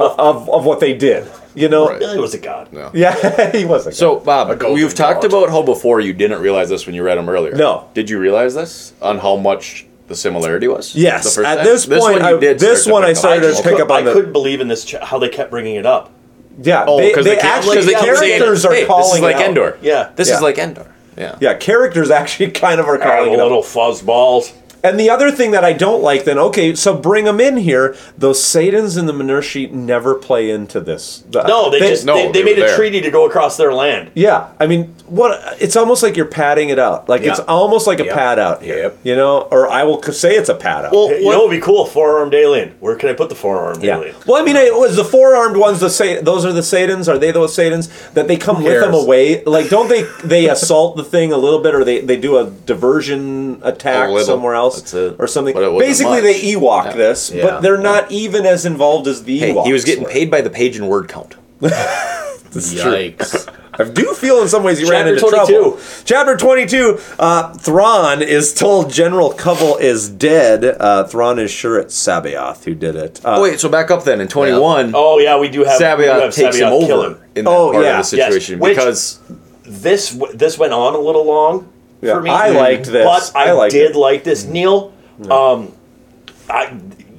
Speaker 10: of, of, of what they did. You know?
Speaker 7: He was a god.
Speaker 8: No.
Speaker 10: Yeah, <laughs> he was a god.
Speaker 8: So, Bob, we've talked about how before you didn't realize this when you read them earlier. No. Did you realize this on how much the similarity was?
Speaker 10: Yes,
Speaker 8: The first
Speaker 10: at
Speaker 8: time?
Speaker 10: this point,
Speaker 8: one you
Speaker 10: I-
Speaker 8: did
Speaker 10: this
Speaker 8: start to
Speaker 10: one I
Speaker 8: pick up.
Speaker 10: started to
Speaker 8: just
Speaker 10: pick
Speaker 8: could-
Speaker 10: up on
Speaker 8: I
Speaker 10: the-
Speaker 8: could-
Speaker 7: couldn't believe in this ch- how they kept bringing it up.
Speaker 10: Yeah,
Speaker 8: Oh,
Speaker 10: they,
Speaker 8: 'cause
Speaker 10: they
Speaker 8: they kept-
Speaker 10: actually
Speaker 8: they kept saying,
Speaker 10: characters
Speaker 8: "Hey, this
Speaker 10: are
Speaker 8: is
Speaker 10: calling.
Speaker 8: like
Speaker 10: it out.
Speaker 8: Endor." Yeah. This is like Endor. Yeah,
Speaker 10: yeah, characters <laughs> actually kind of are calling it out.
Speaker 7: little fuzzballs.
Speaker 10: And the other thing that I don't like, then okay, so bring them in here. Those Satan's and the Minershi never play into this. The-
Speaker 7: No, they, just they, they made a treaty to go across their land.
Speaker 10: Yeah, I mean, what? It's almost like you're padding it out. Like it's
Speaker 7: Yeah.
Speaker 10: almost like a
Speaker 7: Yep.
Speaker 10: pad out here. You know, or I will c- say it's a pad out.
Speaker 7: Well, you know what would be cool? Four-armed alien. Where can I put the four-armed
Speaker 10: Yeah.
Speaker 7: alien?
Speaker 10: Well, I mean, it was the four armed ones. The Sa- those are the Satans. Are they those Satans that they come
Speaker 7: Who
Speaker 10: with them
Speaker 7: cares?
Speaker 10: away? Like, don't they they assault the thing a little bit, or they, they do a diversion attack
Speaker 8: A little.
Speaker 10: somewhere else, or something?
Speaker 8: wasn't
Speaker 10: Basically,
Speaker 8: much.
Speaker 10: they Ewok
Speaker 8: Yeah.
Speaker 10: this,
Speaker 8: Yeah.
Speaker 10: but they're not even as involved as the
Speaker 8: Hey,
Speaker 10: Ewoks.
Speaker 8: he was getting
Speaker 10: were.
Speaker 8: paid by the page and word count.
Speaker 10: <laughs> This is true. I do feel in some ways he ran
Speaker 8: Chapter
Speaker 10: into
Speaker 8: 22.
Speaker 10: trouble. Chapter 22, uh, Thrawn is told General Covell is dead. Uh, Thrawn is sure it's Sabaoth who did it. Uh,
Speaker 8: <laughs> oh, wait, so back up then in 21.
Speaker 7: Oh yeah, we do have we do
Speaker 8: Sabaoth
Speaker 7: have
Speaker 8: takes him
Speaker 7: Sabaoth
Speaker 8: over
Speaker 7: kill
Speaker 8: in that part of the situation
Speaker 7: Which,
Speaker 8: because
Speaker 7: this w- this went on a little long
Speaker 10: Yeah,
Speaker 7: for me.
Speaker 10: I liked this.
Speaker 7: but I,
Speaker 10: I liked
Speaker 7: did
Speaker 10: it. Mm-hmm.
Speaker 7: like this, Neil. Um, I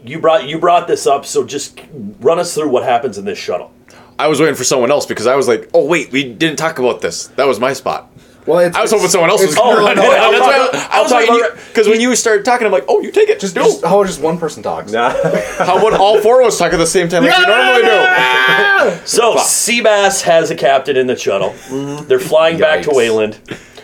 Speaker 7: you brought you brought this up, so just run us through what happens in this shuttle.
Speaker 8: I was waiting for someone else because I was like, oh wait, we didn't talk about this. That was my spot.
Speaker 18: Well,
Speaker 8: I was hoping someone else was.
Speaker 18: Oh,
Speaker 8: gonna-
Speaker 18: no,
Speaker 8: That's
Speaker 18: I'll
Speaker 8: why
Speaker 18: talk-
Speaker 8: I- I was
Speaker 18: I'll talk
Speaker 8: waiting
Speaker 18: about-
Speaker 8: because when you started talking, I'm like, oh, you take it. Just do.
Speaker 18: Just, how just one person talks.
Speaker 10: <laughs>
Speaker 8: How about all four of us talk at the same time like we normally do?
Speaker 7: So
Speaker 10: Mm-hmm.
Speaker 7: Seabass has a captain in the shuttle. They're flying back to Wayland,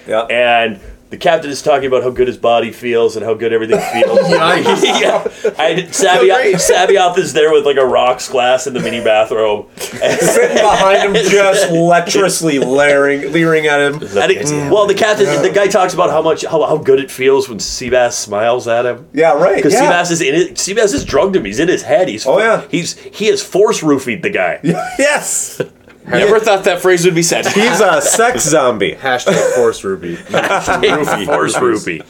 Speaker 7: and The captain is talking about how good his body feels and how good
Speaker 10: <laughs>
Speaker 7: everything feels.
Speaker 27: Nice.
Speaker 7: <laughs> yeah. I, Savioth, Savioth is there with like a rocks glass in the mini
Speaker 10: <laughs>
Speaker 7: bathroom. Sitting <laughs>
Speaker 17: behind him, just lecherously leering, leering at him.
Speaker 7: And it- well, the captain, the guy talks about how much how, how good it feels when Seabass smiles at him.
Speaker 17: Yeah, right.
Speaker 7: Because
Speaker 17: yeah.
Speaker 10: <laughs>
Speaker 7: Seabass is in it. Seabass has drugged him. He's in his head. He's oh yeah. He's he has force roofied the guy.
Speaker 17: yes.
Speaker 8: Never thought that phrase would be
Speaker 7: <laughs>
Speaker 8: said.
Speaker 10: He's a sex zombie.
Speaker 2: Hashtag force
Speaker 8: <laughs>
Speaker 2: ruby.
Speaker 10: Roofie.
Speaker 7: Force rupee.
Speaker 10: I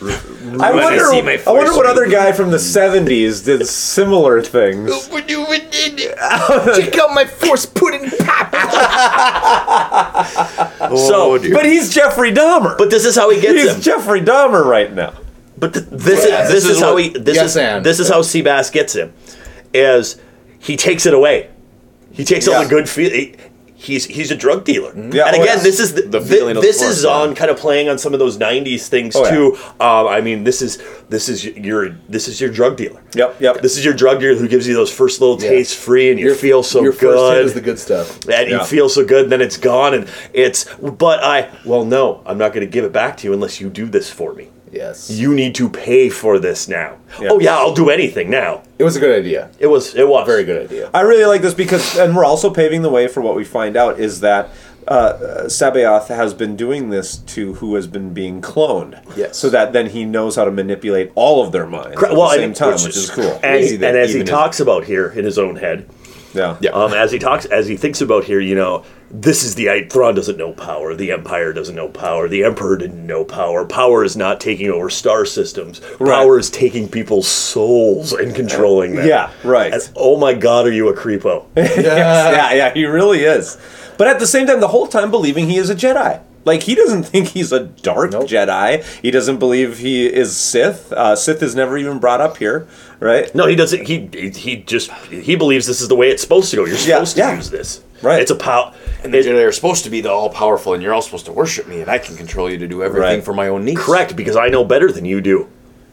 Speaker 7: When I
Speaker 10: wonder,
Speaker 7: see my
Speaker 10: I wonder
Speaker 7: force
Speaker 10: what other guy from the 70s did similar things.
Speaker 27: Check out my force pudding pop.
Speaker 7: So,
Speaker 10: but he's Jeffrey Dahmer.
Speaker 7: But this is how he gets
Speaker 10: he's
Speaker 7: him.
Speaker 10: Jeffrey Dahmer right now.
Speaker 7: But th- this
Speaker 10: Yeah,
Speaker 7: is this, is,
Speaker 10: this is
Speaker 7: how
Speaker 10: what-
Speaker 7: he this
Speaker 10: Yes,
Speaker 7: is
Speaker 10: and.
Speaker 7: this is how Seabass gets him, is he takes it away. He takes all the good feel. he- he's he's a drug dealer.
Speaker 10: Yeah,
Speaker 7: and
Speaker 10: oh,
Speaker 7: again,
Speaker 10: yeah.
Speaker 7: this is the,
Speaker 10: The
Speaker 7: thi-
Speaker 10: feeling of
Speaker 7: this
Speaker 10: force,
Speaker 7: is Zahn kind of playing on some of those '90s things
Speaker 10: Oh, yeah.
Speaker 7: too. Um, I mean, this is this is your this is your drug dealer.
Speaker 10: Yep, yep.
Speaker 7: This is your drug dealer who gives you those first little tastes free, and you feel so
Speaker 2: Your
Speaker 7: good
Speaker 2: first hit is the good stuff.
Speaker 7: and you feel so good, then it's gone, and it's. But I, well, no, I'm not going to give it back to you unless you do this for me.
Speaker 2: Yes.
Speaker 7: You need to pay for this now. Oh yeah, I'll do anything now.
Speaker 2: It was a good idea.
Speaker 7: It was. It was very
Speaker 2: good idea.
Speaker 10: I really like this because, and we're also paving the way for what we find out is that uh, Sabaoth has been doing this to who has been being cloned. Yes. So that then he knows how to manipulate all of their minds
Speaker 7: Cra-
Speaker 10: at
Speaker 7: well,
Speaker 10: the same
Speaker 7: and-
Speaker 10: time, which, is cool.
Speaker 7: And,
Speaker 10: Crazy that
Speaker 7: and as he
Speaker 10: even in-
Speaker 7: talks about here in his own head,
Speaker 10: yeah,
Speaker 7: <laughs>
Speaker 10: Uh,
Speaker 7: Um, as he talks, as he thinks about here, you know, this is the I- Thrawn doesn't know power. The Empire doesn't know power. The Emperor didn't know power. Power is not taking over star systems. Power is taking people's souls and controlling them.
Speaker 10: Yeah, right.
Speaker 7: As, oh my God, are you a
Speaker 10: <laughs>
Speaker 7: creepo?
Speaker 10: Yes, yeah, yeah, he really is. But at the same time, the whole time believing he is a Jedi. Like he doesn't <laughs> think he's a dark Jedi. He doesn't believe he is Sith. Uh, Sith is never even brought up here, right?
Speaker 7: No, he doesn't. He he just he believes this is the way it's supposed to go. You're supposed to use this.
Speaker 10: Right.
Speaker 7: It's a power.
Speaker 8: And the Jedi are supposed to be the all powerful, and you're all supposed to worship me, and I can control you to do everything
Speaker 7: Right.
Speaker 8: for my own needs.
Speaker 7: Correct, because I know better than you do.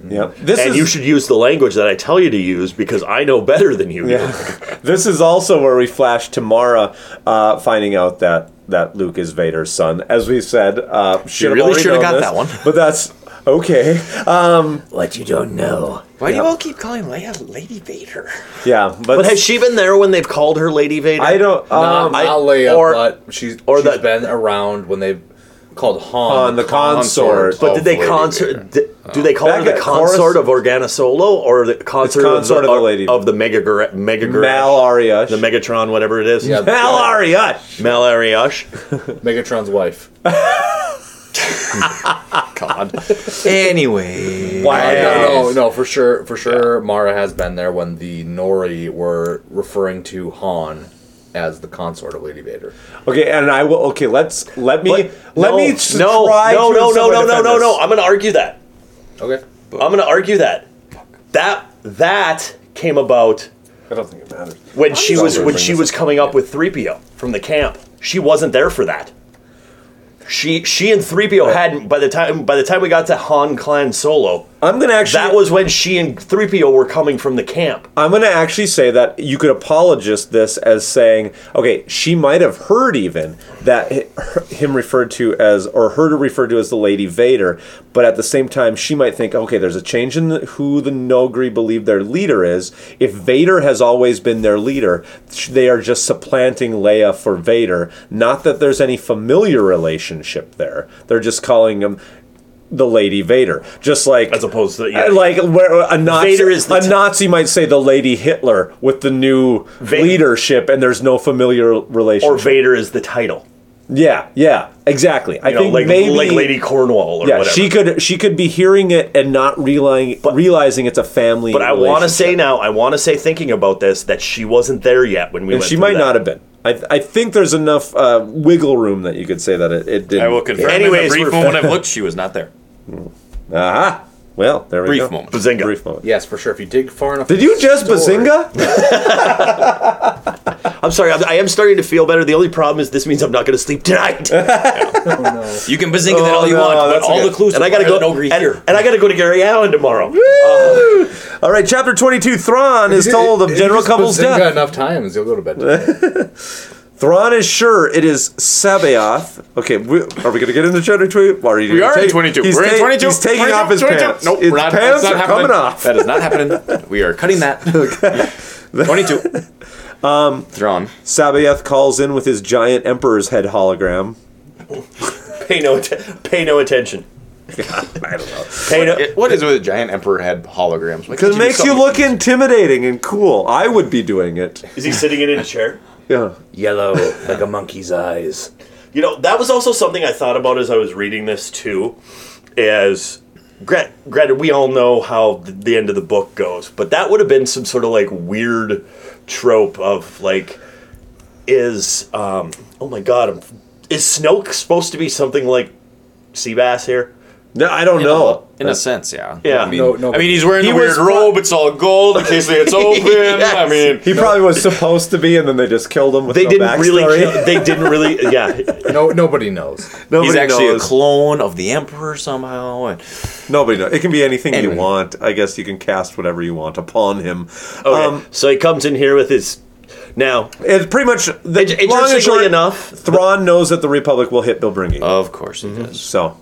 Speaker 10: Yep. This
Speaker 7: and
Speaker 10: is-
Speaker 7: you should use the language that I tell you to use because I know better than you do.
Speaker 10: <laughs> Yeah. this is also where we flash to Mara uh, finding out that that Luke is Vader's son, as we said. Uh,
Speaker 8: She
Speaker 10: should've
Speaker 8: really
Speaker 10: already
Speaker 8: should've
Speaker 10: known
Speaker 8: got
Speaker 10: this,
Speaker 8: that one.
Speaker 10: but that's okay. Um, what you don't
Speaker 7: know.
Speaker 8: Why do
Speaker 10: Yeah.
Speaker 8: you all keep calling Leia Lady Vader?
Speaker 10: Yeah, but,
Speaker 7: But has she been there when they've called her Lady Vader?
Speaker 10: I don't.
Speaker 2: Um,
Speaker 7: I-
Speaker 2: not Leia,
Speaker 7: or-
Speaker 2: but she's,
Speaker 7: or
Speaker 2: she's
Speaker 7: the-
Speaker 2: been around when they've called Han.
Speaker 10: Han, the consort.
Speaker 7: But
Speaker 2: of
Speaker 7: did they
Speaker 2: Lady Vader.
Speaker 7: consort? Did, do they call
Speaker 2: Back
Speaker 7: her the
Speaker 2: at Coruscant-
Speaker 7: consort of Organa Solo or the consort,
Speaker 10: consort
Speaker 7: of,
Speaker 10: of
Speaker 7: the,
Speaker 10: the Lady-
Speaker 7: of the Mega Gar- Mega Gar-
Speaker 10: Malariush.
Speaker 7: the Megatron, whatever it is?
Speaker 10: Yeah. Malariush.
Speaker 7: Malariush.
Speaker 2: Megatron's
Speaker 7: <laughs>
Speaker 2: wife.
Speaker 8: God. anyway.
Speaker 2: Why? No, no, no, for sure, for sure. Mara has been there when the Nori were referring to Han as the consort of Lady Vader.
Speaker 10: Okay, and I will. Okay, let's let me let
Speaker 7: no,
Speaker 10: me s-
Speaker 7: no,
Speaker 10: try
Speaker 7: no,
Speaker 10: to
Speaker 7: no,
Speaker 10: in
Speaker 7: no,
Speaker 10: some way
Speaker 7: no, no,
Speaker 10: defend
Speaker 7: no,
Speaker 10: this.
Speaker 7: no. I'm going to argue that.
Speaker 2: Okay.
Speaker 7: I'm going to argue that. That that came about.
Speaker 10: I don't think it matters.
Speaker 7: When she was
Speaker 10: Sorry.
Speaker 7: when she was coming up with 3PO from the camp, she wasn't there for that. She she and 3PO hadn't by the time by the time we got to Han Clan Solo.
Speaker 10: I'm gonna actually.
Speaker 7: That was when she and 3PO were coming from the camp.
Speaker 10: I'm going to actually say that you could apologist this as saying, okay, she might have heard even that hi- her- him referred to as, or heard her referred to as the Lady Vader, but at the same time, she might think, okay, there's a change in who the Nogri believe their leader is. If Vader has always been their leader, sh- they are just supplanting Leia for Vader. Not that there's any familiar relationship there. They're just calling him the Lady Vader, just like as
Speaker 7: opposed to
Speaker 10: yeah. like where a Nazi,
Speaker 7: Vader is the
Speaker 10: a Nazi might say the Lady Hitler with the new leadership, and there's no familiar relationship.
Speaker 7: Or Vader is the title.
Speaker 10: Yeah, yeah, exactly. I
Speaker 7: You know,
Speaker 10: think
Speaker 7: like
Speaker 10: maybe
Speaker 7: like Lady Cornwall or
Speaker 10: yeah,
Speaker 7: whatever.
Speaker 10: she could she could be hearing it and not realizing realizing it's a family.
Speaker 7: but I want to
Speaker 10: relationship.
Speaker 7: say now, I want to say thinking about this that she wasn't there yet when we
Speaker 10: and
Speaker 7: went
Speaker 10: she
Speaker 7: through
Speaker 10: might
Speaker 7: that.
Speaker 10: not have been. I, I think there's enough uh, wiggle room that you could say that it, it didn't.
Speaker 8: I will confirm in the
Speaker 7: <laughs>
Speaker 8: brief moment I've looked, she was not there.
Speaker 10: Aha! Well, there we
Speaker 8: Brief
Speaker 10: go.
Speaker 8: moment.
Speaker 7: Bazinga.
Speaker 10: Brief moment.
Speaker 2: Yes, for sure. If you dig far enough.
Speaker 10: Did you just bazinga?
Speaker 7: I'm sorry, I'm, I am starting to feel better. The only problem is this means I'm not going to sleep <laughs> tonight.
Speaker 8: You can bazinga that all you
Speaker 7: Oh,
Speaker 8: want,
Speaker 7: no,
Speaker 8: but
Speaker 7: that's
Speaker 8: all
Speaker 7: Oh, okay.
Speaker 8: the clues
Speaker 7: and I gotta
Speaker 8: require
Speaker 7: go
Speaker 8: that Ogre
Speaker 7: and,
Speaker 8: here.
Speaker 7: and I gotta go to Gary Allen tomorrow.
Speaker 10: All right, chapter 22 Thrawn is told of
Speaker 2: If you
Speaker 10: General
Speaker 2: just
Speaker 10: Cubble's
Speaker 2: bazinga
Speaker 10: death.
Speaker 2: enough times, you'll go to bed.
Speaker 10: Thrawn is sure it is Sabaoth. Okay, we, are we going to get into Cheddar Tweet? Are you
Speaker 8: We
Speaker 10: gonna
Speaker 8: are in
Speaker 10: take-
Speaker 8: 22.
Speaker 10: He's
Speaker 8: We're in
Speaker 10: ta-
Speaker 8: 22.
Speaker 10: He's taking
Speaker 8: 22,
Speaker 10: off his
Speaker 8: 22.
Speaker 10: pants.
Speaker 8: Nope,
Speaker 10: his
Speaker 8: we're not-
Speaker 10: pants
Speaker 8: that's not
Speaker 10: are
Speaker 8: happening.
Speaker 10: coming off.
Speaker 8: That is not
Speaker 10: <laughs>
Speaker 8: happening. We are cutting that.
Speaker 10: 22. Um,
Speaker 8: Thrawn.
Speaker 10: Sabaoth calls in with his giant Emperor's head hologram.
Speaker 7: <laughs> Pay no, atten- pay no <laughs> attention.
Speaker 10: I don't know.
Speaker 7: Pay no,
Speaker 8: what is with a giant emperor head holograms? Why can't
Speaker 10: Because
Speaker 8: do
Speaker 10: it makes you
Speaker 8: something-
Speaker 10: look intimidating and cool. I would be doing it.
Speaker 7: Is he sitting in a chair?
Speaker 10: Yeah.
Speaker 28: Yellow, like a monkey's eyes.
Speaker 7: You know, that was also something I thought about as I was reading this too. As gra- granted, we all know how th- the end of the book goes, but that would have been some sort of like weird trope of like, is um, oh my god, I'm, is Snoke supposed to be something like Seabass here?
Speaker 10: No, I don't
Speaker 8: In
Speaker 10: know.
Speaker 8: a- in a sense, yeah.
Speaker 7: Yeah.
Speaker 8: I mean, I mean he's wearing
Speaker 10: He
Speaker 8: the weird
Speaker 10: was-
Speaker 8: robe. It's all gold. Occasionally,
Speaker 10: <laughs>
Speaker 8: it's open. I mean,
Speaker 10: he
Speaker 8: <laughs>
Speaker 10: probably was supposed to be, and then they just killed him. With
Speaker 8: They
Speaker 10: no
Speaker 8: didn't really
Speaker 10: <laughs> backstory.
Speaker 8: kill- they didn't
Speaker 7: really.
Speaker 10: <laughs>
Speaker 7: Yeah.
Speaker 10: No. Nobody knows.
Speaker 8: he's actually
Speaker 10: knows.
Speaker 8: a clone of the emperor somehow. And
Speaker 10: Nobody knows. It can be anything you want. I guess you can cast whatever you want upon him.
Speaker 7: Okay, Um, so he comes in here with his. Now,
Speaker 10: it's pretty much the,
Speaker 7: It-
Speaker 10: long and
Speaker 7: interestingly
Speaker 10: short,
Speaker 7: enough,
Speaker 10: Thrawn knows that the Republic will hit Bill Bringy.
Speaker 8: Of course,
Speaker 10: Mm-hmm.
Speaker 8: it does.
Speaker 10: So,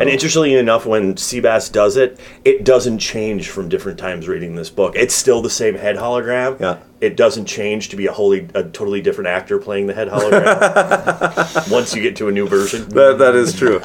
Speaker 7: And interestingly enough, when Seabass does it, it doesn't change from different times reading this book. It's still the same head hologram. Yeah. It doesn't change to be a wholly a totally different actor playing the head hologram.
Speaker 10: <laughs>
Speaker 7: once you get to a new version.
Speaker 10: That, that is true.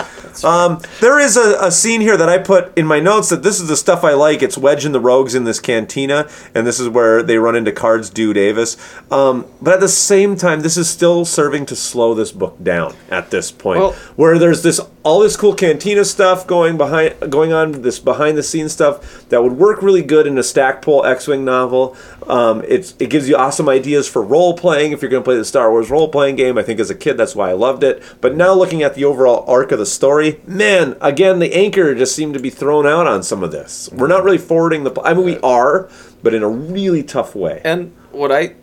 Speaker 10: um, there is a, a scene here that I put in my notes that this is the stuff I like. It's Wedge and the Rogues in this cantina, and this is where they run into Cards Due Davis. Um, but at the same time, this is still serving to slow this book down at this point,
Speaker 8: Well-
Speaker 10: where there's this all this cool cantina stuff going behind going on, this behind the scenes stuff that would work really good in a Stackpole X-wing novel. Um, it's it gives you awesome ideas for role playing if you're going to play the Star Wars role playing game. I think as a kid that's why I loved it. But now looking at the overall arc of the story, man, again the anchor just seemed to be thrown out on some of this. We're not really forwarding the. pl- I mean, we are, but in a really tough way.
Speaker 8: And what I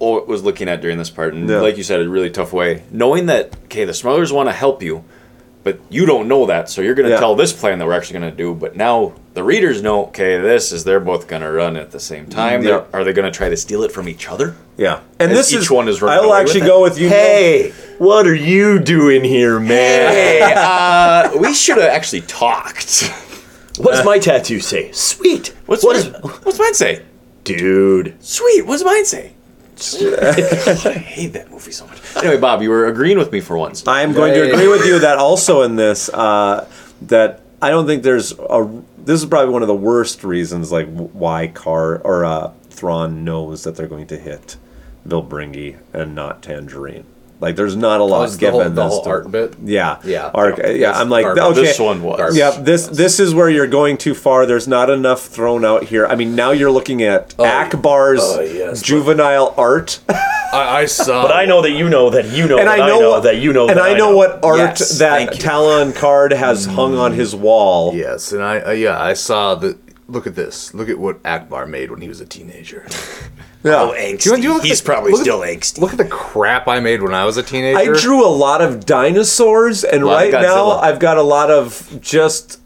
Speaker 8: o- was looking at during this part, and
Speaker 10: Yeah.
Speaker 8: like you said, a really tough way, knowing that okay, the smugglers want to help you, but you don't know that, so you're going to
Speaker 10: Yeah.
Speaker 8: tell this plan that we're actually going to do. But now the readers know, okay, this is they're both going to run at the same time.
Speaker 10: Yeah.
Speaker 8: They're- Are they going to try to steal it from each other?
Speaker 10: Yeah, and
Speaker 8: As
Speaker 10: this
Speaker 8: each
Speaker 10: is
Speaker 8: one is running
Speaker 10: I will
Speaker 8: away
Speaker 10: actually
Speaker 8: with it.
Speaker 10: go with you.
Speaker 8: Hey,
Speaker 7: what are you doing here, man?
Speaker 8: Hey, <laughs> uh, we should have actually talked.
Speaker 7: What does my tattoo say? Sweet.
Speaker 8: <laughs> What's
Speaker 7: What
Speaker 8: mine- what's mine say?
Speaker 7: Dude.
Speaker 8: Sweet. What does
Speaker 7: <laughs>
Speaker 8: mine say? I hate that movie so much. Anyway, Bob, you were agreeing with me for once.
Speaker 10: I am going to agree with you that also in this uh, that I don't think there's a. This is probably one of the worst reasons like w- why Car or uh, Thrawn knows that they're going to hit Vilbringi and not Tangerine. Like there's not a lot
Speaker 2: Oh, it's the
Speaker 10: given
Speaker 2: whole- the
Speaker 10: as
Speaker 2: whole
Speaker 10: to-
Speaker 2: art bit?
Speaker 10: Yeah,
Speaker 2: Yeah.
Speaker 10: arc. uh,
Speaker 2: Yeah.
Speaker 10: Yeah,
Speaker 2: That's
Speaker 10: I'm like
Speaker 2: garbage.
Speaker 10: okay.
Speaker 2: This one was. Garbage.
Speaker 10: Yeah, this this is where you're going too far. There's not enough thrown out here. I mean, now you're looking at Akbar's
Speaker 7: oh, yes, but-
Speaker 10: juvenile art.
Speaker 7: I,
Speaker 8: <laughs>
Speaker 7: I saw. But I know that you know that you know
Speaker 10: and
Speaker 7: that
Speaker 10: I know, what,
Speaker 7: that you know
Speaker 10: and
Speaker 7: that
Speaker 10: I know what art
Speaker 7: Yes,
Speaker 10: that Talon card has hung on his wall.
Speaker 2: Yes, and I uh, yeah I saw the look at this. Look at what Akbar made when he was a teenager.
Speaker 10: Yeah.
Speaker 2: Oh, angsty. He's probably still
Speaker 8: angsty.
Speaker 2: Look at the crap I made when I was a teenager.
Speaker 10: I drew a lot of dinosaurs, and
Speaker 2: A lot
Speaker 10: right
Speaker 2: of
Speaker 10: now
Speaker 2: Godzilla.
Speaker 10: I've got a lot of just.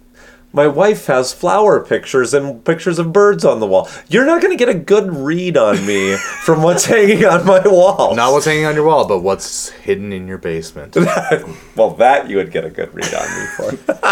Speaker 10: My wife has flower pictures and pictures of birds on the wall. You're not going to get a good read on me from what's hanging on my wall.
Speaker 2: Not what's hanging on your wall, but what's hidden in your basement.
Speaker 10: well, that you would get a good read on me for.
Speaker 2: <laughs>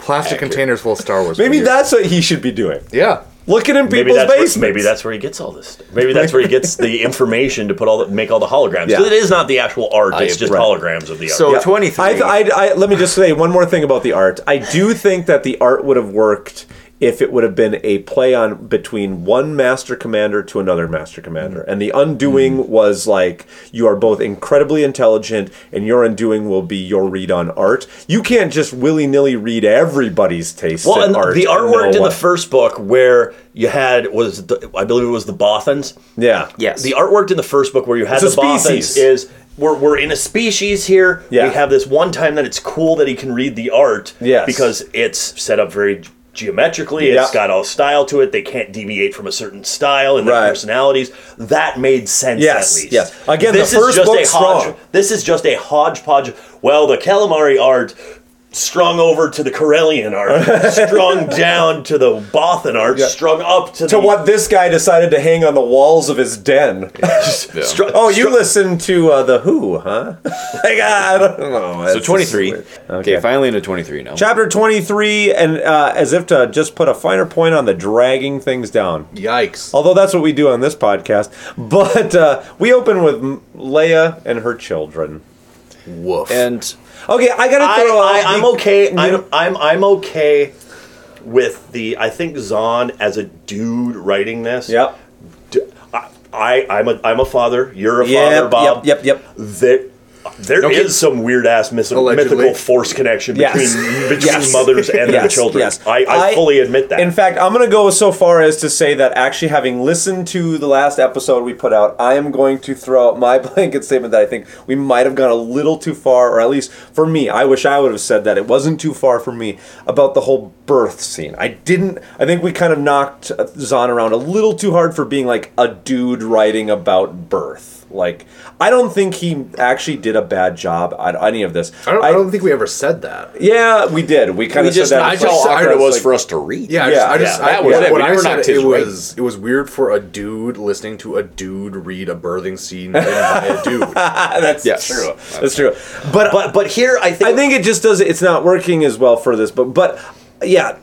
Speaker 2: Plastic containers full of Star Wars.
Speaker 10: Maybe
Speaker 2: figures.
Speaker 10: that's what he should be doing.
Speaker 2: <laughs> Yeah.
Speaker 10: Looking in
Speaker 7: Maybe
Speaker 10: people's
Speaker 7: that's
Speaker 10: basements.
Speaker 7: Where, maybe that's where he gets all this. Stuff. Maybe that's where he gets
Speaker 10: <laughs>
Speaker 7: the information to put all the make all the holograms. 'Cause
Speaker 10: Yeah.
Speaker 7: It is not the actual art;
Speaker 10: I-
Speaker 7: it's just
Speaker 10: right.
Speaker 7: holograms of the art.
Speaker 10: Yeah. I, th- I, I, let me just say one more thing about the art. I do think that the art would have worked if it would have been a play on between one master commander to another master commander.
Speaker 7: Mm.
Speaker 10: And the undoing was like you are both incredibly intelligent, and your undoing will be your read on art. You can't just willy nilly read everybody's taste
Speaker 7: well,
Speaker 10: in
Speaker 7: and
Speaker 10: art.
Speaker 7: the
Speaker 10: and
Speaker 7: art
Speaker 10: know
Speaker 7: worked in the
Speaker 10: what-
Speaker 7: first book where you had was it the, I believe it was the Bothans.
Speaker 10: Yeah.
Speaker 7: Yes. The art worked in the first book where you had
Speaker 10: It's a
Speaker 7: the Bothans
Speaker 10: species.
Speaker 7: is we're, we're in a species here.
Speaker 10: Yeah.
Speaker 7: We have this one time that it's cool that he can read the art.
Speaker 10: Yes.
Speaker 7: Because it's set up very g- geometrically.
Speaker 10: Yeah.
Speaker 7: It's got all style to it. They can't deviate from a certain style and their personalities. That made sense
Speaker 10: Yes,
Speaker 7: at least.
Speaker 10: yes. Again, the
Speaker 7: this
Speaker 10: first
Speaker 7: is just
Speaker 10: book's
Speaker 7: a hodge,
Speaker 10: wrong.
Speaker 7: This is just a hodgepodge. Well, the calamari art strung over to the Corellian art,
Speaker 10: <laughs>
Speaker 7: strung down to the Bothan art, strung up to,
Speaker 10: to
Speaker 7: the
Speaker 10: what this guy decided to hang on the walls of his den.
Speaker 7: Str-
Speaker 10: oh, you listen to uh, the Who, huh? <laughs> like, I don't know.
Speaker 8: So 23. Okay. finally into 23 now.
Speaker 10: Chapter 23, and uh, as if to just put a finer point on the dragging things down.
Speaker 2: Yikes.
Speaker 10: Although that's what we do on this podcast. <laughs> But uh, we open with M- Leia and her children.
Speaker 2: Woof.
Speaker 8: And.
Speaker 10: Okay, I gotta throw
Speaker 7: I,
Speaker 10: out
Speaker 7: I, am
Speaker 10: the-
Speaker 7: okay. I'm, I'm I'm okay with the. I think Zahn as a dude writing this. Yep. I, I I'm a I'm a father. You're a father,
Speaker 10: Yep,
Speaker 7: Bob.
Speaker 10: Yep. Yep. Yep.
Speaker 7: There, there
Speaker 10: Okay.
Speaker 7: is some weird ass mythical force connection between
Speaker 10: Yes.
Speaker 7: between
Speaker 10: Yes.
Speaker 7: mothers and their
Speaker 10: Yes,
Speaker 7: children.
Speaker 10: yes.
Speaker 7: I, I,
Speaker 10: I-
Speaker 7: fully admit that.
Speaker 10: In fact, I'm going to go so far as to say that actually, having listened to the last episode we put out, I am going to throw out my <laughs> blanket statement that I think we might have gone a little too far, or at least for me, I wish I would have said that it wasn't too far for me about the whole birth scene. I didn't. I think we kind of knocked uh, Zahn around a little too hard for being like a dude writing about birth. Like, I don't think he actually did a bad job at any of this.
Speaker 2: I don't, I, don't think we ever said that.
Speaker 10: Yeah, we did. We kind
Speaker 2: We
Speaker 10: of
Speaker 2: just-
Speaker 10: said that.
Speaker 2: I
Speaker 10: It's
Speaker 2: just-
Speaker 10: like-
Speaker 2: how hard it was
Speaker 10: like-
Speaker 2: for us
Speaker 8: to read.
Speaker 2: Yeah, I just, I just I, yeah, when I said it, it
Speaker 8: right.
Speaker 2: was it was weird for a dude listening to a dude read a birthing scene written by a <laughs> dude.
Speaker 10: <laughs> That's
Speaker 2: Yes.
Speaker 10: true. That's true. But but
Speaker 7: but here I think
Speaker 10: I think it just does it's not working as well for this. But but yeah,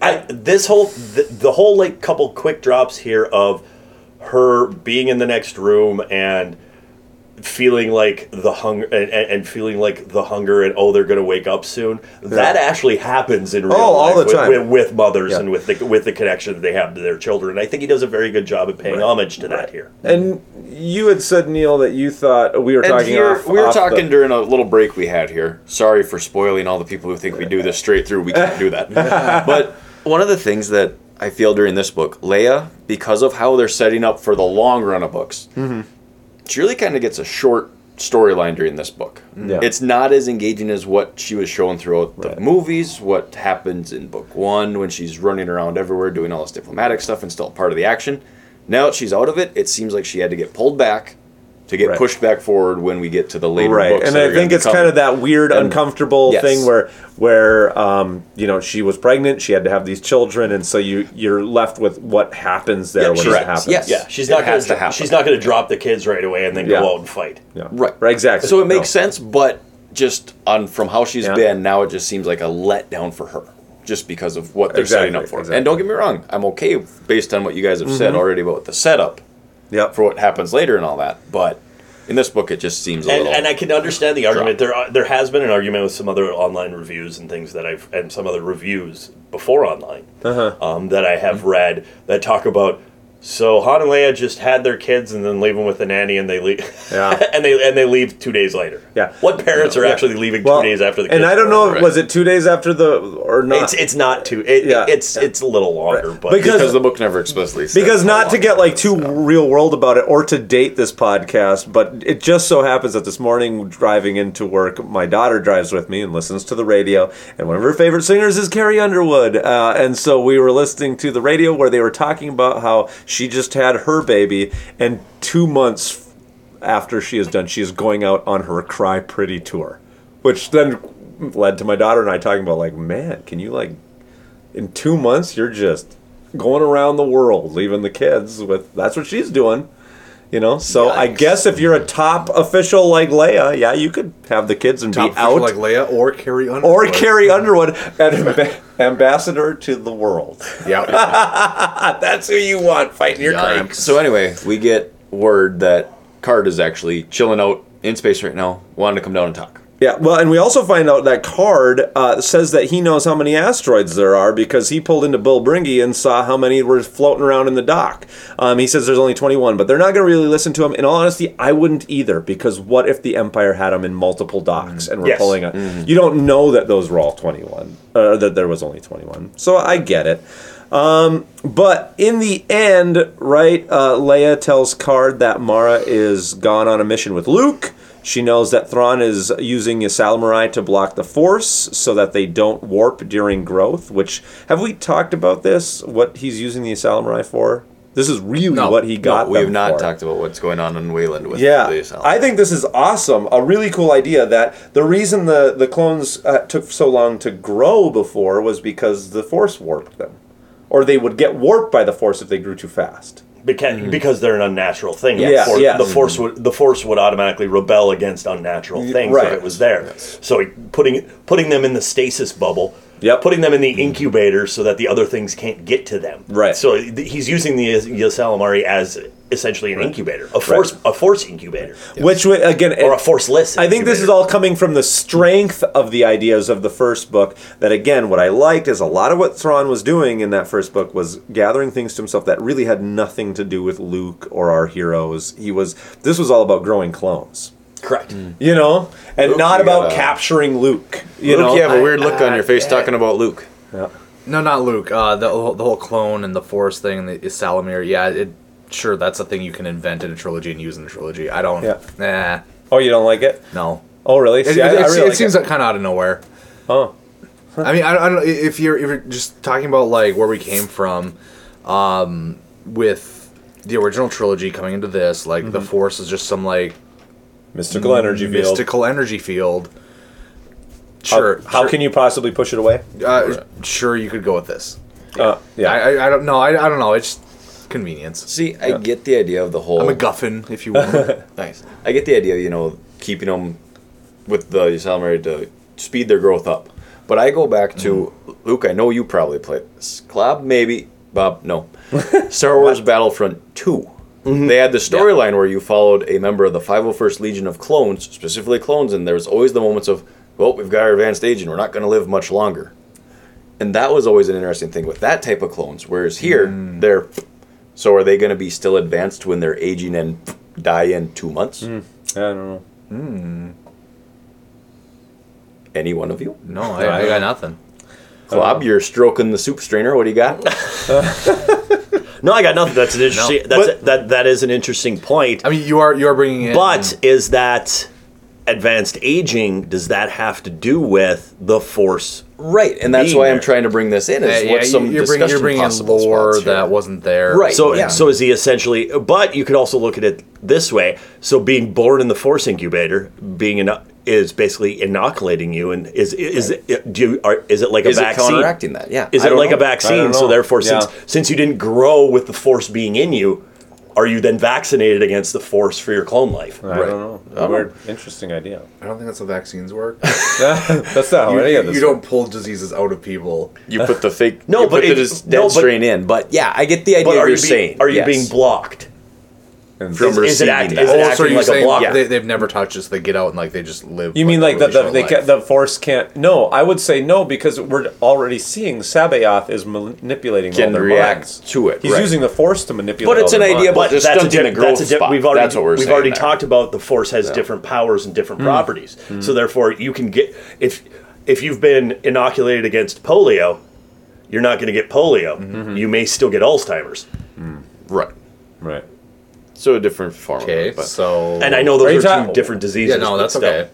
Speaker 7: I, this whole the, the whole like couple quick drops here of her being in the next room and feeling like the hunger and, and, and feeling like the hunger and oh they're gonna wake up soon that
Speaker 10: Yeah.
Speaker 7: actually happens in
Speaker 10: Oh,
Speaker 7: real
Speaker 10: all
Speaker 7: life
Speaker 10: the
Speaker 7: with-
Speaker 10: time.
Speaker 7: with, with mothers
Speaker 10: Yeah.
Speaker 7: and with the with the connection that they have to their children I think he does a very good job of paying homage to that here
Speaker 10: and you had said Neil that you thought we were
Speaker 8: And
Speaker 10: talking.
Speaker 8: here-
Speaker 10: off-
Speaker 8: we were
Speaker 10: off the-
Speaker 8: talking during a little break we had here. Sorry for spoiling all the people who think we do this straight through. We can't do
Speaker 10: <laughs>
Speaker 8: that. but one of the things that I feel during this book, Leia, because of how they're setting up for the long run of books,
Speaker 10: Mm-hmm.
Speaker 8: she really kind of gets a short storyline during this book.
Speaker 10: Yeah.
Speaker 8: It's not as engaging as what she was shown throughout the movies, what happens in book one when she's running around everywhere doing all this diplomatic stuff and still part of the action. Now that she's out of it, it seems like she had to get pulled back to get
Speaker 10: Right.
Speaker 8: pushed back forward when we get to the later
Speaker 10: right,
Speaker 8: books.
Speaker 10: and
Speaker 8: that are
Speaker 10: I
Speaker 8: gonna
Speaker 10: think
Speaker 8: be
Speaker 10: it's
Speaker 8: coming.
Speaker 10: kind of that weird,
Speaker 8: And-
Speaker 10: uncomfortable
Speaker 8: Yes.
Speaker 10: thing where where um, you know she was pregnant, she had to have these children, and so you you're left with what happens there when it happens.
Speaker 7: yeah she's not gonna dro- she's not gonna drop the kids right away and then
Speaker 10: Yeah.
Speaker 7: go out and fight
Speaker 10: Yeah.
Speaker 8: Right.
Speaker 10: Right. Exactly.
Speaker 8: So it makes
Speaker 10: No.
Speaker 8: sense, but just on from how she's
Speaker 10: Yeah.
Speaker 8: been now, it just seems like a letdown for her, just because of what they're setting
Speaker 10: Exactly,
Speaker 8: up for.
Speaker 10: exactly.
Speaker 8: And don't get me wrong, I'm okay based on what you guys have said
Speaker 10: Mhm.
Speaker 8: already about the setup.
Speaker 10: Yep.
Speaker 8: For what happens later and all that, but in this book, it just seems a
Speaker 7: and,
Speaker 8: little.
Speaker 7: and I can understand the argument. There are, there has been an argument with some other online reviews and things that I've and some other reviews before online
Speaker 10: Uh-huh.
Speaker 7: um, that I have read that talk about. So Han and Leia just had their kids and then leave them with the nanny and they leave.
Speaker 10: Yeah.
Speaker 7: <laughs> and they and they leave two days later.
Speaker 10: Yeah.
Speaker 7: What parents are
Speaker 10: Yeah.
Speaker 7: actually leaving
Speaker 10: Well,
Speaker 7: two days after the kids?
Speaker 10: And I don't
Speaker 7: are
Speaker 10: know,
Speaker 7: born?
Speaker 10: was it two days after the or not?
Speaker 7: It's it's not two. It, It's it's a little longer, but
Speaker 10: Because- Because the
Speaker 8: book never explicitly
Speaker 10: because not to get like too real world about it or to date this podcast but it just so happens that this morning driving into work my daughter drives with me and listens to the radio and one of her favorite singers is carrie underwood uh, and so we were listening to the radio where they were talking about how she just had her baby and two months after she is done she is going out on her cry pretty tour which then led to my daughter and i talking about like man can you like in two months you're just going around the world leaving the kids with that's what she's doing you know so i guess if you're a top official like leia yeah you could have the kids and
Speaker 2: Top
Speaker 10: be out
Speaker 2: like Leia or Carrie Underwood.
Speaker 10: or carrie underwood an <laughs> amb- ambassador to the world yeah <laughs> that's who you want fighting your crime
Speaker 8: So anyway, we get word that Card is actually chilling out in space right now, wanting to come down and talk.
Speaker 10: Yeah, well, and we also find out that Card uh, says that he knows how many asteroids there are because he pulled into Bill Bringy and saw how many were floating around in the dock. Um, he says there's only 21, but they're not going to really listen to him. In all honesty, I wouldn't either because what if the Empire had them in multiple docks and were
Speaker 8: Yes.
Speaker 10: pulling on? You don't know that those were all 21, or that there was only 21. So I get it. Um, but in the end, right, uh, Leia tells Card that Mara is gone on a mission with Luke. She knows that Thrawn is using his Salmarai to block the Force so that they don't warp during growth. Which have we talked about this? What he's using the Salmarai for? This is really
Speaker 8: No,
Speaker 10: what he
Speaker 8: no,
Speaker 10: got.
Speaker 8: we have
Speaker 10: them
Speaker 8: not
Speaker 10: for.
Speaker 8: talked about what's going on in Wayland with
Speaker 10: yeah,
Speaker 8: the Salad.
Speaker 10: I think this is awesome. A really cool idea that the reason the the clones uh, took so long to grow before was because the force warped them, or they would get warped by the force if they grew too fast.
Speaker 7: Because,
Speaker 10: Mm-hmm.
Speaker 7: because they're an unnatural thing.
Speaker 10: Yes,
Speaker 7: the, for-
Speaker 10: yes.
Speaker 7: the force would the force would automatically rebel against unnatural
Speaker 10: Y-
Speaker 7: things
Speaker 10: right.
Speaker 7: if it was there. So he- putting putting them in the stasis bubble, putting them in the incubator so that the other things can't get to them.
Speaker 10: Mm-hmm. Right.
Speaker 7: So th- he's using the Yosalamari as essentially an
Speaker 10: Right.
Speaker 7: incubator, a
Speaker 10: Right.
Speaker 7: force a force incubator.
Speaker 10: Which would- again, or a
Speaker 7: forceless.
Speaker 10: I think this is all coming from the strength of the ideas of the first book. That again, what I liked is a lot of what Thrawn was doing in that first book was gathering things to himself that really had nothing to do with Luke or our heroes. He was this was all about growing clones.
Speaker 7: Correct.
Speaker 2: Hmm.
Speaker 10: You know, and
Speaker 8: Luke,
Speaker 10: not
Speaker 8: you
Speaker 10: about
Speaker 8: gotta-
Speaker 10: capturing Luke. You
Speaker 8: Luke,
Speaker 10: know,
Speaker 8: you have a weird look on your face talking about Luke.
Speaker 10: Yeah.
Speaker 2: No, not Luke. Uh, the whole- the whole clone and the force thing the- is Salamir. Yeah, it sure that's a thing you can invent in a trilogy and use in a trilogy. I don't.
Speaker 10: Yeah.
Speaker 2: Nah.
Speaker 10: Oh, you don't like it?
Speaker 2: No.
Speaker 10: Oh, really?
Speaker 2: It,
Speaker 10: See, I-
Speaker 2: it-
Speaker 10: I
Speaker 2: it-
Speaker 10: really
Speaker 2: it
Speaker 10: like
Speaker 2: seems
Speaker 10: it.
Speaker 2: kind of out of nowhere.
Speaker 10: Oh.
Speaker 2: I mean, I, I don't know if you're if you're just talking about like where we came from, um, with the original trilogy coming into this, like the force is just some like
Speaker 8: Hmm,
Speaker 10: Mystical Mm-hmm. energy field.
Speaker 2: mystical energy field.
Speaker 10: How-
Speaker 2: Sure.
Speaker 10: How,
Speaker 2: sure.
Speaker 10: can you possibly push it away?
Speaker 2: Uh, sure, you could go with this.
Speaker 10: Uh, yeah.
Speaker 2: I, I, I don't know. I, I don't know. It's convenience.
Speaker 8: See, I get the idea of the whole.
Speaker 2: I'm a guffin, if you will. <laughs>
Speaker 8: nice. I get the idea, you know, keeping them with the Yosalamari to speed their growth up. But I go back to Luke. I know you probably played this. Klob, maybe. Bob, no. Star Wars Battlefront 2 They had the storyline where you followed a member of the 501st Legion of Clones, specifically clones, and there was always the moments of, well, we've got our advanced age and we're not going to live much longer. And that was always an interesting thing with that type of clones. Whereas here, they're so are they going to be still advanced when they're aging and die in two months?
Speaker 10: I don't know.
Speaker 8: Any one of you?
Speaker 2: No, I- I got nothing.
Speaker 8: Club, you're stroking the soup strainer. What do you got? <laughs>
Speaker 7: No, I got nothing. That's an interesting.
Speaker 8: No.
Speaker 7: That's that that is an interesting point. I
Speaker 2: mean, you are you are bringing in,
Speaker 7: but is that advanced aging? Does that have to do with the force?
Speaker 8: Right, and that's
Speaker 7: being
Speaker 8: why
Speaker 7: there?
Speaker 8: I'm trying to bring this in.
Speaker 7: Yeah,
Speaker 8: Is
Speaker 7: yeah,
Speaker 8: what's some
Speaker 2: you're bringing,
Speaker 8: discussion
Speaker 2: you're bringing in
Speaker 8: possible
Speaker 2: lore
Speaker 8: spots here?
Speaker 2: that wasn't there.
Speaker 7: Right. So
Speaker 2: yeah.
Speaker 7: so is he essentially? But you could also look at it this way. So being born in the force incubator, being in, is basically inoculating you, and is is, it, do you, are, is it like
Speaker 8: Is
Speaker 7: a
Speaker 8: it
Speaker 7: vaccine?
Speaker 8: counteracting that? Yeah.
Speaker 7: Is
Speaker 8: I
Speaker 7: it
Speaker 8: don't
Speaker 7: like
Speaker 8: know.
Speaker 7: a
Speaker 8: I don't
Speaker 7: vaccine?
Speaker 8: know.
Speaker 7: So therefore, since
Speaker 8: Yeah.
Speaker 7: since you didn't grow with the force being in you, are you then vaccinated against the force for your clone life?
Speaker 10: I don't know. Weird, interesting idea.
Speaker 2: I don't think that's how vaccines work.
Speaker 10: <laughs> That's not how
Speaker 2: you, <laughs>
Speaker 10: any of this
Speaker 2: You don't pull diseases out of people.
Speaker 8: <laughs> You put the <laughs> fake.
Speaker 7: No,
Speaker 8: you
Speaker 7: but
Speaker 8: put
Speaker 7: it-
Speaker 8: the dis- dead
Speaker 7: no, but-
Speaker 8: strain in. But yeah, I get the idea.
Speaker 7: But
Speaker 8: of
Speaker 7: are you
Speaker 8: you're
Speaker 7: being-
Speaker 8: saying?
Speaker 7: are you being blocked?
Speaker 8: From
Speaker 7: Is- is it
Speaker 8: receiving
Speaker 7: act-
Speaker 8: that.
Speaker 7: is it acting
Speaker 2: so you're
Speaker 7: like a
Speaker 2: saying
Speaker 7: block?
Speaker 2: they, they've never touched us. They get out and like they just live.
Speaker 10: You mean like
Speaker 2: a
Speaker 10: that the,
Speaker 2: really
Speaker 10: they
Speaker 2: short
Speaker 10: ca-
Speaker 2: life.
Speaker 10: the force can't? No, I would say no because we're already seeing Sabayoth is manipulating all
Speaker 8: Can
Speaker 10: their
Speaker 8: react
Speaker 10: minds.
Speaker 8: to it,
Speaker 10: He's
Speaker 8: right.
Speaker 10: using the force to manipulate.
Speaker 8: But it's
Speaker 10: all their
Speaker 8: an idea
Speaker 10: minds.
Speaker 8: about just
Speaker 7: that's a
Speaker 8: stunting
Speaker 7: diff-
Speaker 8: a growth
Speaker 7: that's diff-
Speaker 8: spot.
Speaker 7: We've already,
Speaker 8: That's what we're
Speaker 7: we've
Speaker 8: saying
Speaker 7: already
Speaker 8: there.
Speaker 7: talked about the force has
Speaker 8: Yeah.
Speaker 7: different powers and different
Speaker 8: Mm.
Speaker 7: properties.
Speaker 8: Mm.
Speaker 7: So therefore, you can get if if you've been inoculated against polio, you're not going to get polio. You may still get Alzheimer's.
Speaker 8: Right.
Speaker 10: Right.
Speaker 8: So a different form. Okay.
Speaker 2: So
Speaker 7: And I know those are, two different diseases.
Speaker 2: Yeah, no,
Speaker 7: but
Speaker 2: that's
Speaker 7: still.
Speaker 2: okay.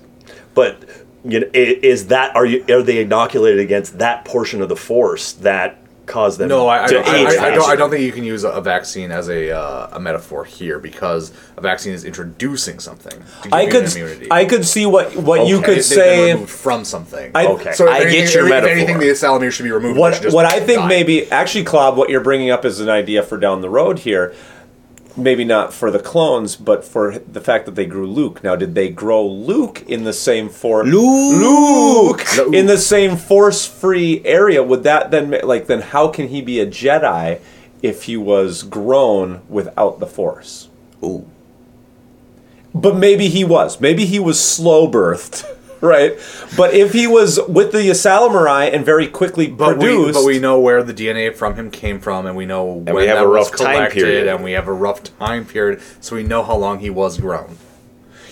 Speaker 7: But you know, i- is that are you are they inoculated against that portion of the force that caused them?
Speaker 2: No, I, I,
Speaker 7: to
Speaker 2: don't- I,
Speaker 7: age
Speaker 2: I, I don't. I
Speaker 7: faster?
Speaker 2: don't think you can use a- a vaccine as a uh, a metaphor here because a vaccine is introducing something. To give
Speaker 10: I
Speaker 2: you
Speaker 10: could
Speaker 2: an immunity.
Speaker 10: I could see what what you
Speaker 2: Okay.
Speaker 10: could
Speaker 2: They've been
Speaker 10: say
Speaker 2: removed from something.
Speaker 10: I- Okay. I
Speaker 2: if
Speaker 10: get
Speaker 2: anything-
Speaker 10: your
Speaker 2: if
Speaker 10: metaphor.
Speaker 2: anything, the Salamir should be removed. It should
Speaker 10: What
Speaker 2: just
Speaker 10: what I think
Speaker 2: die.
Speaker 10: maybe actually, Klob, what you're bringing up is an idea for down the road here. Maybe not for the clones, but for the fact that they grew Luke. Now, did they grow Luke in the same force? Luke, in the same force-free area. Would that then ma- like then how can he be a Jedi if he was grown without the Force?
Speaker 8: Ooh.
Speaker 10: But maybe he was. Maybe he was slow birthed, <laughs> right? But if he was with the Yasalamurai and very quickly
Speaker 2: But we,
Speaker 10: produced,
Speaker 2: but we know where the DNA from him came from, and we know
Speaker 10: we
Speaker 2: when
Speaker 10: have
Speaker 2: that
Speaker 10: a
Speaker 2: was
Speaker 10: rough time
Speaker 2: collected,
Speaker 10: period.
Speaker 2: and we have a rough time period, so we know how long he was grown.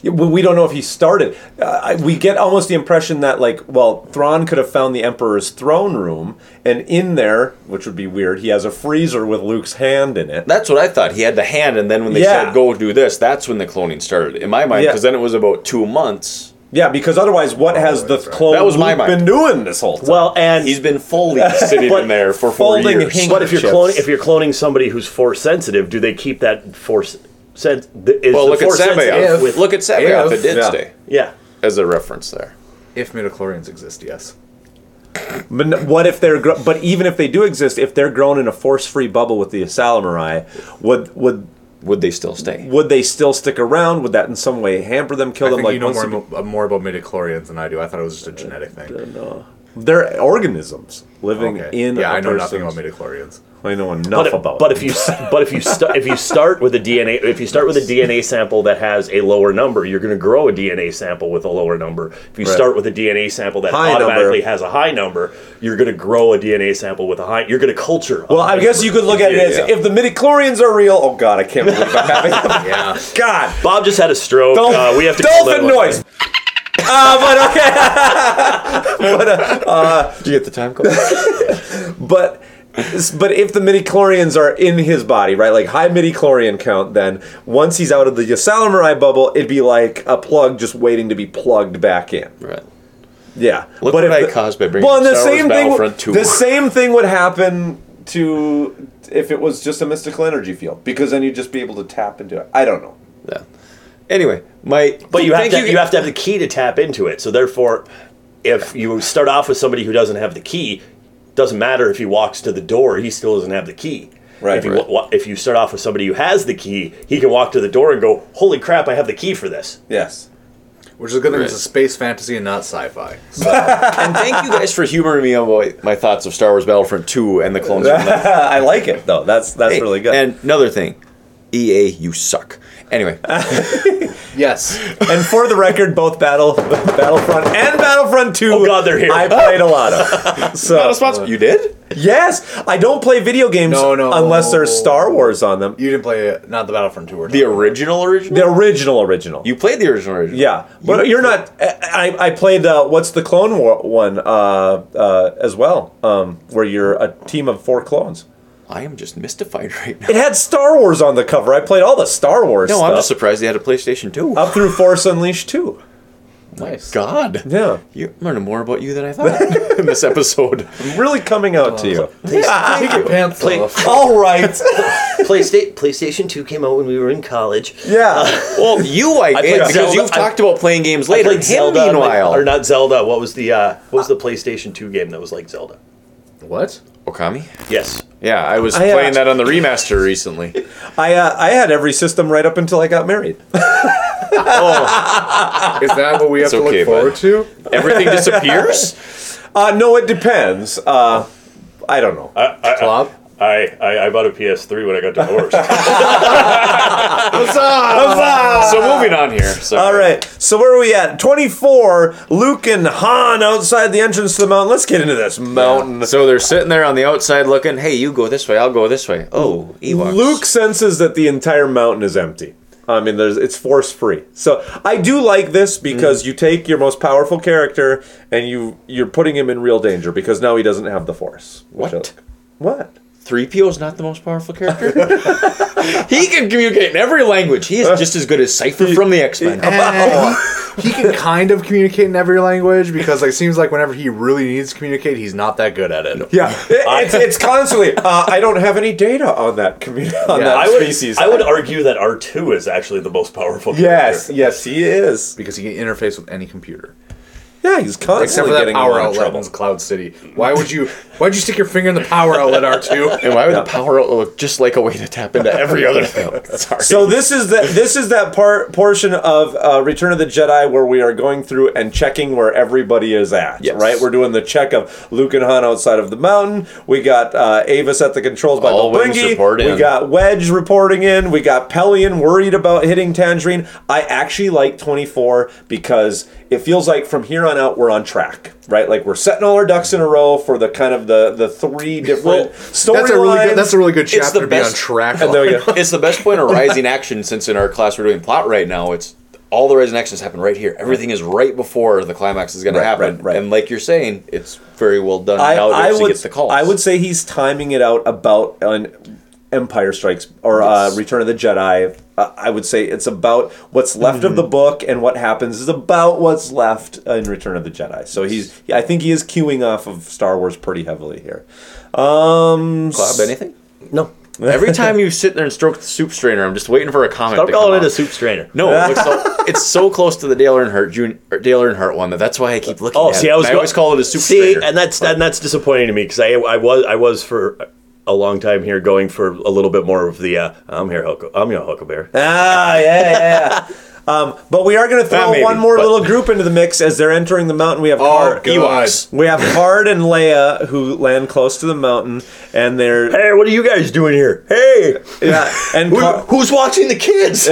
Speaker 10: Yeah, but we don't know if he started. Uh, I- we get almost the impression that, like, well, Thrawn could have found the Emperor's throne room, and in there, which would be weird, he has a freezer with Luke's hand in it.
Speaker 8: That's what I thought. He had the hand, and then when they
Speaker 10: Yeah.
Speaker 8: said go do this, that's when the cloning started in my mind.
Speaker 10: Yeah.
Speaker 8: Because then it was about two months
Speaker 10: Yeah, because otherwise, what has the clone
Speaker 8: That was my
Speaker 10: Luke
Speaker 8: mind.
Speaker 10: been doing this whole time?
Speaker 7: Well, and
Speaker 8: he's been <laughs> fully sitting in there for four
Speaker 10: folding
Speaker 8: years.
Speaker 10: handkerchiefs.
Speaker 7: But if you're cloning, if you're cloning somebody who's force sensitive, do they keep that force sense? th- Is
Speaker 8: Well,
Speaker 7: the
Speaker 8: look at
Speaker 7: force
Speaker 8: Sabayoth.
Speaker 7: sensitive
Speaker 8: If- look at Sabayoth, if- it did
Speaker 7: yeah.
Speaker 8: stay.
Speaker 7: Yeah.
Speaker 8: as a reference there.
Speaker 2: If midichlorians exist, yes.
Speaker 10: But n- what if they're? Gr- but even if they do exist, if they're grown in a force-free bubble with the Salamurai, would would
Speaker 8: would they still stay?
Speaker 10: Would they still stick around? Would that in some way hamper them, kill
Speaker 2: I
Speaker 10: them?
Speaker 2: think
Speaker 10: like
Speaker 2: you know
Speaker 10: once
Speaker 2: more,
Speaker 10: you- Uh,
Speaker 2: mo- uh, more about midichlorians than I do. I thought it was just a genetic thing.
Speaker 10: they're organisms living
Speaker 2: Okay.
Speaker 10: in.
Speaker 2: Yeah,
Speaker 10: I
Speaker 2: I know nothing about midichlorians.
Speaker 10: I know enough
Speaker 7: but,
Speaker 10: about.
Speaker 7: But
Speaker 10: it.
Speaker 7: if you s- but if you st- if you start with a DNA if you start with a DNA sample that has a lower number, you're going to grow a DNA sample with a lower number. If you
Speaker 10: Right.
Speaker 7: start with a DNA sample that
Speaker 10: High
Speaker 7: automatically
Speaker 10: number.
Speaker 7: has a high number, you're going to grow a DNA sample with a high. You're going to culture. a
Speaker 10: well,
Speaker 7: high
Speaker 10: I guess
Speaker 7: number.
Speaker 10: you could look at it as
Speaker 7: Yeah.
Speaker 10: if the midichlorians are real. Oh God, I can't believe I'm having. yeah. God.
Speaker 7: Bob just had a stroke. uh, we have to call that
Speaker 10: dolphin
Speaker 7: one.
Speaker 10: noise. uh, but okay. but, uh, uh,
Speaker 8: Do you get the time code?
Speaker 7: <laughs>
Speaker 10: but but if the midichlorians are in his body, right? Like high midichlorian count, then once he's out of the Yasalamurai bubble, it'd be like a plug just waiting to be plugged back in.
Speaker 8: Right.
Speaker 10: Yeah.
Speaker 8: Look
Speaker 10: But
Speaker 8: what I
Speaker 10: if the-
Speaker 8: caused by bringing
Speaker 10: Well, and the
Speaker 8: Star Wars
Speaker 10: same thing.
Speaker 8: Battlefront 2.
Speaker 10: The same thing would happen to if it was just a mystical energy field, because then you'd just be able to tap into it. I don't know.
Speaker 8: Yeah. Anyway, my
Speaker 7: But you have
Speaker 8: Thank
Speaker 7: to
Speaker 8: you.
Speaker 7: you have to have the key to tap into it. So therefore, if you start off with somebody who doesn't have the key, doesn't matter if he walks to the door, he still doesn't have the key.
Speaker 10: Right,
Speaker 7: If you,
Speaker 10: right.
Speaker 7: wa- wa- if you start off with somebody who has the key, he can walk to the door and go, "Holy crap, I have the key for this."
Speaker 10: Yes.
Speaker 2: Which is a good thing.
Speaker 8: Right.
Speaker 2: It's a space fantasy and not sci-fi.
Speaker 8: and thank you guys for humoring me on my, my thoughts of Star Wars Battlefront 2 and the
Speaker 7: <laughs>
Speaker 8: clones.
Speaker 10: <laughs> I like it though. That's that's really good.
Speaker 8: And another thing, EA, you suck.
Speaker 7: <laughs>
Speaker 8: Anyway,
Speaker 10: <laughs>
Speaker 2: yes.
Speaker 10: And for the record, both Battle <laughs> Battlefront and Battlefront Two.
Speaker 7: Oh God, they're here.
Speaker 10: I played a
Speaker 8: <laughs>
Speaker 10: lot of. So
Speaker 8: Not a sponsor. You did?
Speaker 10: Yes, I don't play video games unless there's Star Wars on them.
Speaker 2: You didn't play it, not the Battlefront tour.
Speaker 8: the original original.
Speaker 10: The original original.
Speaker 8: You played the original original.
Speaker 10: Yeah, but you are not. I, I played uh, what's the Clone War one uh, uh, as well, um, where you're a team of four clones.
Speaker 8: I am just mystified <laughs> right now.
Speaker 10: It had Star Wars on the cover. I played all the Star Wars.
Speaker 8: No,
Speaker 10: stuff.
Speaker 8: I'm just surprised they had a PlayStation 2.
Speaker 7: Oh,
Speaker 10: up through Force Unleashed two.
Speaker 8: Nice. God.
Speaker 10: Yeah.
Speaker 8: You're learning more about you than I
Speaker 7: <laughs>
Speaker 8: thought in this episode.
Speaker 10: I'm really coming out to you. <laughs>
Speaker 2: Take your pants off.
Speaker 10: All right.
Speaker 7: PlayStation PlayStation Two came out when we were in college.
Speaker 10: Yeah.
Speaker 8: Well, you, I,
Speaker 7: I
Speaker 8: guess,
Speaker 7: played
Speaker 8: because
Speaker 7: Zelda-
Speaker 8: you've
Speaker 7: I-
Speaker 8: talked about playing games
Speaker 7: I
Speaker 8: later.
Speaker 7: played
Speaker 8: Him,
Speaker 7: Zelda, on my-
Speaker 8: meanwhile.
Speaker 7: or not Zelda. What was the uh, what was the PlayStation Two game that was like Zelda?
Speaker 2: What?
Speaker 8: Okami?
Speaker 7: Yes.
Speaker 8: Yeah, I was
Speaker 10: I, uh,
Speaker 8: playing that on the remaster recently.
Speaker 10: I uh, I had every system right up until I got married.
Speaker 2: Is that what we have
Speaker 8: It's
Speaker 2: to look
Speaker 8: okay,
Speaker 2: forward
Speaker 8: bud.
Speaker 2: to?
Speaker 8: <laughs> Everything disappears?
Speaker 10: Uh, no, it depends. Uh, I don't know.
Speaker 2: Club?
Speaker 19: I, I, I bought a PS3 when I got divorced.
Speaker 7: <laughs>
Speaker 8: so moving on here. Sorry.
Speaker 10: All right. So where are we at? Twenty four. Luke and Han outside the entrance to the mountain. Let's get into this mountain.
Speaker 8: So they're sitting there on the outside looking, hey, you go this way, I'll go this way. Oh, Ewoks.
Speaker 10: Luke senses that the entire mountain is empty. I mean, there's it's force free. So I do like this because you take your most powerful character and you you're putting him in real danger because now he doesn't have the force. which I
Speaker 8: What?
Speaker 10: like. What?
Speaker 8: 3PO is not the most powerful <laughs> character. he can communicate in every language. He is just as good as Cypher from the X Men. <laughs>
Speaker 2: he can kind of communicate in every language because like, it seems like whenever he really needs to communicate, he's not that good at it.
Speaker 10: Yeah, <laughs> It- it's, it's constantly. Uh, I don't have any data on that community on that
Speaker 7: I would
Speaker 10: species.
Speaker 7: I would argue that R two is actually the most powerful.
Speaker 10: Yes, yes, he is.
Speaker 2: Because he can interface with any computer.
Speaker 10: Yeah, he's constantly
Speaker 2: Except for that
Speaker 10: getting in a
Speaker 2: power
Speaker 10: lot of
Speaker 2: outlet
Speaker 10: trouble.
Speaker 2: in Cloud City. Why would you why'd you stick your finger in the power outlet,
Speaker 8: <laughs>
Speaker 2: R2?
Speaker 8: and why would the power outlet look just like a way to tap into every other thing? <laughs> Sorry.
Speaker 10: So this is that this is that part portion of uh, Return of the Jedi where we are going through and checking where everybody is at.
Speaker 8: Yes.
Speaker 10: Right, we're doing the check of Luke and Han outside of the mountain. We got uh, Avis at the controls by
Speaker 8: All wings
Speaker 10: Babringi.
Speaker 8: report
Speaker 10: We
Speaker 8: in.
Speaker 10: got Wedge reporting in. We got Pelion worried about hitting Tangerine. I actually like 24 because it feels like from here on out we're on track. Right, like we're setting all our ducks in a row for the kind of the the three different storylines.
Speaker 2: That's a really good that's a really good
Speaker 8: It's
Speaker 2: chapter
Speaker 8: the
Speaker 2: to be on
Speaker 8: best-
Speaker 2: track.
Speaker 10: And there we go.
Speaker 8: <laughs> it's the best point of rising action since in our class we're doing plot right now. It's all the rising actions happen right here. Everything is right before the climax is going
Speaker 10: Right,
Speaker 8: to happen.
Speaker 10: right, right.
Speaker 8: And like you're saying, it's very well done. how to actually get the calls.
Speaker 10: I would say he's timing it out about an Empire Strikes or uh, Return of the Jedi uh, I would say it's about what's left of the
Speaker 8: Mm-hmm.
Speaker 10: book and what happens is about what's left in Return of the Jedi. So he's, I think he is queuing off of Star Wars pretty heavily here. Um,
Speaker 8: Club,
Speaker 10: <laughs>
Speaker 8: anything?
Speaker 10: No. <laughs>
Speaker 8: Every time you sit there and stroke the soup strainer, I'm just waiting for a comment.
Speaker 10: Stop
Speaker 8: to
Speaker 10: calling
Speaker 8: come
Speaker 10: it
Speaker 8: up.
Speaker 10: a soup strainer. <laughs>
Speaker 8: No, it looks so, it's so close to the Dale Earnhardt Jun- or Dale Earnhardt one that that's why I keep looking.
Speaker 7: Oh,
Speaker 8: at
Speaker 7: see,
Speaker 8: it.
Speaker 7: I was
Speaker 8: And I
Speaker 7: go-
Speaker 8: always call it a soup
Speaker 7: See,
Speaker 8: strainer.
Speaker 7: and that's and that's disappointing to me because I I was I was for a long time here going for a little bit more of the uh, I'm here Huckle, I'm your Huckleberry.
Speaker 10: Ah, yeah, yeah.
Speaker 8: <laughs>
Speaker 10: yeah. Um, but we are going to throw
Speaker 7: maybe,
Speaker 10: one more
Speaker 7: but-
Speaker 10: little group into the mix as they're entering the mountain. We have
Speaker 8: Oh,
Speaker 10: Card,
Speaker 7: God. Ewoks.
Speaker 10: We have Card and Leia who land close to the mountain, and they're hey,
Speaker 7: what are you guys doing here? Hey,
Speaker 8: <laughs>
Speaker 10: yeah, and
Speaker 7: who's watching the
Speaker 10: <laughs>
Speaker 7: kids?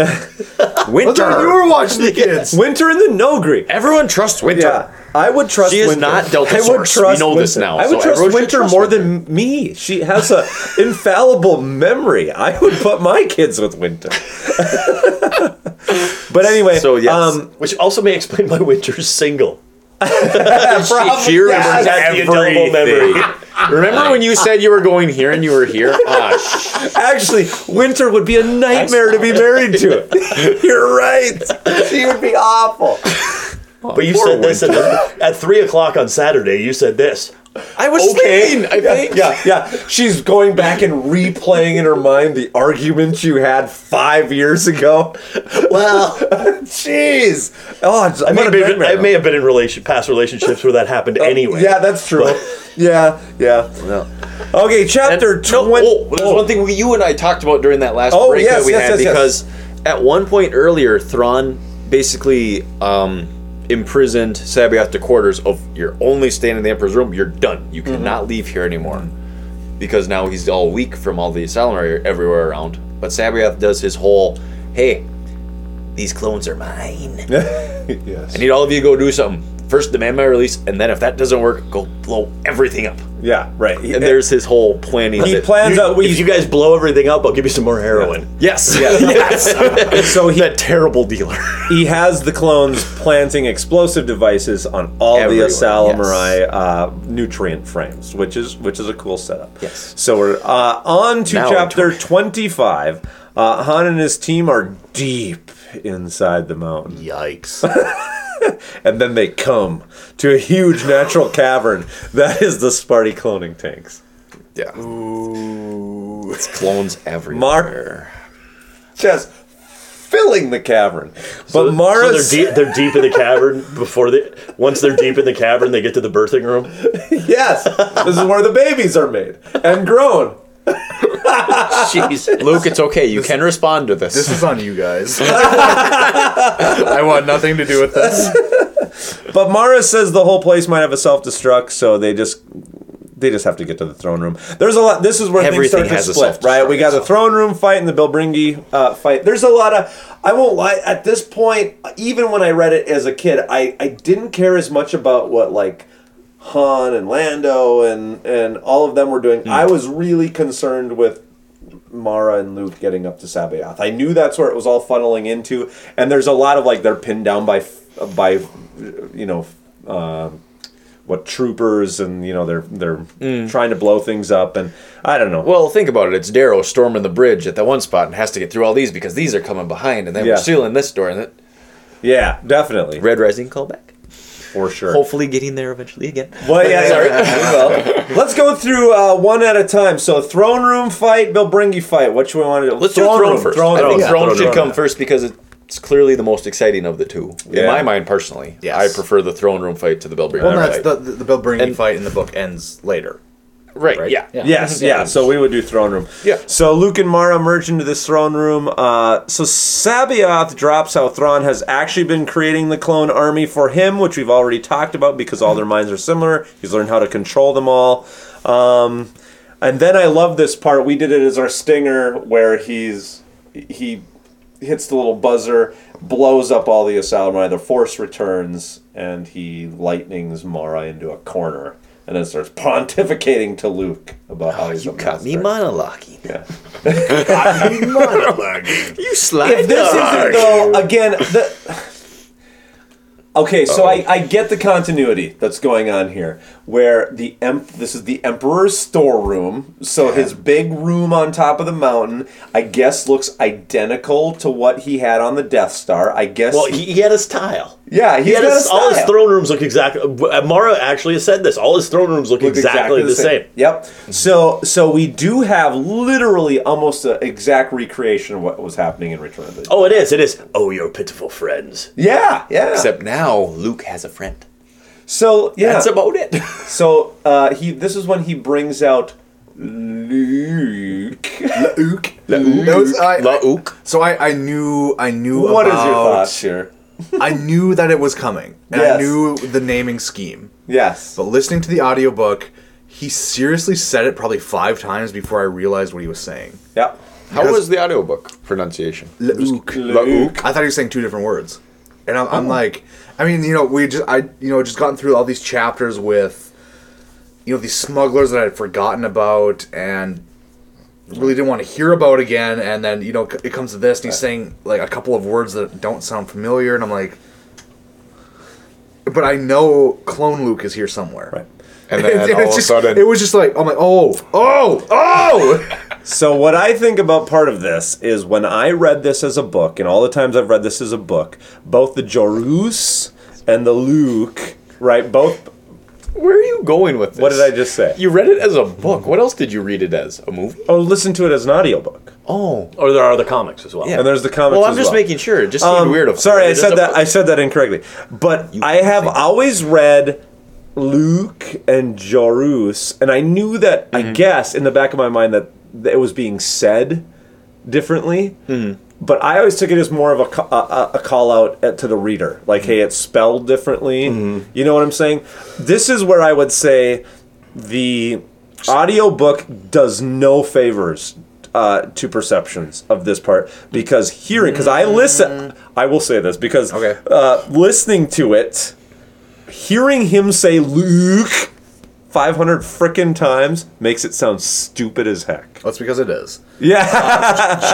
Speaker 10: Winter,
Speaker 8: I thought you were
Speaker 10: watching the kids. Winter and the Nogri.
Speaker 8: Everyone trusts Winter.
Speaker 10: I would trust.
Speaker 8: She is
Speaker 10: Winter.
Speaker 8: not Delta
Speaker 10: I would
Speaker 8: Source. We
Speaker 10: trust
Speaker 8: know this
Speaker 10: Winter.
Speaker 8: now,
Speaker 10: I
Speaker 8: so
Speaker 10: would trust
Speaker 8: everyone should
Speaker 10: Winter
Speaker 8: trust
Speaker 10: more than me. She has a infallible memory. I would put my kids with Winter. <laughs> but anyway, so yes. um,
Speaker 7: which also may explain why <laughs> Winter's single.
Speaker 8: she, she remembers everything. Remember when you said you were going here and you were here? <laughs> Ah,
Speaker 10: Actually, Winter would be a nightmare to be
Speaker 8: <laughs>
Speaker 10: married to. <laughs> You're right. She would be awful.
Speaker 8: Oh,
Speaker 7: but you
Speaker 10: poor
Speaker 7: said this at, <laughs> at three o'clock on Saturday. You said this.
Speaker 8: I was sleeping, I
Speaker 10: yeah,
Speaker 8: think.
Speaker 10: Yeah, yeah. She's going back and replaying in her mind the argument you had five years ago.
Speaker 7: Well,
Speaker 10: <laughs> jeez. Oh, it's-
Speaker 7: I may,
Speaker 10: what a
Speaker 7: have been,
Speaker 10: nightmare.
Speaker 7: I may have been in relation, past relationships where that happened
Speaker 8: Uh,
Speaker 7: anyway.
Speaker 10: Yeah, that's true. <laughs> yeah, yeah. Okay, chapter
Speaker 8: no, oh, there's one thing we, you and I talked about during that last
Speaker 10: Oh,
Speaker 8: break
Speaker 10: yes,
Speaker 8: that we
Speaker 10: yes,
Speaker 8: had
Speaker 10: yes, yes.
Speaker 8: because at one point earlier, Thrawn basically um, imprisoned Sabaoth to quarters of you're only staying in the Emperor's room. You're done. You cannot leave here anymore because now he's all weak from all the asylum area- everywhere around. But Sabaoth does his whole, hey, these clones are mine.
Speaker 10: yes.
Speaker 8: I need all of you to go do something. First, demand my release, and then if that doesn't work, go blow everything up.
Speaker 10: Yeah, right.
Speaker 8: And there's his whole planning. of
Speaker 10: He
Speaker 8: it.
Speaker 10: plans out.
Speaker 7: If you guys blow everything up, I'll give you some more heroin.
Speaker 8: Yes.
Speaker 10: <laughs> yes. so he, that
Speaker 8: terrible dealer.
Speaker 10: he has the clones planting explosive devices on all
Speaker 8: Everywhere,
Speaker 10: the Asalamurai uh, nutrient frames, which is which is a cool setup. Yes. So we're uh, on to
Speaker 8: Now
Speaker 10: chapter twenty-five. Uh, Han and his team are deep inside the mountain.
Speaker 8: Yikes.
Speaker 10: <laughs> and then they come to a huge natural cavern that is the Sparty cloning tanks.
Speaker 8: Yeah. It's clones everywhere.
Speaker 10: Mar- just filling the cavern. But
Speaker 7: so
Speaker 10: Mara
Speaker 7: they're deep. They're deep in the cavern before they. Once they're deep in the cavern, they get to the birthing room.
Speaker 10: <laughs> yes, this is where the babies are made and grown.
Speaker 8: <laughs> Jeez. Luke, it's okay. You can respond to this. This is on you guys. I want nothing to do with this.
Speaker 10: But Mara says the whole place might have a self destruct, so they just they just have to get to the throne room. There's a lot. This is where
Speaker 8: Everything
Speaker 10: things
Speaker 8: has
Speaker 10: start
Speaker 8: a
Speaker 10: to split, right? We got the throne room fight and the Bilbringi uh, fight. There's a lot of. I won't lie. At this point, even when I read it as a kid, I I didn't care as much about what like. Han and Lando and and all of them were
Speaker 8: Hmm.
Speaker 10: doing. I was really concerned with Mara and Luke getting up to Sabaoth. I knew that's where it was all funneling into, and there's a lot of like they're pinned down by by you know uh, what troopers and you know they're they're trying to blow things up and I don't know.
Speaker 8: Mm. Well, think about it. It's Darrow storming the bridge at that one spot and has to get through all these because these are coming behind and then
Speaker 10: Yeah.
Speaker 8: we're sealing this door and that.
Speaker 10: Yeah, definitely.
Speaker 8: Red Rising callback.
Speaker 10: For sure.
Speaker 8: Hopefully getting there eventually again.
Speaker 10: Well,
Speaker 8: <laughs>
Speaker 10: yeah, sorry. well, let's go through uh, one at a time. So, throne room fight, Bilbringi fight. Which we want to do?
Speaker 8: Let's do throne,
Speaker 10: room,
Speaker 8: first.
Speaker 10: Throne,
Speaker 8: I think
Speaker 10: room.
Speaker 8: throne, should come first because it's clearly the most exciting of the two. In
Speaker 2: Yeah.
Speaker 8: my mind, personally, I prefer the throne room fight to the Belbringer
Speaker 2: Well, that's
Speaker 8: fight.
Speaker 2: the the, the Bill Bringy fight in the book ends later.
Speaker 8: Right. Yeah.
Speaker 10: Yes, yeah. So we would do throne room.
Speaker 8: Yeah.
Speaker 10: So Luke and Mara merge into this throne room. Uh, so Sabaoth drops how Thrawn has actually been creating the clone army for him, which we've already talked about because all their minds are similar. He's learned how to control them all. Um, and then I love this part. We did it as our stinger where he's he hits the little buzzer, blows up all the Asalamai. The force returns, and he lightnings Mara into a corner, and then starts pontificating to Luke about how he's you a got
Speaker 8: me monologuing.
Speaker 10: <laughs> Yeah.
Speaker 8: you slide
Speaker 10: if this isn't though, again, the, <sighs> Okay, so I, I get the continuity that's going on here, where the em- this is the emperor's storeroom. So his big room on top of the mountain, I guess, looks identical to what he had on the Death Star. I guess.
Speaker 7: Well, he, he had his tile.
Speaker 10: Yeah,
Speaker 7: he
Speaker 10: he's
Speaker 7: had
Speaker 10: got
Speaker 7: his,
Speaker 10: a
Speaker 7: all his
Speaker 10: style.
Speaker 7: throne rooms look exactly. Mara actually has said this. All his throne rooms look,
Speaker 10: Look
Speaker 7: exactly, the same. Mm-hmm.
Speaker 10: Yep. So so we do have literally almost an exact recreation of what was happening in Return of the.
Speaker 7: Oh, it is. It is. Oh, your pitiful friends.
Speaker 10: Yeah, yeah.
Speaker 8: Except now Luke has a friend.
Speaker 10: So yeah,
Speaker 8: That's about <laughs> it.
Speaker 10: so uh, he this is when he brings out Luke.
Speaker 2: Luke. Those- I- So I, I knew I knew
Speaker 10: <laughs> What is your
Speaker 2: about,
Speaker 10: thoughts here?
Speaker 2: <laughs> I knew that it was coming. And I
Speaker 10: Yes.
Speaker 2: knew the naming scheme.
Speaker 10: Yes.
Speaker 2: But listening to the audiobook, he seriously said it probably five times before I realized what he was saying.
Speaker 10: Yeah.
Speaker 2: How
Speaker 8: was the audiobook pronunciation?
Speaker 2: Lauk.
Speaker 8: Lauk.
Speaker 2: I thought he was saying two different words. And I'm,
Speaker 10: Oh.
Speaker 2: I'm like, I mean, you know, we just, I, you know, just gotten through all these chapters with, you know, these smugglers that I had forgotten about and really didn't want to hear about again. And then, you know, c- it comes to this and he's saying like a couple of words that don't sound familiar. And I'm like, but I know Clone Luke is here somewhere. <laughs> Right.
Speaker 10: And <laughs> then all of a
Speaker 2: it's just,
Speaker 10: sudden-
Speaker 2: it was just like, I'm like, oh, oh, oh.
Speaker 10: So what I think about part of this is when I read this as a book, and all the times I've read this as a book, both the Jorus and the Luke, right? Both.
Speaker 8: Where are you going with this?
Speaker 10: What did I just say?
Speaker 8: You read it as a book. What else did you read it as? A movie?
Speaker 10: Oh, listen to it as an audiobook.
Speaker 8: Oh.
Speaker 7: Or there are the comics as well.
Speaker 10: Yeah. And there's the comics.
Speaker 8: Well, I'm
Speaker 10: as
Speaker 8: just
Speaker 10: well.
Speaker 8: making sure. It just seemed
Speaker 10: Um,
Speaker 8: weird. Of
Speaker 10: Sorry, I
Speaker 8: It's
Speaker 10: said
Speaker 8: a
Speaker 10: that.
Speaker 8: book.
Speaker 10: I said that incorrectly. But I have always read Luke and Jorus, and I knew that. I guess in the back of my mind that that it was being said differently. But I always took it as more of a, ca- a, a- a call out at, to the reader, like, "Hey, it's spelled differently."
Speaker 2: Mm-hmm.
Speaker 10: You know what I'm saying? This is where I would say the audiobook does no favors uh, to perceptions of this part because hearing, because
Speaker 2: Mm.
Speaker 10: I listen, I will say this because uh, listening to it, hearing him say Luke 500 frickin' times makes it sound stupid as heck.
Speaker 2: That's because it is.
Speaker 10: Yeah.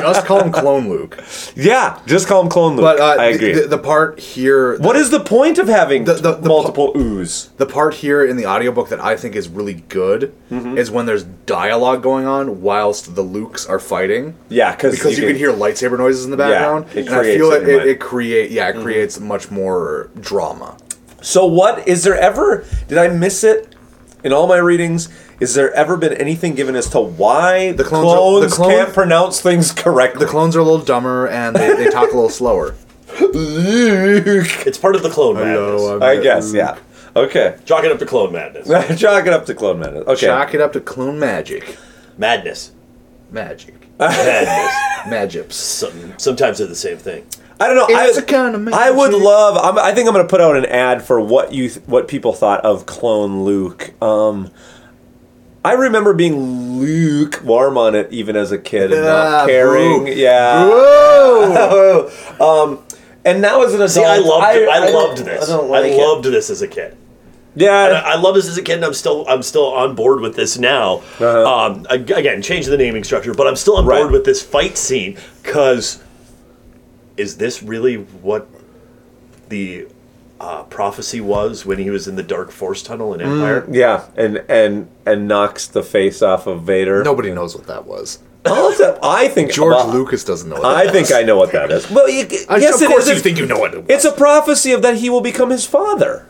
Speaker 2: just call him Clone Luke.
Speaker 10: <laughs> Yeah, just call him Clone Luke.
Speaker 2: But uh,
Speaker 10: I agree.
Speaker 2: The, the, the part here.
Speaker 10: What is the point of having
Speaker 2: multiple
Speaker 10: ooze?
Speaker 2: The part here in the audiobook that I think is really good
Speaker 10: Mhm.
Speaker 2: is when there's dialogue going on whilst the Lukes are fighting.
Speaker 10: Yeah, 'cause
Speaker 2: because
Speaker 10: you
Speaker 2: you, can
Speaker 10: can-
Speaker 2: hear lightsaber noises in the
Speaker 10: Yeah,
Speaker 2: background,
Speaker 10: it
Speaker 2: and I
Speaker 10: creates
Speaker 2: feel it.
Speaker 10: it in
Speaker 2: It,
Speaker 10: mind.
Speaker 2: it create yeah, it
Speaker 10: Mhm.
Speaker 2: creates much more drama.
Speaker 10: So what is there ever did I miss it in all my readings? Is there ever been anything given as to why the
Speaker 2: clones are- the clone-
Speaker 10: can't pronounce things correctly?
Speaker 2: The clones are a little dumber and they, they talk a little
Speaker 10: <laughs>
Speaker 2: slower.
Speaker 7: It's part of the clone madness.
Speaker 10: <laughs> I guess, yeah. Okay. <laughs>
Speaker 7: Chalk it up to clone madness.
Speaker 10: Chalk it up to clone madness. Okay.
Speaker 2: Chalk it up to clone magic.
Speaker 7: Madness.
Speaker 10: <laughs>
Speaker 2: Magic.
Speaker 7: Madness.
Speaker 2: Magips.
Speaker 7: Some, sometimes they're the same thing.
Speaker 10: I don't know.
Speaker 7: It's
Speaker 10: I,
Speaker 7: a kind of
Speaker 10: I would love. I'm, I think I'm going to put out an ad for what you th- what people thought of Clone Luke. Um, I remember being lukewarm on it even as a kid and
Speaker 7: Ah,
Speaker 10: not caring.
Speaker 7: boo.
Speaker 10: Yeah.
Speaker 7: Boo.
Speaker 10: <laughs> um, and now as an adult,
Speaker 7: See, I loved, I,
Speaker 10: don't-
Speaker 7: loved this. I,
Speaker 10: don't like it.
Speaker 7: loved this as a kid.
Speaker 10: Yeah,
Speaker 7: and I, I love this as a kid, and I'm still, I'm still on board with this now.
Speaker 10: Uh-huh.
Speaker 7: Um, ag- again, change the naming structure, but I'm still on board with this fight scene because is this really what the uh, prophecy was when he was in the Dark Force tunnel in Empire?
Speaker 10: Mm, yeah, and and and knocks the face off of Vader.
Speaker 2: Nobody knows what that was.
Speaker 10: I think
Speaker 2: George
Speaker 10: well,
Speaker 2: Lucas doesn't know. What
Speaker 10: I
Speaker 2: that
Speaker 10: think I know what that is. Well, you,
Speaker 2: I-
Speaker 10: yes,
Speaker 2: of
Speaker 10: it
Speaker 2: course
Speaker 10: is.
Speaker 2: you think you know what it
Speaker 10: It's a prophecy of that he will become his father.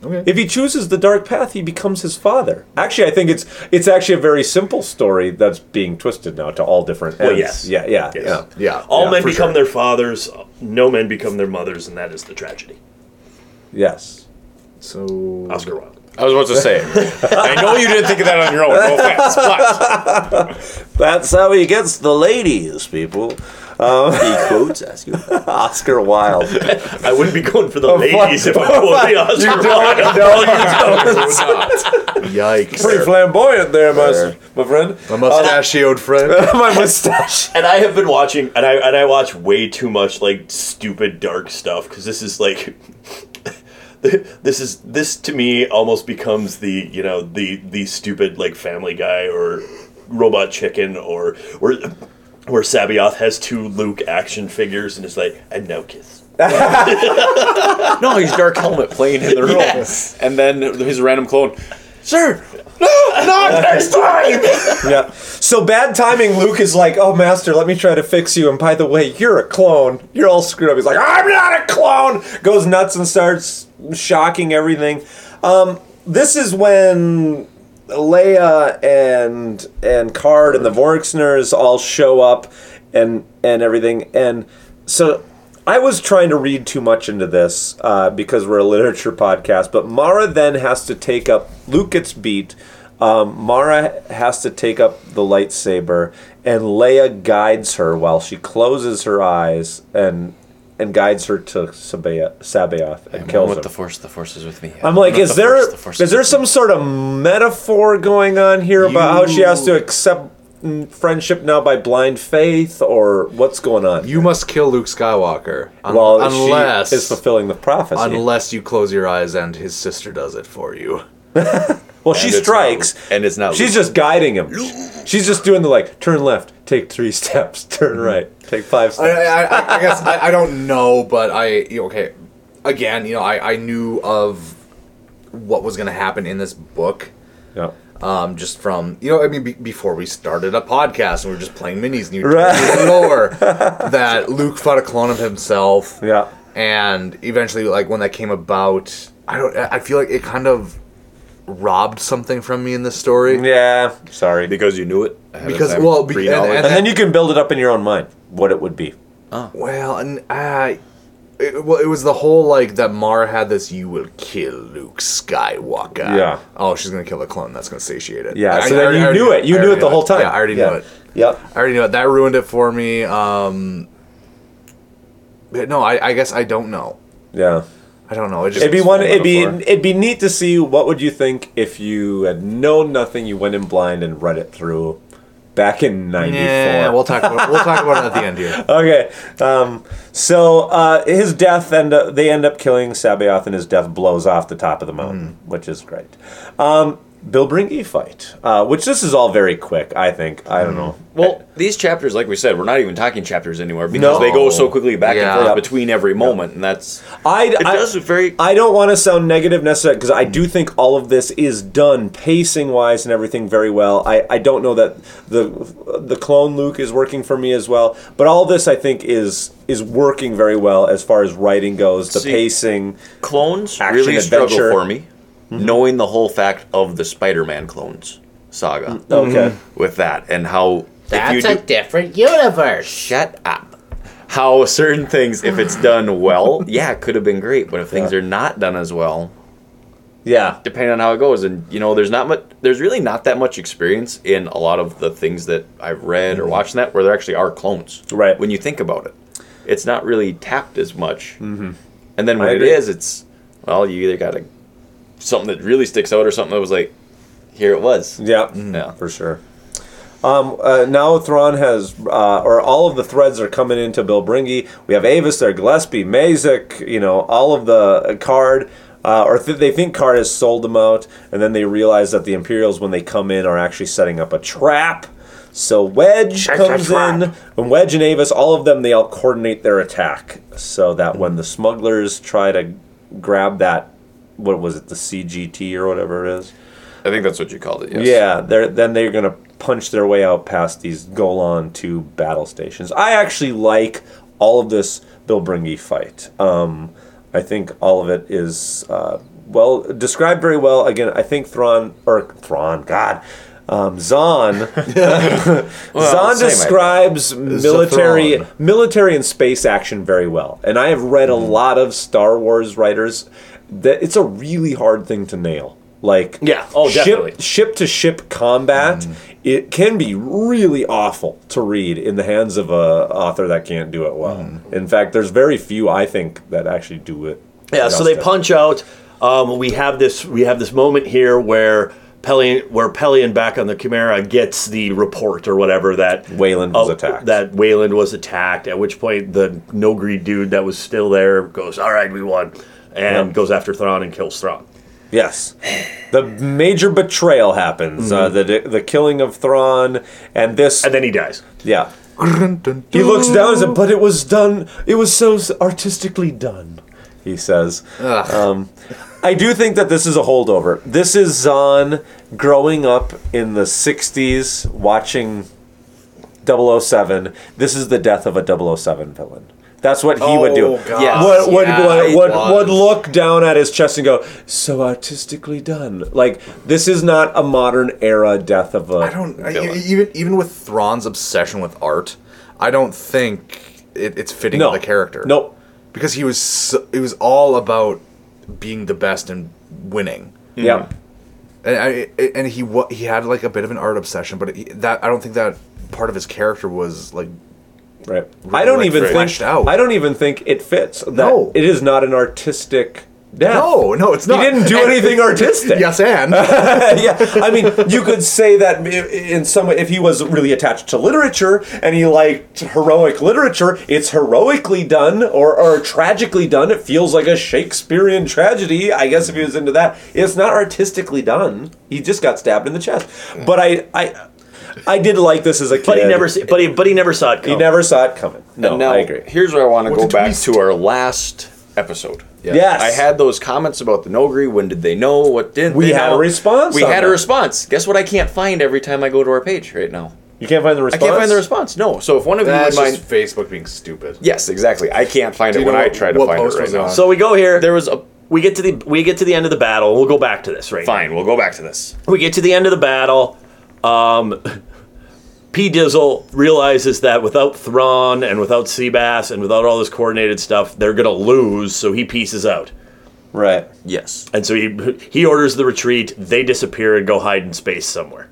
Speaker 2: Okay.
Speaker 10: If he chooses the dark path, he becomes his father. Actually, I think it's it's actually a very simple story that's being twisted now to all different
Speaker 7: Well, yes.
Speaker 10: ends. Yeah, yeah,
Speaker 7: Yes.
Speaker 10: yeah, yeah.
Speaker 7: All
Speaker 10: yeah,
Speaker 7: men
Speaker 10: for
Speaker 7: become
Speaker 10: sure.
Speaker 7: their fathers. No men become their mothers, and that is the tragedy.
Speaker 10: Yes.
Speaker 2: So
Speaker 7: Oscar
Speaker 10: Mm.
Speaker 7: Wilde.
Speaker 8: I was about to say. I know you didn't think of that on your own. No offense, but
Speaker 10: that's how he gets the ladies, <laughs> people. Um, he quotes Oscar Wilde.
Speaker 7: I wouldn't be going for the
Speaker 10: <laughs> Oh, fuck.
Speaker 7: ladies if I'm quoting Oscar
Speaker 10: You
Speaker 7: <laughs> Wilde.
Speaker 10: don't. No, you don't.
Speaker 2: Yikes!
Speaker 10: Pretty flamboyant there, my, my friend.
Speaker 2: My mustachioed friend.
Speaker 10: <laughs> my mustache.
Speaker 7: And I have been watching, and I and I watch way too much like stupid dark stuff because this is like, <laughs> this is this to me almost becomes the you know the the stupid like Family Guy or Robot Chicken or where where Sabioth has two Luke action figures and is like and now kiss.
Speaker 8: no, he's Dark Helmet playing in the role.
Speaker 27: Yes.
Speaker 8: And then his random clone.
Speaker 10: Sir, no, not next time. <laughs> yeah. So bad timing. Luke is like, "Oh, master, let me try to fix you." And by the way, you're a clone. You're all screwed up. He's like, "I'm not a clone." Goes nuts and starts shocking everything. Um, this is when Leia and and Card and the Vorixners all show up and and everything. And so I was trying to read too much into this uh, because we're a literature podcast, but Mara then has to take up Luke gets beat. Um, Mara has to take up the lightsaber, and Leia guides her while she closes her eyes and and guides her to Sabea- Sabaoth and
Speaker 8: I'm
Speaker 10: kills
Speaker 8: with
Speaker 10: him.
Speaker 8: the force, the force is with me.
Speaker 10: I'm like,
Speaker 8: with
Speaker 10: is
Speaker 8: the
Speaker 10: there
Speaker 8: Force,
Speaker 10: is
Speaker 8: the Force
Speaker 10: there some sort of metaphor going on here about how she has to accept mm, friendship now by blind faith, or what's going on? You
Speaker 2: must kill Luke Skywalker. Un-
Speaker 10: well,
Speaker 2: unless-
Speaker 10: she is fulfilling the prophecy.
Speaker 2: Unless you close your eyes and his sister does it for you.
Speaker 10: well, she strikes,
Speaker 8: and it's not.
Speaker 10: She's just guiding him. She's just doing the like, turn left, take three <laughs> steps, turn right, take five
Speaker 2: I, uh,
Speaker 10: steps.
Speaker 2: I, I- I guess I, I don't know, but I you know, okay. Again, you know, I, I knew of what was going to happen in this book.
Speaker 10: Yeah.
Speaker 2: Um, just from you know, I mean, be, before we started a podcast, and we were just playing minis, and you
Speaker 10: Right.
Speaker 2: told me the lore
Speaker 10: <laughs>
Speaker 2: that Luke fought a clone of himself.
Speaker 10: Yeah.
Speaker 2: And eventually, like when that came about, I don't. I I feel like it kind of robbed something from me in this story.
Speaker 10: Yeah, sorry.
Speaker 8: Because you knew it. ahead of
Speaker 2: Because
Speaker 8: time,
Speaker 2: well, be, and,
Speaker 8: pre-knowledge.
Speaker 2: and
Speaker 10: And then you can build it up in your own mind what it would be.
Speaker 2: Well, and I. It, well, it was the whole like that Mara had this. You will kill Luke Skywalker.
Speaker 10: Yeah.
Speaker 2: Oh, she's gonna kill the clone. That's gonna satiate it.
Speaker 10: Yeah,
Speaker 2: I-
Speaker 10: so
Speaker 2: I
Speaker 10: then
Speaker 2: already-
Speaker 10: you
Speaker 2: I already
Speaker 10: knew it. You
Speaker 2: I
Speaker 10: knew
Speaker 2: already
Speaker 10: it the whole time.
Speaker 2: Yeah, I already
Speaker 10: Yeah.
Speaker 2: knew it.
Speaker 10: Yep.
Speaker 2: I already knew it. That ruined it for me. Um. but no, I, I guess I don't know.
Speaker 10: Yeah.
Speaker 2: I don't know. It just
Speaker 10: It'd be one.
Speaker 2: it's
Speaker 10: It'd be
Speaker 2: metaphor.
Speaker 10: it'd be neat to see what would you think if you had known nothing, you went in blind and read it through back in '94.
Speaker 2: Yeah, we'll talk. About, we'll talk about it at the end here.
Speaker 10: okay. Um, so uh, his death end up, they end up killing Sabaoth, and his death blows off the top of the mountain,
Speaker 2: Hmm.
Speaker 10: which is great. Um, Bill Bringy fight, uh, which this is all very quick. I think I don't
Speaker 2: Hmm.
Speaker 10: know.
Speaker 8: Well, these chapters, like we said, we're not even talking chapters anymore because
Speaker 10: No.
Speaker 8: they go so quickly back
Speaker 10: Yeah.
Speaker 8: and
Speaker 10: Yep.
Speaker 8: forth between every moment, and that's
Speaker 10: I,
Speaker 8: It
Speaker 10: I-
Speaker 8: does very.
Speaker 10: I don't want to sound negative necessarily because I do think all of this is done pacing wise and everything very well. I, I don't know that the the clone Luke is working for me as well, but all this I think is is working very well as far as writing goes. The
Speaker 8: See, mm-hmm.
Speaker 10: pacing,
Speaker 8: clones
Speaker 10: action
Speaker 8: really struggle
Speaker 10: adventure.
Speaker 8: for me, knowing the whole fact of the Spider-Man clones saga.
Speaker 10: okay. Mhm.
Speaker 8: with that and how if you
Speaker 29: That's
Speaker 8: do-
Speaker 29: a <laughs> different universe.
Speaker 8: Shut up. how certain things, if it's done
Speaker 10: <laughs>
Speaker 8: well, yeah, it could have been great. But if things are not done as well,
Speaker 10: yeah,
Speaker 8: depending on how it goes, and you know, there's not much, there's really not that much experience in a lot of the things that I've read or
Speaker 10: Mm-hmm.
Speaker 8: watched and that where there actually are clones. Right. When you think about it, it's not really tapped as much. Mm-hmm. And then when
Speaker 10: I
Speaker 8: it
Speaker 10: agree.
Speaker 8: is, it's well, you either got to something that really sticks out or something that was like, here it was.
Speaker 10: Yeah.
Speaker 8: Yeah.
Speaker 10: For sure. Um, uh, now Thrawn has, uh, or all of the threads are coming into Bill Bringy. We have Avis there, Gillespie, Mazik, you know, all of the uh, card, uh, or th- they think card has sold them out, and then they realize that the Imperials, when they come in, are actually setting up a trap. So
Speaker 1: It's
Speaker 10: Wedge
Speaker 1: a
Speaker 10: comes
Speaker 1: trap.
Speaker 10: in, and Wedge and Avis, all of them, they all coordinate their attack so that when the smugglers try to grab that, what was it, the CGT or whatever it is?
Speaker 8: I think that's what you called it. Yes.
Speaker 10: Yeah, they're then they're gonna punch their way out past these Golan two battle stations. I actually like all of this Bill Bringy fight. Um, I think all of it is uh, well described very well. Again, I think Thrawn or Thrawn, God.
Speaker 1: <laughs>
Speaker 10: Um, Zahn, <laughs>
Speaker 1: Well,
Speaker 10: Zahn
Speaker 1: same idea.
Speaker 10: describes military
Speaker 1: Zathron.
Speaker 10: military and space action very well, and I have read a lot of Star Wars writers. That it's a really hard thing to nail. Like
Speaker 1: Yeah, oh, definitely.
Speaker 10: ship to ship combat it can be really awful to read in the hands of a author that can't do it well in fact there's very few i think that actually do it
Speaker 7: Yeah, so they
Speaker 10: justice.
Speaker 7: punch out. Um, we have this. We have this moment here where Pelion, where Pelion back on the Chimera gets the report or whatever that uh,
Speaker 10: Wayland was attacked.
Speaker 7: That Wayland was attacked. At which point, the no greed dude that was still there goes, "All right, we won," and
Speaker 10: Yep.
Speaker 7: goes after Thrawn and kills Thrawn.
Speaker 10: Yes, the major betrayal happens. Uh, the the killing of Thrawn, and this,
Speaker 7: and then he dies.
Speaker 10: Yeah, He looks down and says, "But it was done. It was so s- artistically done." He says, um, "I do think that this is a holdover. This is Zahn growing up in the '60s, watching 007. This is the death of a 007 villain." That's what he would do.
Speaker 1: Oh, God. Yes.
Speaker 10: Would, would,
Speaker 1: Yeah,
Speaker 10: would-
Speaker 1: it
Speaker 10: would-
Speaker 1: was.
Speaker 10: would look down at his chest and go, "So artistically done." Like this is not a modern era death of a. I
Speaker 2: don't. I- e- even even with Thrawn's obsession with art, I don't think it, it's fitting
Speaker 10: No.
Speaker 2: the character.
Speaker 10: Nope.
Speaker 2: Because he was so, it was all about being the best and winning.
Speaker 1: Hmm.
Speaker 10: Yeah.
Speaker 2: And I, I- and he wa- he had like a bit of an art obsession, but it, that I don't think that part of his character was like
Speaker 10: right. I don't even think. I don't even think it fits. That
Speaker 2: No.
Speaker 10: it is not an artistic. Death.
Speaker 2: No, no, it's not.
Speaker 10: He didn't do
Speaker 2: And- <laughs>
Speaker 10: anything artistic.
Speaker 2: Yes, and.
Speaker 10: <laughs> yeah. I mean, you could say that i- in some way, if he was really attached to literature and he liked heroic literature, it's heroically done or, or tragically done. It feels like a Shakespearean tragedy. I guess if he was into that, it's not artistically done. He just got stabbed in the chest. But I, I, I did like this as a kid.
Speaker 7: But he never, se- but he, but he never saw it. Coming.
Speaker 10: He never saw it coming. No,
Speaker 8: And now,
Speaker 10: I agree.
Speaker 8: Here's where I want to
Speaker 10: What
Speaker 8: go
Speaker 10: a
Speaker 8: back to our last episode.
Speaker 10: Yeah. Yes.
Speaker 8: I had those comments about the Nogri. When did they know? What didn't
Speaker 10: We
Speaker 8: they
Speaker 10: had a
Speaker 8: know?
Speaker 10: response
Speaker 8: We
Speaker 10: on
Speaker 8: had a
Speaker 10: that.
Speaker 8: response. Guess what I can't find every time I go to our page right now?
Speaker 10: You can't find the
Speaker 8: I can't find the response. No. So if one of
Speaker 2: That's
Speaker 8: you would
Speaker 2: just
Speaker 8: mind.
Speaker 2: Facebook being stupid.
Speaker 8: Yes, exactly. I can't find
Speaker 2: Do
Speaker 8: it
Speaker 2: you
Speaker 8: when
Speaker 2: know
Speaker 8: I
Speaker 2: what-
Speaker 8: try to
Speaker 2: what
Speaker 8: find it
Speaker 2: post
Speaker 8: right
Speaker 2: was
Speaker 8: now.
Speaker 2: on?
Speaker 8: So
Speaker 7: So we go here. There was a. We get to the we get to the end of the battle. We'll go back to this right.
Speaker 8: Fine, we'll go back to this.
Speaker 7: We get to the end of the battle. Um, <laughs> P Dizzle realizes that without Thrawn and without Seabass and without all this coordinated stuff, they're gonna lose. So he pieces out.
Speaker 10: Right.
Speaker 8: Yes.
Speaker 7: And so he <laughs> he orders the retreat. They disappear and go hide in space somewhere.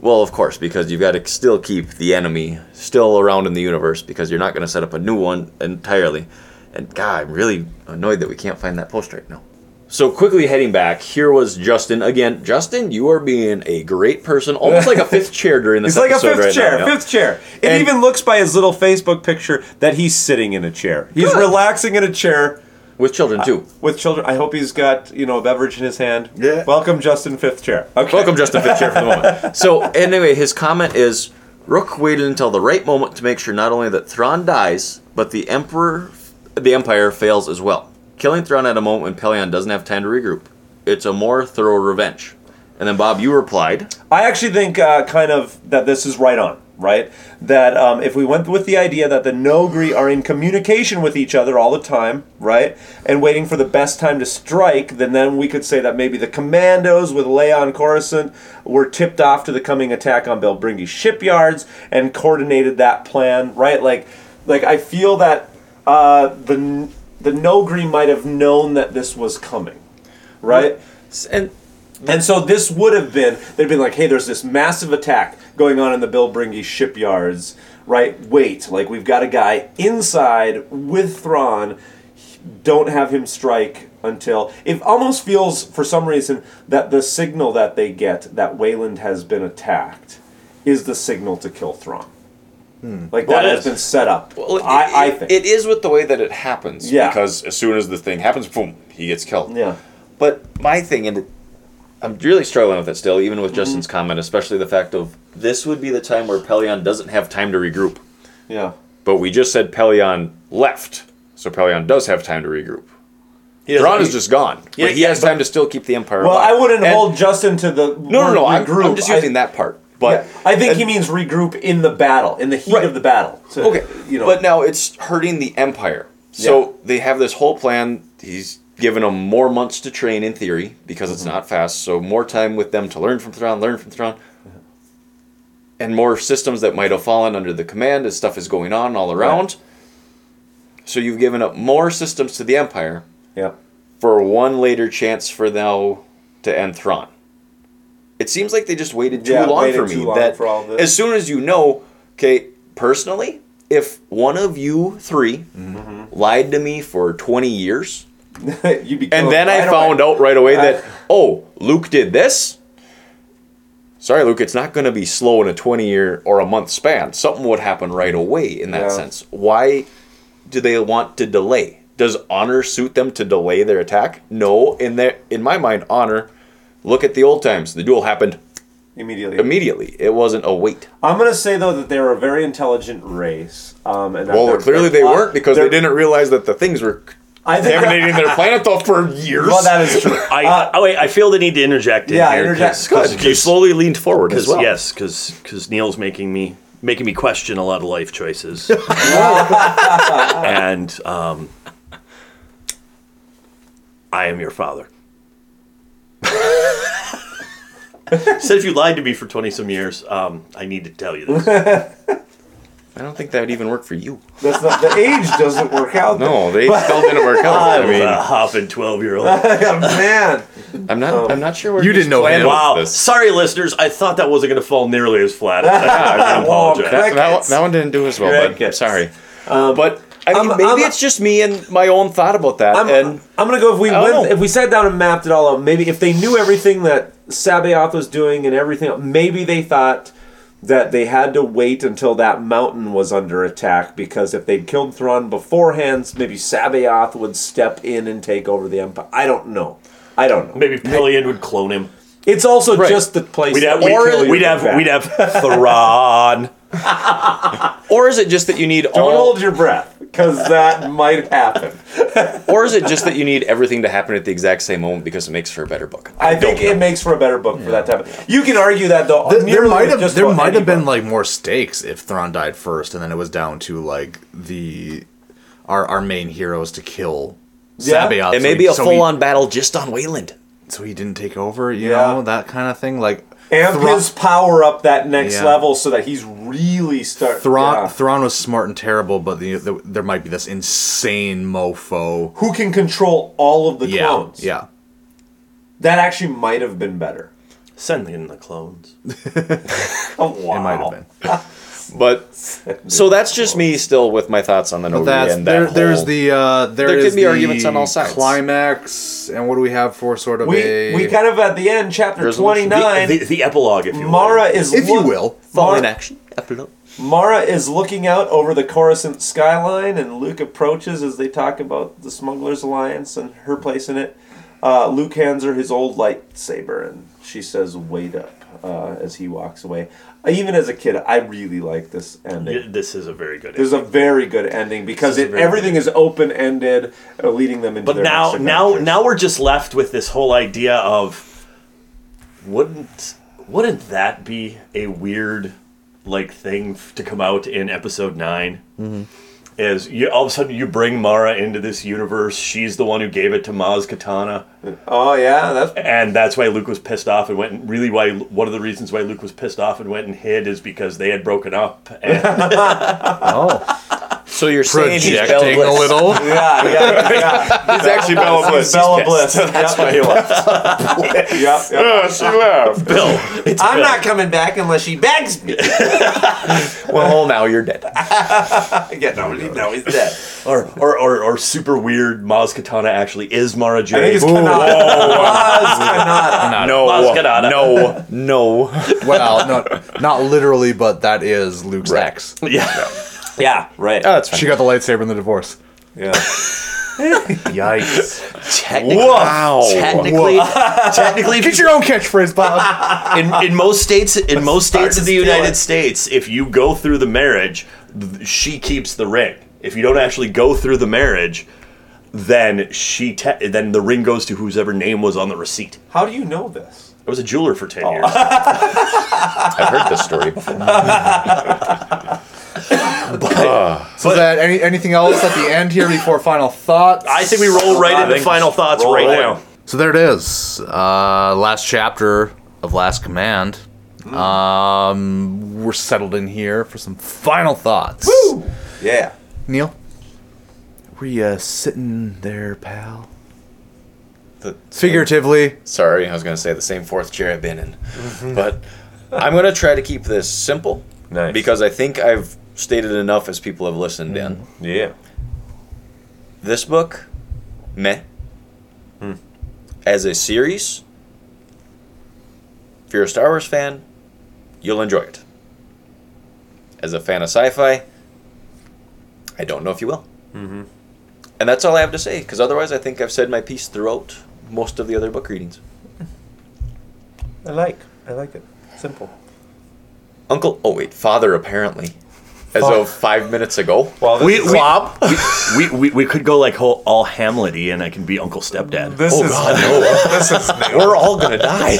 Speaker 8: Well, of course, because you've got to still keep the enemy still around in the universe because you're not going to set up a new one entirely. And God, I'm really annoyed that we can't find that post right now. So quickly heading back, here was Justin again. Justin, you are being a great person, almost like a fifth chair during this
Speaker 10: <laughs> He's like a
Speaker 8: episode
Speaker 10: fifth
Speaker 8: right
Speaker 10: chair,
Speaker 8: now.
Speaker 10: fifth chair. It
Speaker 8: And-
Speaker 10: even looks by his little Facebook picture that he's sitting in a chair. He's
Speaker 8: Good.
Speaker 10: relaxing in a chair.
Speaker 8: With children too.
Speaker 10: with children. I hope he's got, you know, a beverage in his hand. Yeah. Welcome Justin fifth chair. Okay.
Speaker 8: Welcome, Justin Fifth Chair, for the moment. So, anyway, his comment is Rook waited until the right moment to make sure not only that Thrawn dies, but the Emperor, the Empire fails as well. Killing Thrawn at a moment when Pelion doesn't have time to regroup. It's a more thorough revenge. And then, Bob, you replied.
Speaker 10: I actually think uh, kind of that this is right on, right? That um, if we went with the idea that the Nogri are in communication with each other all the time, right, and waiting for the best time to strike, then then we could say that maybe the Commandos with Leon Coruscant were tipped off to the coming attack on Belbringi shipyards and coordinated that plan, right? Like, like I feel that uh, the the Nogri might have known that this was coming, right?
Speaker 8: And
Speaker 10: and so this would have been they'd been like, hey, there's this massive attack going on in the Bilbringi shipyards, right? Wait, like we've got a guy inside with Thrawn. Don't have him strike until it almost feels for some reason that the signal that they get that Wayland has been attacked is the signal to kill Thrawn.
Speaker 7: Hmm.
Speaker 10: Like
Speaker 8: Well,
Speaker 10: that
Speaker 8: it
Speaker 10: has
Speaker 8: is.
Speaker 10: been set up.
Speaker 8: Well, it-
Speaker 10: I, I
Speaker 8: it-
Speaker 10: think
Speaker 8: It is with the way that it happens.
Speaker 10: Yeah.
Speaker 8: Because as soon as the thing happens, boom, he gets killed.
Speaker 10: Yeah.
Speaker 8: But my thing, and I'm really struggling with it still, even
Speaker 10: Mm-hmm.
Speaker 8: with Justin's comment, especially the fact of this would be the time where Pelion doesn't have time to regroup.
Speaker 10: Yeah.
Speaker 8: But we just said Pelion left, so Pelion does have time to regroup.
Speaker 7: He doesn't-
Speaker 8: Thrawn is
Speaker 7: he-
Speaker 8: just gone,
Speaker 7: Yeah,
Speaker 8: but he
Speaker 7: yeah,
Speaker 8: has time to still keep the Empire.
Speaker 10: Well,
Speaker 8: alive.
Speaker 10: I wouldn't
Speaker 8: And-
Speaker 10: hold Justin to the
Speaker 8: No, no, no.
Speaker 10: word
Speaker 8: I'm,
Speaker 10: regroup.
Speaker 8: I'm just using that part. But
Speaker 10: Yeah, I think he means regroup in the battle, in the heat of the battle. So,
Speaker 8: okay,
Speaker 10: you know,
Speaker 8: but now it's hurting the empire. So they have this whole plan. He's given them more months to train in theory because
Speaker 10: Mm-hmm.
Speaker 8: it's not fast. So more time with them to learn from Thrawn, learn from Thrawn, and more systems that might have fallen under the command as stuff is going on all around. So you've given up more systems to the empire.
Speaker 10: Yeah.
Speaker 8: <laughs> For one later chance for now to end Thrawn. It seems like they just waited too
Speaker 10: Yeah,
Speaker 8: long
Speaker 10: waited
Speaker 8: for me.
Speaker 10: too long
Speaker 8: that
Speaker 10: for all this.
Speaker 8: as soon as you know, okay, personally, if one of you 3
Speaker 10: Mm-hmm.
Speaker 8: lied to me for twenty years,
Speaker 10: you
Speaker 8: and then I
Speaker 10: right
Speaker 8: found out right away
Speaker 10: <laughs>
Speaker 8: that oh, Luke did this. Sorry, Luke, it's not going to be slow in a twenty-year or a month span. Something would happen right away in that
Speaker 10: Yeah.
Speaker 8: sense. Why do they want to delay? Does honor suit them to delay their attack? No, in their in my mind, honor. Look at the old times. The duel happened
Speaker 30: Immediately.
Speaker 8: Immediately. It wasn't a wait.
Speaker 10: I'm gonna say though that they were a very intelligent race. Um, and that
Speaker 8: Well,
Speaker 10: they're-
Speaker 8: clearly they
Speaker 10: they're-
Speaker 8: weren't because
Speaker 10: they're-
Speaker 8: they didn't realize that the things
Speaker 10: <laughs>
Speaker 8: were
Speaker 10: I think-
Speaker 8: contaminating their planet though for years.
Speaker 10: <laughs> Well, that is true. <laughs>
Speaker 7: I, oh, wait, I feel the need to interject. In
Speaker 10: Uh, Yeah,
Speaker 7: here
Speaker 10: interject. Good.
Speaker 7: you slowly leaned forward
Speaker 8: as well.
Speaker 7: Yes, because Neil's making me making me question a lot of life
Speaker 8: <laughs>
Speaker 7: choices, and um, I am your father. <laughs> Said if you lied to me for twenty some years, um, I need to tell you this.
Speaker 8: I don't think that would even work for you.
Speaker 10: That's not the age doesn't work
Speaker 8: <laughs>
Speaker 10: out.
Speaker 8: No, they still didn't work out.
Speaker 7: I,
Speaker 8: I
Speaker 7: was
Speaker 8: mean- <laughs>
Speaker 7: a hopping twelve year old.
Speaker 10: <laughs> Man,
Speaker 8: I'm not. I'm not sure. Where
Speaker 7: You
Speaker 8: this
Speaker 7: didn't know
Speaker 8: plan
Speaker 7: him.
Speaker 8: was
Speaker 7: Wow.
Speaker 8: This.
Speaker 7: Sorry, listeners. I thought that wasn't going to fall nearly as flat.
Speaker 8: Yeah,
Speaker 10: Oh,
Speaker 7: I
Speaker 8: <laughs>
Speaker 7: apologize.
Speaker 8: Oh, That, that one- that one didn't do as well, but I'm sorry. but I mean,
Speaker 10: I'm-
Speaker 8: maybe
Speaker 10: I'm-
Speaker 8: it's just me and my own thought about that.
Speaker 10: I'm,
Speaker 8: and
Speaker 10: I'm gonna go if we
Speaker 8: I don't
Speaker 10: went,
Speaker 8: know.
Speaker 10: if we sat down and mapped it all out. Maybe if they knew everything that Sabaoth was doing and everything, maybe they thought that they had to wait until that mountain was under attack because if they'd killed Thrawn beforehand, maybe Sabaoth would step in and take over the empire. I don't know. I don't know.
Speaker 7: Maybe Pillion would clone him.
Speaker 10: It's also
Speaker 7: Right.
Speaker 10: just the place.
Speaker 7: We'd have-
Speaker 10: that-
Speaker 7: we'd kill we'd have- we'd have
Speaker 8: <laughs>
Speaker 7: Thrawn.
Speaker 8: or is it just that you need all? Don't hold
Speaker 10: your breath,
Speaker 7: <laughs>
Speaker 10: because that might happen.
Speaker 8: or is it just that you need everything to happen at the exact same moment because it makes for a better book?
Speaker 10: I think it makes for a better book for that type. Of, you can argue that though.
Speaker 2: Th- there
Speaker 10: nearly
Speaker 2: might
Speaker 10: with
Speaker 2: have
Speaker 10: just
Speaker 2: there
Speaker 10: about
Speaker 2: might have
Speaker 10: any
Speaker 2: been like more stakes if Thrawn died first, and then it was down to like the our our main heroes to kill
Speaker 8: Yeah.
Speaker 2: Sabaoth.
Speaker 8: It may
Speaker 2: so
Speaker 8: be
Speaker 2: he-
Speaker 8: a
Speaker 2: so
Speaker 8: full-on battle just on Wayland.
Speaker 2: So he didn't take over, you know that kind of thing. Like
Speaker 10: amp
Speaker 2: Thra-
Speaker 10: his power up that next
Speaker 2: Yeah.
Speaker 10: level so that he's really start.
Speaker 2: Thrawn
Speaker 10: yeah.
Speaker 2: Thrawn was smart and terrible, but the, the, there might be this insane mofo
Speaker 10: who can control all of the
Speaker 2: yeah,
Speaker 10: clones.
Speaker 2: Yeah,
Speaker 10: That actually might have been better.
Speaker 7: Send in the
Speaker 2: <laughs>
Speaker 7: clones.
Speaker 10: oh, wow.
Speaker 2: it might have been.
Speaker 8: But so that's just me still with my thoughts on the
Speaker 2: But
Speaker 8: Novi
Speaker 2: that's,
Speaker 8: Oh, and that
Speaker 2: there,
Speaker 8: whole-
Speaker 2: there's the uh, there,
Speaker 8: there
Speaker 2: is
Speaker 8: could be
Speaker 2: the
Speaker 8: arguments on all sides.
Speaker 2: Climax, and what do we have for sort of
Speaker 10: We
Speaker 2: a
Speaker 10: we kind of at the end, chapter twenty
Speaker 2: Resolution.
Speaker 10: nine,
Speaker 2: The-
Speaker 7: epilogue, if
Speaker 10: Mara is
Speaker 2: if you
Speaker 10: look-
Speaker 2: will
Speaker 8: fall in
Speaker 10: Mara-
Speaker 8: action epilogue.
Speaker 10: Mara is looking out over the Coruscant skyline, and Luke approaches as they talk about the Smugglers Alliance and her place in it. Uh, Luke hands her his old lightsaber, and she says, "Wait up." Uh, as he walks away, even as a kid, I really like this ending.
Speaker 7: This is a very good.
Speaker 10: There's a very good ending because
Speaker 7: This
Speaker 10: it,
Speaker 7: is a very good
Speaker 10: everything is open ended, uh, leading them into.
Speaker 7: But
Speaker 10: their
Speaker 7: now,
Speaker 10: next
Speaker 7: now,
Speaker 10: adventure.
Speaker 7: now we're just left with this whole idea of wouldn't wouldn't that be a weird like thing f- to come out in episode nine? Is you all of a sudden you bring Mara into this universe? She's the one who gave it to Maz Katana.
Speaker 10: Oh yeah, that's
Speaker 7: and that's why Luke was pissed off and went. And really, why one of the reasons why Luke was pissed off and went and hid is because they had broken up. And
Speaker 2: oh,
Speaker 8: so you're
Speaker 7: saying he's
Speaker 8: Projecting Bella a Bliss. little?
Speaker 10: Yeah,
Speaker 7: <laughs>
Speaker 10: yeah, yeah.
Speaker 8: He's actually <laughs> Bella
Speaker 10: He's
Speaker 8: Bliss.
Speaker 10: Bella
Speaker 8: He's
Speaker 10: Bliss.
Speaker 8: pissed. That's
Speaker 10: <laughs>
Speaker 8: why he
Speaker 10: left. yep.
Speaker 8: Yeah, <laughs> she left. Bill.
Speaker 31: I'm
Speaker 8: Bill.
Speaker 31: not coming back unless she begs me.
Speaker 8: Well, now you're dead.
Speaker 7: Uh,
Speaker 31: yeah, no, now he's dead.
Speaker 7: Or, or, or, or super weird Maz Katana actually is Mara Jade.
Speaker 31: think it's
Speaker 7: Ooh.
Speaker 31: Kanata.
Speaker 10: <laughs>
Speaker 7: Whoa.
Speaker 2: No,
Speaker 7: Maz Kanata.
Speaker 8: no,
Speaker 2: well,
Speaker 7: <laughs>
Speaker 2: not not literally, but that is Luke's ex.
Speaker 7: <laughs> Yeah, yeah, right.
Speaker 8: that's
Speaker 2: She got the lightsaber in the divorce. <laughs>
Speaker 10: Yeah.
Speaker 2: Yikes.
Speaker 7: Technically,
Speaker 2: Wow.
Speaker 7: technically,
Speaker 2: <laughs> Whoa.
Speaker 7: technically,
Speaker 2: Get your own catchphrase,
Speaker 7: <laughs>
Speaker 2: Bob.
Speaker 7: in, in most states, <laughs> in most
Speaker 2: Start
Speaker 7: states
Speaker 2: to
Speaker 7: of the
Speaker 2: steal
Speaker 7: United
Speaker 2: it.
Speaker 7: States, if you go through the marriage, th- she keeps the ring. If you don't actually go through the marriage, then she te- then the ring goes to whoever name was on the receipt.
Speaker 10: How do you know this?
Speaker 7: I was a jeweler for ten years. <laughs> I've
Speaker 8: heard this story <laughs> before.
Speaker 2: so that any, anything else at the end here before final thoughts?
Speaker 7: I think we roll right into final thoughts
Speaker 2: Roll
Speaker 7: right
Speaker 2: it.
Speaker 7: now.
Speaker 2: So there it is. Uh, last chapter of Last Command.
Speaker 7: Hmm.
Speaker 2: Um, we're settled in here for some final thoughts. Woo!
Speaker 10: Yeah.
Speaker 2: Neil, were you uh, sitting there, pal? Figuratively.
Speaker 8: Sorry, I was going to say the same fourth chair I've been in. But I'm going to try to keep this simple.
Speaker 10: Nice.
Speaker 8: Because I think I've stated enough as people have listened in.
Speaker 10: Yeah.
Speaker 8: This book, meh.
Speaker 29: Hmm.
Speaker 8: As a series, if you're a Star Wars fan, you'll enjoy it. As a fan of sci fi, I don't know if you will.
Speaker 32: Mm-hmm.
Speaker 8: And that's all I have to say, because otherwise I think I've said my piece throughout most of the other book readings.
Speaker 10: I like. I like it. Simple.
Speaker 8: Uncle. Oh wait, father apparently. As of five minutes ago.
Speaker 7: Well,
Speaker 8: we, we,
Speaker 7: we, we, we could go like whole, all Hamlety and I can be Uncle Stepdad.
Speaker 8: This
Speaker 7: oh,
Speaker 8: is-
Speaker 7: God, no.
Speaker 8: this is We're all gonna die.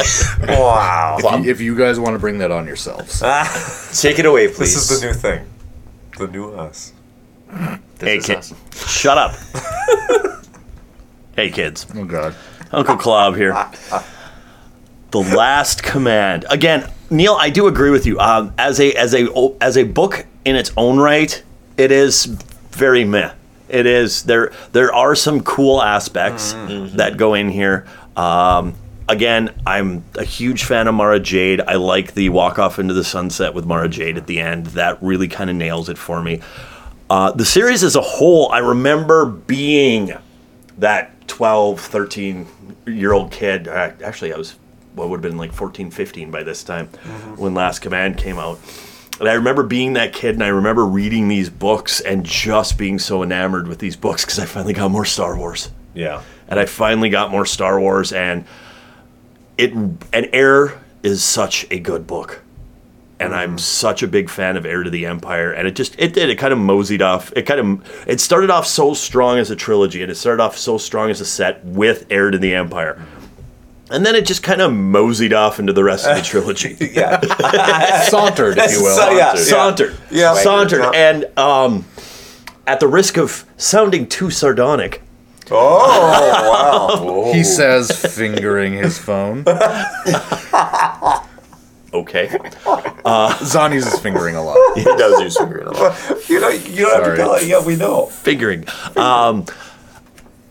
Speaker 2: Wow. If you, if you guys want to bring that on yourselves,
Speaker 8: take it away,
Speaker 29: This is the new thing. The new us.
Speaker 7: hey, kid. Shut
Speaker 31: <laughs>
Speaker 7: up. hey, kids.
Speaker 2: Oh, God.
Speaker 7: Uncle Clob here. the last command. Again, Neil, I do agree with you. Um, as a as a o- as a book in its own right, it is very meh. It is there. There are some cool aspects that go in here. Um, again, I'm a huge fan of Mara Jade. I like the walk off into the sunset with Mara Jade at the end. That really kind of nails it for me. Uh, the series as a whole, I remember being that 12, 13 year old kid. Uh, actually, I was, what would have been like 14, 15 by this time when Last Command came out. And I remember being that kid and I remember reading these books and just being so enamored with these books because I finally got more Star Wars.
Speaker 10: Yeah.
Speaker 7: And I finally got more Star Wars and it and Air is such a good book and I'm such a big fan of Heir to the Empire, and it just it did it kind of moseyed off. It kind of it started off so strong as a trilogy, and it started off so strong as a set with Heir to the Empire, and then it just kind of moseyed off into the rest of the trilogy. yeah,
Speaker 2: sauntered,
Speaker 7: <laughs>
Speaker 2: if you will.
Speaker 7: Sa- yeah,
Speaker 2: Sauntered.
Speaker 7: sauntered,
Speaker 2: Yeah. Yeah.
Speaker 7: sauntered,
Speaker 2: Yeah.
Speaker 7: and um, at the risk of sounding too sardonic.
Speaker 2: wow. he says, fingering his phone.
Speaker 7: okay.
Speaker 2: Uh, Zani uses fingering a <laughs> lot.
Speaker 8: He does use fingering a lot.
Speaker 29: You know, you don't have to
Speaker 2: Sorry.
Speaker 29: tell it. Yeah, we know.
Speaker 7: figuring. Um,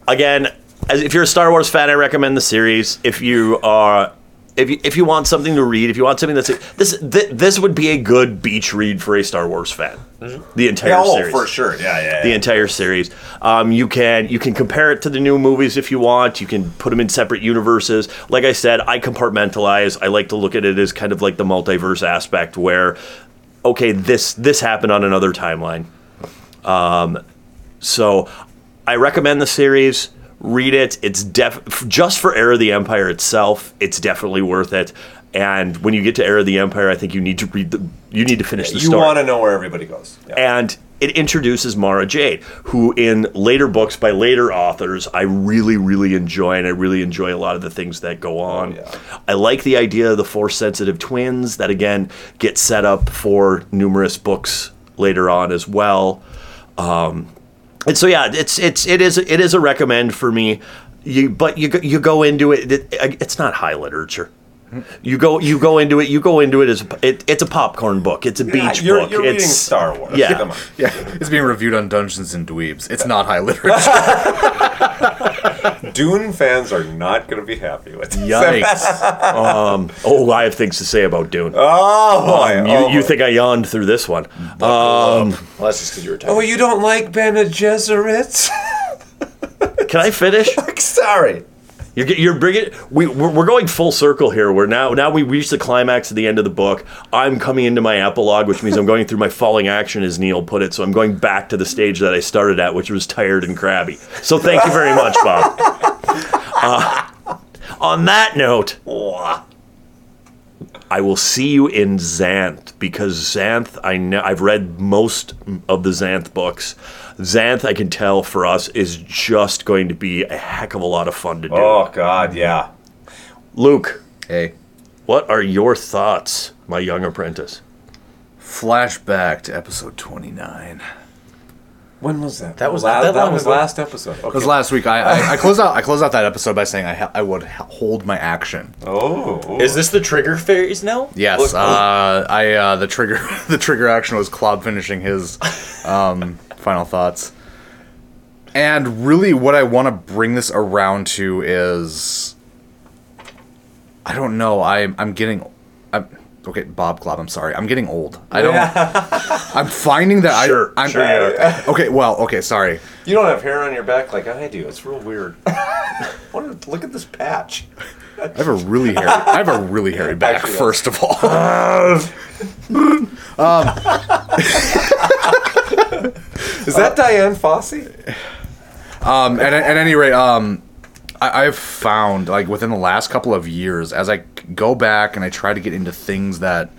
Speaker 7: again, as if you're a Star Wars fan, I recommend the series. If you are, if you, if you want something to read, if you want something that's this th- this would be a good beach read for a Star Wars fan. The entire
Speaker 29: Yeah, oh,
Speaker 7: series,
Speaker 29: for sure. Yeah, yeah.
Speaker 7: the entire series. Um, you can you can compare it to the new movies if you want. You can put them in separate universes. Like I said, I compartmentalize. I like to look at it as kind of like the multiverse aspect, where okay, this this happened on another timeline. Um, so I recommend the series. Read it. It's def just for Heir of the Empire itself. It's definitely worth it. And when you get to Heir of the Empire, I think you need to read the you need to finish the
Speaker 29: You
Speaker 7: story
Speaker 29: want to know where everybody goes.
Speaker 7: and it introduces Mara Jade, who in later books by later authors I really, really enjoy, and I really enjoy a lot of the things that
Speaker 2: Oh,
Speaker 7: go on. I like the idea of the force sensitive twins that again get set up for numerous books later on as well. Um, and so yeah, it's it's it is it is a recommend for me. You but you go- you go into it, it it's not high literature.
Speaker 2: Mm-hmm.
Speaker 7: You go, you go into it. You go into it as it, it's a popcorn book. It's a beach
Speaker 2: you're-
Speaker 7: book.
Speaker 2: you're
Speaker 7: it's
Speaker 2: reading Star Wars.
Speaker 7: Yeah,
Speaker 2: Come on. Yeah, it's being reviewed on Dungeons and Dweebs. It's not high literature.
Speaker 29: Dune fans are not going to be happy with this.
Speaker 7: Yikes. um, oh, I have things to say about Dune.
Speaker 29: Oh, boy.
Speaker 7: Um, you,
Speaker 29: Oh,
Speaker 7: you think I yawned through this one? Um, well,
Speaker 8: that's just because you were
Speaker 29: oh, you don't like Bene
Speaker 10: <laughs>
Speaker 29: Gesserits?
Speaker 7: Can
Speaker 29: <laughs>
Speaker 7: I finish?
Speaker 29: Sorry.
Speaker 7: You're, get- you're bringing. We we're, we're going full circle here. We're now now we reach the climax at the end of the book. I'm coming into my epilogue, which means I'm going through my falling action, as Neil put it. So I'm going back to the stage that I started at, which was tired and crabby. So thank you very much, Bob. Uh, on that note, I will see you in Xanth because Xanth, I know I've read most of the Xanth books. Xanth, I can tell for us is just going to be a heck of a lot of fun to do.
Speaker 29: Oh, God, yeah.
Speaker 7: Luke.
Speaker 2: <laughs> Hey.
Speaker 7: What are your thoughts, my young apprentice?
Speaker 2: Flashback to episode 29.
Speaker 29: When was that?
Speaker 2: That was
Speaker 29: La-
Speaker 2: not that long
Speaker 29: was
Speaker 2: ago.
Speaker 29: last episode.
Speaker 2: It was last week. I, I, I closed out. I closed out that episode by saying I ha- I would h- hold my action.
Speaker 29: Oh,
Speaker 8: Is this the trigger phase now?
Speaker 2: Yes,
Speaker 8: Look-
Speaker 2: uh, I uh, the trigger <laughs> the trigger action was Clob finishing his um, final thoughts, and really what I want to bring this around to is I don't know I I'm getting I'm okay Bob Clob I'm sorry I'm getting old I don't
Speaker 29: <laughs>
Speaker 2: I'm finding that
Speaker 29: Sure,
Speaker 2: I I'm,
Speaker 29: sure you
Speaker 2: <laughs> okay well okay sorry
Speaker 29: You don't have hair on your back like I do. It's real weird. What a- Look at this patch.
Speaker 2: I have a really hairy I have a really hairy back
Speaker 29: Actually,
Speaker 2: first of
Speaker 29: <laughs>
Speaker 2: all um, uh,
Speaker 29: Is that Diane Fossey?
Speaker 2: Um, at, at any rate, um, I, I've found like within the last couple of years, as I go back and I try to get into things that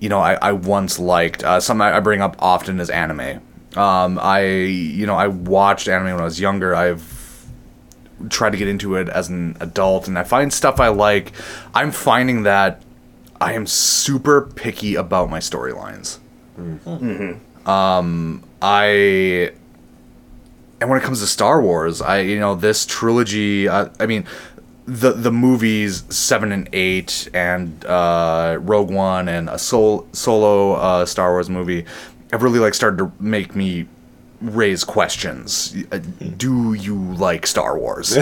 Speaker 2: you know I, I once liked. Uh, something I I bring up often is anime. Um, I you know I watched anime when I was younger. I've tried to get into it as an adult, and I find stuff I like. I'm finding that I am super picky about my storylines. Um, I and when it comes to Star Wars, I you know this trilogy. I, I mean, the the movies seven and eight, and uh, Rogue One, and a sol- solo uh, Star Wars movie, have really like started to make me raise questions. Uh, Do you like Star Wars?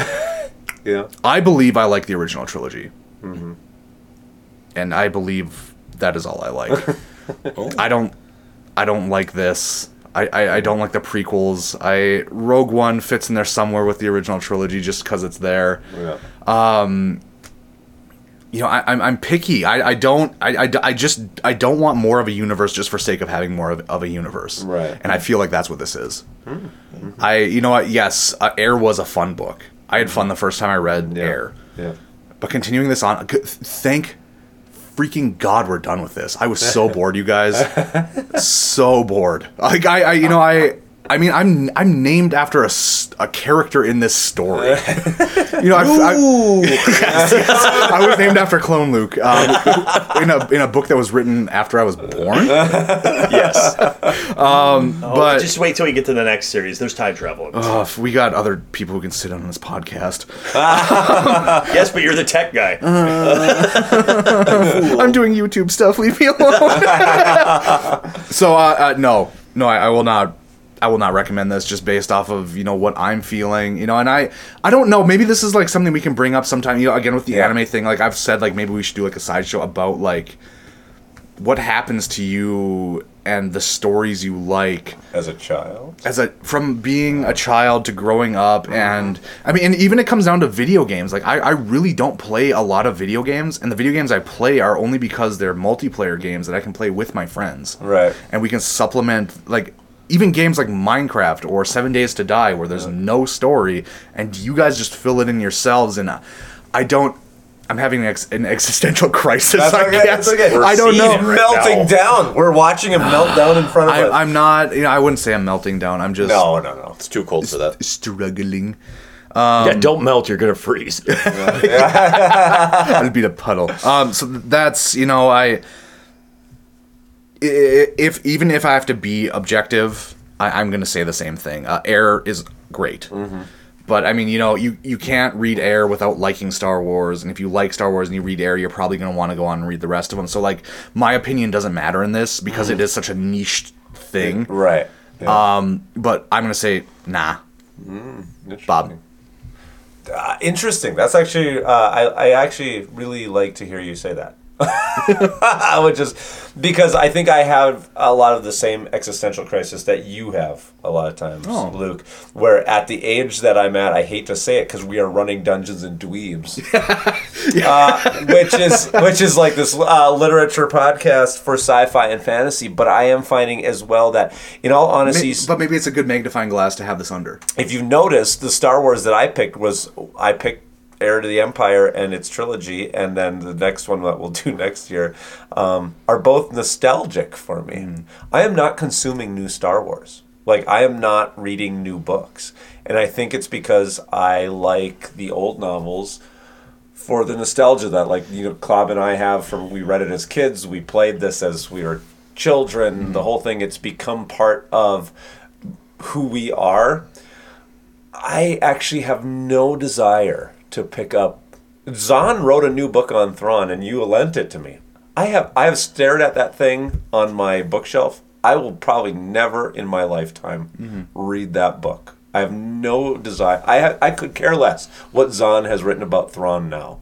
Speaker 33: Yeah.
Speaker 2: I believe I like the original trilogy, and I believe that is all I like. I don't I don't like this. I, I, I don't like the prequels. I Rogue One fits in there somewhere with the original trilogy just because it's there.
Speaker 7: Yeah.
Speaker 2: Um, you know, I, I'm, I'm picky. I, I don't, I, I, I just, I don't want more of a universe just for sake of having more of, of a universe. Right. And I feel like that's what this is.
Speaker 7: Hmm.
Speaker 2: I, you know what? Yes, uh, Air was a fun book. I had fun the first time I read Air.
Speaker 7: Yeah.
Speaker 2: But continuing this on, g- thank freaking God we're done with this. I was
Speaker 7: <laughs>
Speaker 2: so bored, you guys. so bored. Like I, I, you know, I. I mean, I'm I'm named after a, s- a character in this story. you know, I've, I, <laughs> Yes, yes. I was named after Clone Luke um, in a in a book that was written after I was born. yes, um,
Speaker 34: Oh,
Speaker 7: Uh,
Speaker 2: but
Speaker 34: just wait till we get to the next series. There's time travel.
Speaker 2: Ugh, if we got other people who can sit on this podcast.
Speaker 34: yes, but you're the tech guy.
Speaker 2: <laughs>
Speaker 7: uh,
Speaker 2: I'm doing YouTube stuff. Leave me alone. <laughs> so uh, uh, no, no, I, I will not. I will not recommend this just based off of you know what I'm feeling. You know, and I I don't know. Maybe this is like something we can bring up sometime. You know, again with the anime thing. Like I've said, like maybe we should do like a sideshow about like what happens to you and the stories you like
Speaker 10: as a child Mm-hmm.
Speaker 2: as a from being a child to growing up and i mean and even it comes down to video games like I, I really don't play a lot of video games and the video games i play are only because they're multiplayer games that i can play with my friends
Speaker 10: Right.
Speaker 2: and we can supplement like even games like minecraft or seven days to die where there's no story and you guys just fill it in yourselves and uh, i don't i'm having an, ex- an existential <laughs> crisis
Speaker 10: That's
Speaker 2: i
Speaker 10: okay,
Speaker 2: guess
Speaker 10: that's okay. We're
Speaker 2: i don't
Speaker 10: seeing
Speaker 2: know
Speaker 10: it right Melting now. down. We're watching him melt down in front of
Speaker 2: I,
Speaker 10: us.
Speaker 2: I'm not. You know, I wouldn't say I'm melting down. I'm just.
Speaker 10: No, no, no.
Speaker 2: It's too cold for that. Struggling.
Speaker 35: yeah,
Speaker 7: um,
Speaker 35: don't melt. You're gonna freeze.
Speaker 2: I'd be the puddle. Um, so th- that's you know I. i- i- If even if I have to be objective, I, I'm gonna say the same thing. Uh, Air is great.
Speaker 10: Mm-hmm.
Speaker 2: But I mean, you know, you, you can't read Air without liking Star Wars, and if you like Star Wars and you read Air, you're probably going to want to go on and read the rest of them. So like, my opinion doesn't matter in this because it is such a niche thing,
Speaker 10: Mm-hmm. right?
Speaker 2: Um, but I'm going to say nah, Bob.
Speaker 10: Uh, interesting. That's actually uh, I I actually really like to hear you say that. <laughs> I would just because I think I have a lot of the same existential crisis that you have a lot of times,
Speaker 2: Oh.
Speaker 10: Luke. Where at the age that I'm at, I hate to say it because we are running Dungeons
Speaker 2: <laughs>
Speaker 10: and Dweebs, uh, which is which is like this uh, literature podcast for sci-fi and fantasy. But I am finding as well that, in all honesty,
Speaker 2: Ma- but maybe it's a good magnifying glass to have this under.
Speaker 10: if you notice, the Star Wars that I picked was I picked Heir to the Empire and its trilogy, and then the next one that we'll <laughs> do next year um, are both nostalgic for me. I am not consuming new Star Wars. Like I am not reading new books, and I think it's because I like the old novels for the nostalgia that like you know Klob and I have from we read it as kids, we played this as we were children, the whole thing it's become part of who we are. I actually have no desire to pick up Zahn wrote a new book on Thrawn and you lent it to me. I have I have stared at that thing on my bookshelf. I will probably never in my lifetime
Speaker 2: Mm-hmm.
Speaker 7: Mhm.
Speaker 10: read that book. I have no desire. I ha- I could care less what Zahn has written about Thrawn now,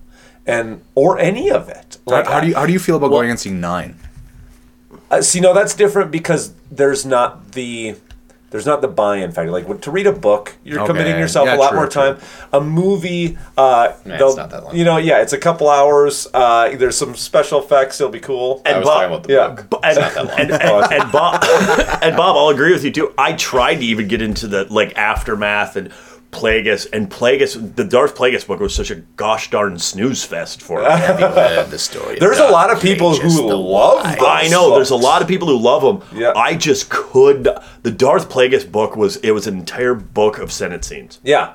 Speaker 10: and or any of it.
Speaker 2: How- how do you- how do you feel about going and seeing nine?
Speaker 10: Uh, see, no, that's different because there's not the there's not the buy-in factor. Like when- to read a book, you're
Speaker 7: Okay.
Speaker 10: committing yourself
Speaker 7: Yeah,
Speaker 10: a lot
Speaker 7: true,
Speaker 10: more
Speaker 7: true.
Speaker 10: time. A movie, uh,
Speaker 7: Nah, it's
Speaker 10: they'll-
Speaker 7: not that long.
Speaker 10: You know, yeah, it's a couple hours. Uh, there's some special effects. It'll be cool.
Speaker 7: And <laughs> I was Bob- talking about the
Speaker 10: yeah.
Speaker 7: book. It's not that long.
Speaker 10: and-
Speaker 7: Oh,
Speaker 10: and-
Speaker 7: it's-
Speaker 10: and
Speaker 7: <laughs> Bob and Bob, I'll agree with you too. I tried to even get into the like aftermath and Plagueis, and Plagueis, the Darth Plagueis book was such a gosh darn snooze fest for <laughs> me.
Speaker 17: the story.
Speaker 7: There's a lot of people who love.
Speaker 17: those
Speaker 7: I know. There's a lot of people who love them. Yeah. I just could. The Darth Plagueis book was it was an entire book of sentence scenes.
Speaker 17: Yeah.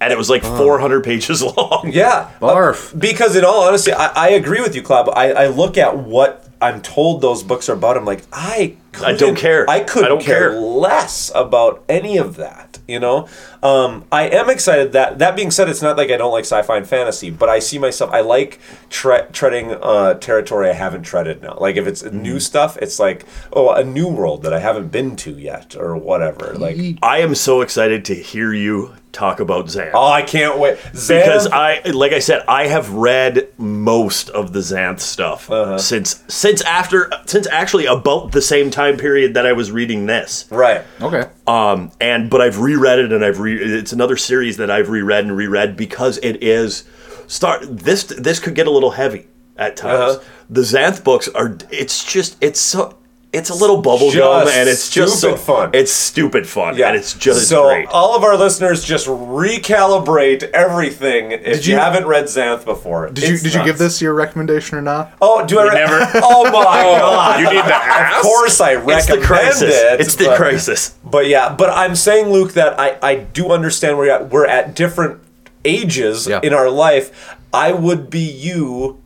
Speaker 7: And it was like 400 pages <laughs> long.
Speaker 10: Uh. Yeah. Barf. Because in all honesty, I, I agree with you, Club. I, I look at what I'm told those books are about. I'm like, I
Speaker 7: I don't
Speaker 10: couldn't-
Speaker 7: care.
Speaker 10: I couldn't
Speaker 7: I don't
Speaker 10: care,
Speaker 7: care.
Speaker 10: less about any of that. You know, um, I am excited that. That being said, it's not like I don't like sci-fi and fantasy, but I see myself. I like tre- treading uh, territory I haven't treaded now. Like if it's
Speaker 7: Mm-hmm.
Speaker 10: new stuff, it's like oh, a new world that I haven't been to yet or whatever. Like
Speaker 7: I am so excited to hear you talk about Xan.
Speaker 10: oh, I can't wait Xanth-
Speaker 7: because I, like I said, I have read most of the Xanth stuff
Speaker 10: Uh-huh.
Speaker 7: since since after since actually about the same time period that I was reading this.
Speaker 10: Right.
Speaker 18: Okay.
Speaker 7: Um. And but I've reread it, and I've re. It's another series that I've reread and reread because it is start this. This could get a little heavy at
Speaker 10: Uh-huh.
Speaker 7: times. The Xanth books are. It's just. It's so. It's a little bubble gum,
Speaker 10: Just
Speaker 7: and it's just so
Speaker 10: stupid fun.
Speaker 7: It's stupid fun, and it's just
Speaker 10: so
Speaker 7: great.
Speaker 10: all of our listeners just recalibrate everything if you, haven't read Xanth before.
Speaker 18: Did you
Speaker 10: It's
Speaker 18: did you give
Speaker 10: nuts.
Speaker 18: this your recommendation or not?
Speaker 10: Oh, do I re- <laughs> Oh my
Speaker 18: <laughs>
Speaker 10: god!
Speaker 18: You need to
Speaker 10: Of
Speaker 18: ask?
Speaker 10: course, I recommend
Speaker 18: It's the crisis.
Speaker 10: it.
Speaker 18: It's the
Speaker 10: but-
Speaker 18: crisis.
Speaker 10: But yeah, but I'm saying, Luke, that I I do understand where you're at. we're at different ages in our life. I would be you,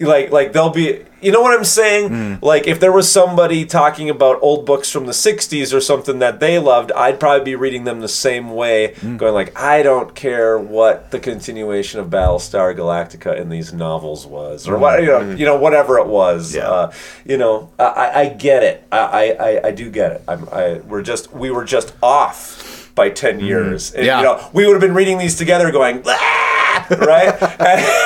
Speaker 10: like like they'll be. You know what I'm saying? Like if there was somebody talking about old books from the '60s or something that they loved, I'd probably be reading them the same way, going like, I don't care what the continuation of Battlestar Galactica in these novels was, or what you know,
Speaker 17: Mm.
Speaker 10: you know, whatever it was. Uh, you know, I, I, I get it. I, I, I- I do get it. I'm, I, we're just, we were just off by 10 years. And,
Speaker 17: Yeah.
Speaker 10: You know, we would have been reading these together going, "Ah!" right? and,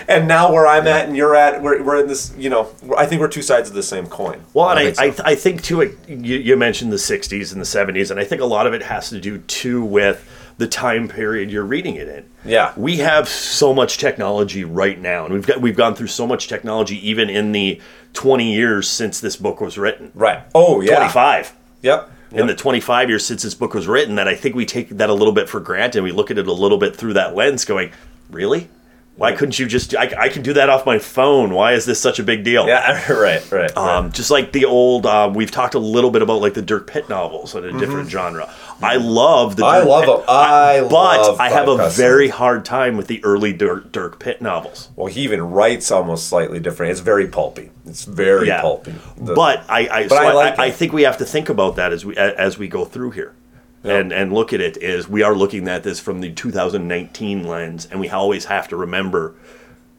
Speaker 10: <laughs> and now where I'm at and you're at, we're, we're in this, you know, I think we're two sides of the same coin.
Speaker 7: Well, and I, I, I think too, it- you, you mentioned the 60s and the 70s, and I think a lot of it has to do too with the time period you're reading it in.
Speaker 10: Yeah.
Speaker 7: We have so much technology right now, and we've got we've gone through so much technology even in the 20 years since this book was written.
Speaker 10: Right. Oh yeah.
Speaker 7: 25.
Speaker 10: Yep.
Speaker 7: In the 25 years since this book was written, that I think we take that a little bit for granted. We look at it a little bit through that lens, going, "Really? Why couldn't you just? I, I can do that off my phone. Why is this such a big deal?"
Speaker 10: Yeah, right, right.
Speaker 7: Um, just like the old, um, we've talked a little bit about like the Dirk Pitt novels in a different genre. I love the.
Speaker 10: Mm-hmm. I
Speaker 7: Dirk
Speaker 10: love
Speaker 7: Pitt-
Speaker 10: them. I
Speaker 7: but
Speaker 10: love
Speaker 7: I have
Speaker 10: Clive
Speaker 7: a
Speaker 10: Cussler.
Speaker 7: very hard time with the early Dirk, Dirk Pitt novels.
Speaker 10: Well, he even writes almost slightly different. It's very pulpy. It's very
Speaker 7: Yeah.
Speaker 10: pulpy. The-
Speaker 7: but I, I,
Speaker 10: But
Speaker 7: so
Speaker 10: I
Speaker 7: I,
Speaker 10: like
Speaker 7: I,
Speaker 10: it.
Speaker 7: think we have to think about that as we a- as we go through here, and and look at it is we are looking at this from the 2019 lens, and we always have to remember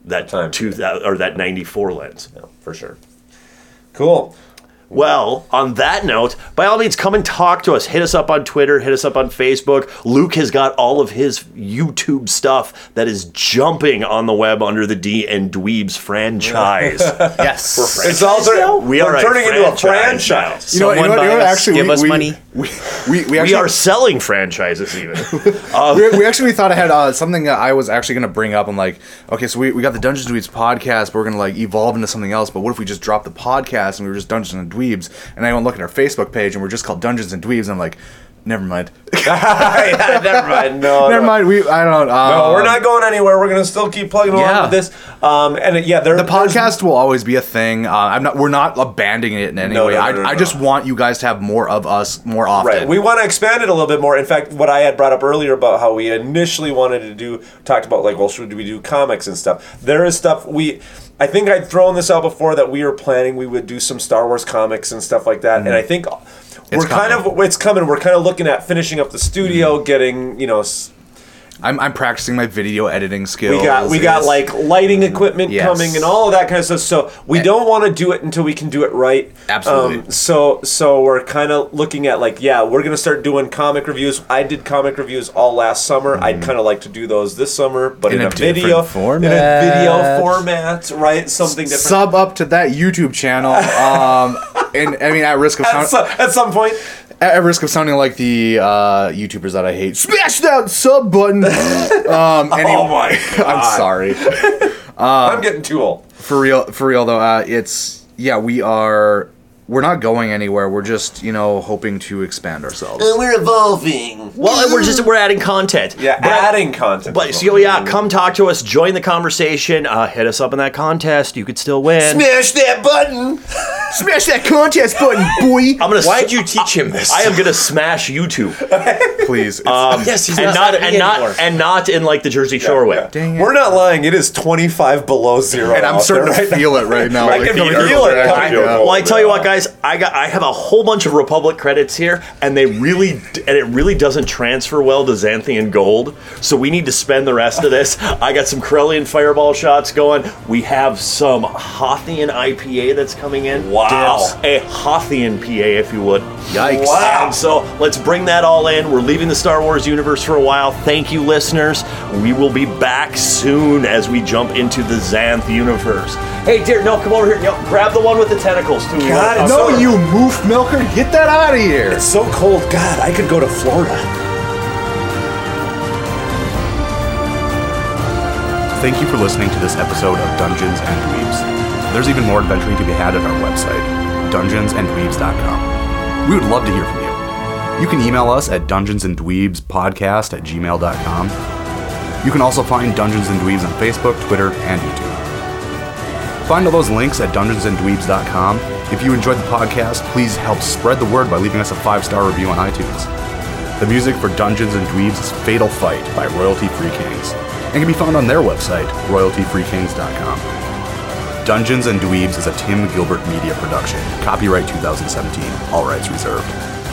Speaker 7: that two thousand or that 94 lens
Speaker 10: for sure. Cool. <laughs>
Speaker 7: Well, on that note, by all means, come and talk to us. Hit us up on Twitter, hit us up on Facebook. Luke has got all of his YouTube stuff that is jumping on the web under the D and Dweebs franchise.
Speaker 8: yes.
Speaker 7: We're
Speaker 8: <laughs> It's all
Speaker 7: franchise now? we
Speaker 8: we're
Speaker 7: are
Speaker 8: turning into a franchise. You know what- you know what- you know what, actually, we- we-
Speaker 7: We,
Speaker 18: we,
Speaker 7: we,
Speaker 18: actually-
Speaker 7: are selling franchises,
Speaker 8: <laughs>
Speaker 7: even.
Speaker 18: we, we actually thought I had uh, something that I was actually going to bring up. I'm like, okay, so we, we got the Dungeons and Dweebs podcast, but we're going to like evolve into something else. But what if we just dropped the podcast and we were just Dungeons and Dweebs? And I went look at our Facebook page and we're just called Dungeons and Dweebs. And I'm like, never mind.
Speaker 10: yeah, never mind. <laughs> No,
Speaker 18: never
Speaker 10: no.
Speaker 18: mind. We I don't. Um,
Speaker 10: No, we're not going anywhere. We're going to still keep plugging
Speaker 18: Yeah.
Speaker 10: along with this. Um, and uh, yeah, there,
Speaker 18: the podcast will always be a thing. Uh, I'm not. We're not abandoning it in any
Speaker 10: No,
Speaker 18: way.
Speaker 10: no, no,
Speaker 18: I,
Speaker 10: no,
Speaker 18: I
Speaker 10: no.
Speaker 18: just want you guys to have more of us more often.
Speaker 10: Right. We want to expand it a little bit more. In fact, what I had brought up earlier about how we initially wanted to do talked about like, well, should we do comics and stuff? There is stuff we. I think I'd thrown this out before that we were planning we would do some Star Wars comics and stuff like that, and I think we're kind of Mm-hmm. it's coming. Mm-hmm. We're kind of looking at finishing up the studio, getting you know. s-
Speaker 18: I'm, I'm practicing my video editing skills.
Speaker 10: We got we got
Speaker 18: It's-
Speaker 10: like lighting equipment
Speaker 18: Yes.
Speaker 10: coming and all of that kind of stuff. So we don't want to do it until we can do it right. Um,
Speaker 18: Absolutely.
Speaker 10: so so we're kind of looking at like yeah, we're gonna start doing comic reviews. I did comic reviews all last summer. I'd kind of like to do those this summer, but in,
Speaker 18: In
Speaker 10: a,
Speaker 18: a different
Speaker 10: video in a
Speaker 18: format.
Speaker 10: video format, right? Something different.
Speaker 18: sub up to that YouTube channel.
Speaker 10: <laughs>
Speaker 18: Um, and I mean, at risk of
Speaker 10: At so- at some point,
Speaker 18: at, at risk of sounding like the uh, YouTubers that I hate, smash that sub
Speaker 10: <laughs>
Speaker 18: button. um, oh
Speaker 10: my!
Speaker 18: <laughs> I'm
Speaker 10: God.
Speaker 18: sorry. Um,
Speaker 10: I'm getting too old.
Speaker 18: For real, for real though, uh, it's yeah. We are
Speaker 36: we're not going anywhere. We're just, you know, hoping to expand ourselves.
Speaker 10: Uh,
Speaker 37: And we're evolving.
Speaker 7: Well, we're just we're adding content. Yeah,
Speaker 37: adding content.
Speaker 7: But so
Speaker 10: Mm.
Speaker 7: yeah, come talk to us, join the conversation, uh, hit us up in that contest. You could still win.
Speaker 37: Smash that button.
Speaker 38: Smash that contest button,
Speaker 10: <laughs>
Speaker 38: boy.
Speaker 7: I'm gonna.
Speaker 8: Why'd you teach him this?
Speaker 7: I am gonna smash you two.
Speaker 36: Please.
Speaker 7: Um,
Speaker 8: Yes, he's
Speaker 7: and
Speaker 8: not
Speaker 7: not,
Speaker 8: scared of me
Speaker 7: and
Speaker 8: anymore.
Speaker 7: not and not in like the Jersey Shore way.
Speaker 10: We're not lying. It is 25 below zero.
Speaker 7: And I'm
Speaker 10: out
Speaker 7: starting
Speaker 10: there
Speaker 7: to
Speaker 10: <laughs> right
Speaker 36: feel it right now.
Speaker 10: I
Speaker 7: Like,
Speaker 10: can
Speaker 7: the
Speaker 10: feel
Speaker 7: Earth
Speaker 10: it.
Speaker 7: Day.
Speaker 10: I
Speaker 7: I-
Speaker 10: know.
Speaker 7: well, I tell you what, guys, I got I have a whole bunch of Republic credits here, and they really and it really doesn't transfer well to Xanthian gold. So we need to spend the rest of
Speaker 39: <laughs>
Speaker 7: this. I got some Corellian fireball shots going. We have some Hothian IPA that's coming in.
Speaker 39: Wow.
Speaker 7: Dips. a Hothian PA, if you would.
Speaker 39: Yikes.
Speaker 7: Wow. And so let's bring that all in. We're leaving the Star Wars universe for a while. Thank you, listeners. We will be back soon as we jump into the Xanth universe. Hey, dear, no, come over here. No, grab the one with the tentacles, too. We wanna talk
Speaker 40: no,
Speaker 7: about it.
Speaker 40: you moof milker, get that out of here. It's
Speaker 10: so cold. God, I could go to Florida.
Speaker 2: Thank you for listening to this episode of Dungeons and Dweebs. There's even more adventuring to be had at our website, dungeonsanddweebs.com. We would love to hear from you. You can email us at dungeonsanddweebspodcast at gmail.com. You can also find Dungeons and Dweebs on Facebook, Twitter, and YouTube. Find all those links at dungeonsanddweebs.com. If you enjoyed the podcast, please help spread the word by leaving us a five-star review on iTunes. The music for Dungeons and Dweebs is Fatal Fight by Royalty Free Kings and can be found on their website, royaltyfreekings.com. Dungeons and Dweebs is a Tim Gilbert Media production, copyright 2017, all rights reserved.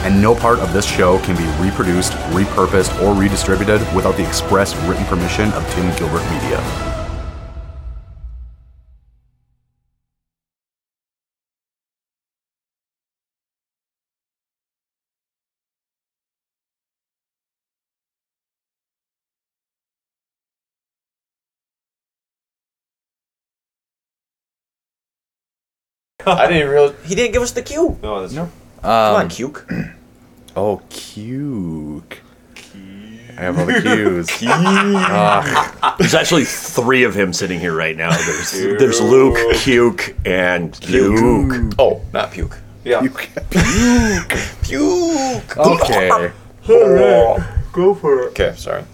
Speaker 2: And no part of this show can be reproduced, repurposed, or redistributed without the express written permission of Tim Gilbert Media.
Speaker 8: I didn't realize he didn't give us the cue. No, that's no. Come
Speaker 7: Um,
Speaker 8: on, Cuke.
Speaker 36: Oh, cuke. I have all the cues. Ugh.
Speaker 7: There's actually three of him sitting here right now. There's, there's Luke, Puke, and Luke.
Speaker 8: <laughs> Oh, not Puke.
Speaker 37: Yeah.
Speaker 8: Puke.
Speaker 29: <laughs>
Speaker 37: Puke.
Speaker 8: Okay.
Speaker 36: Go for it.
Speaker 8: Okay, sorry.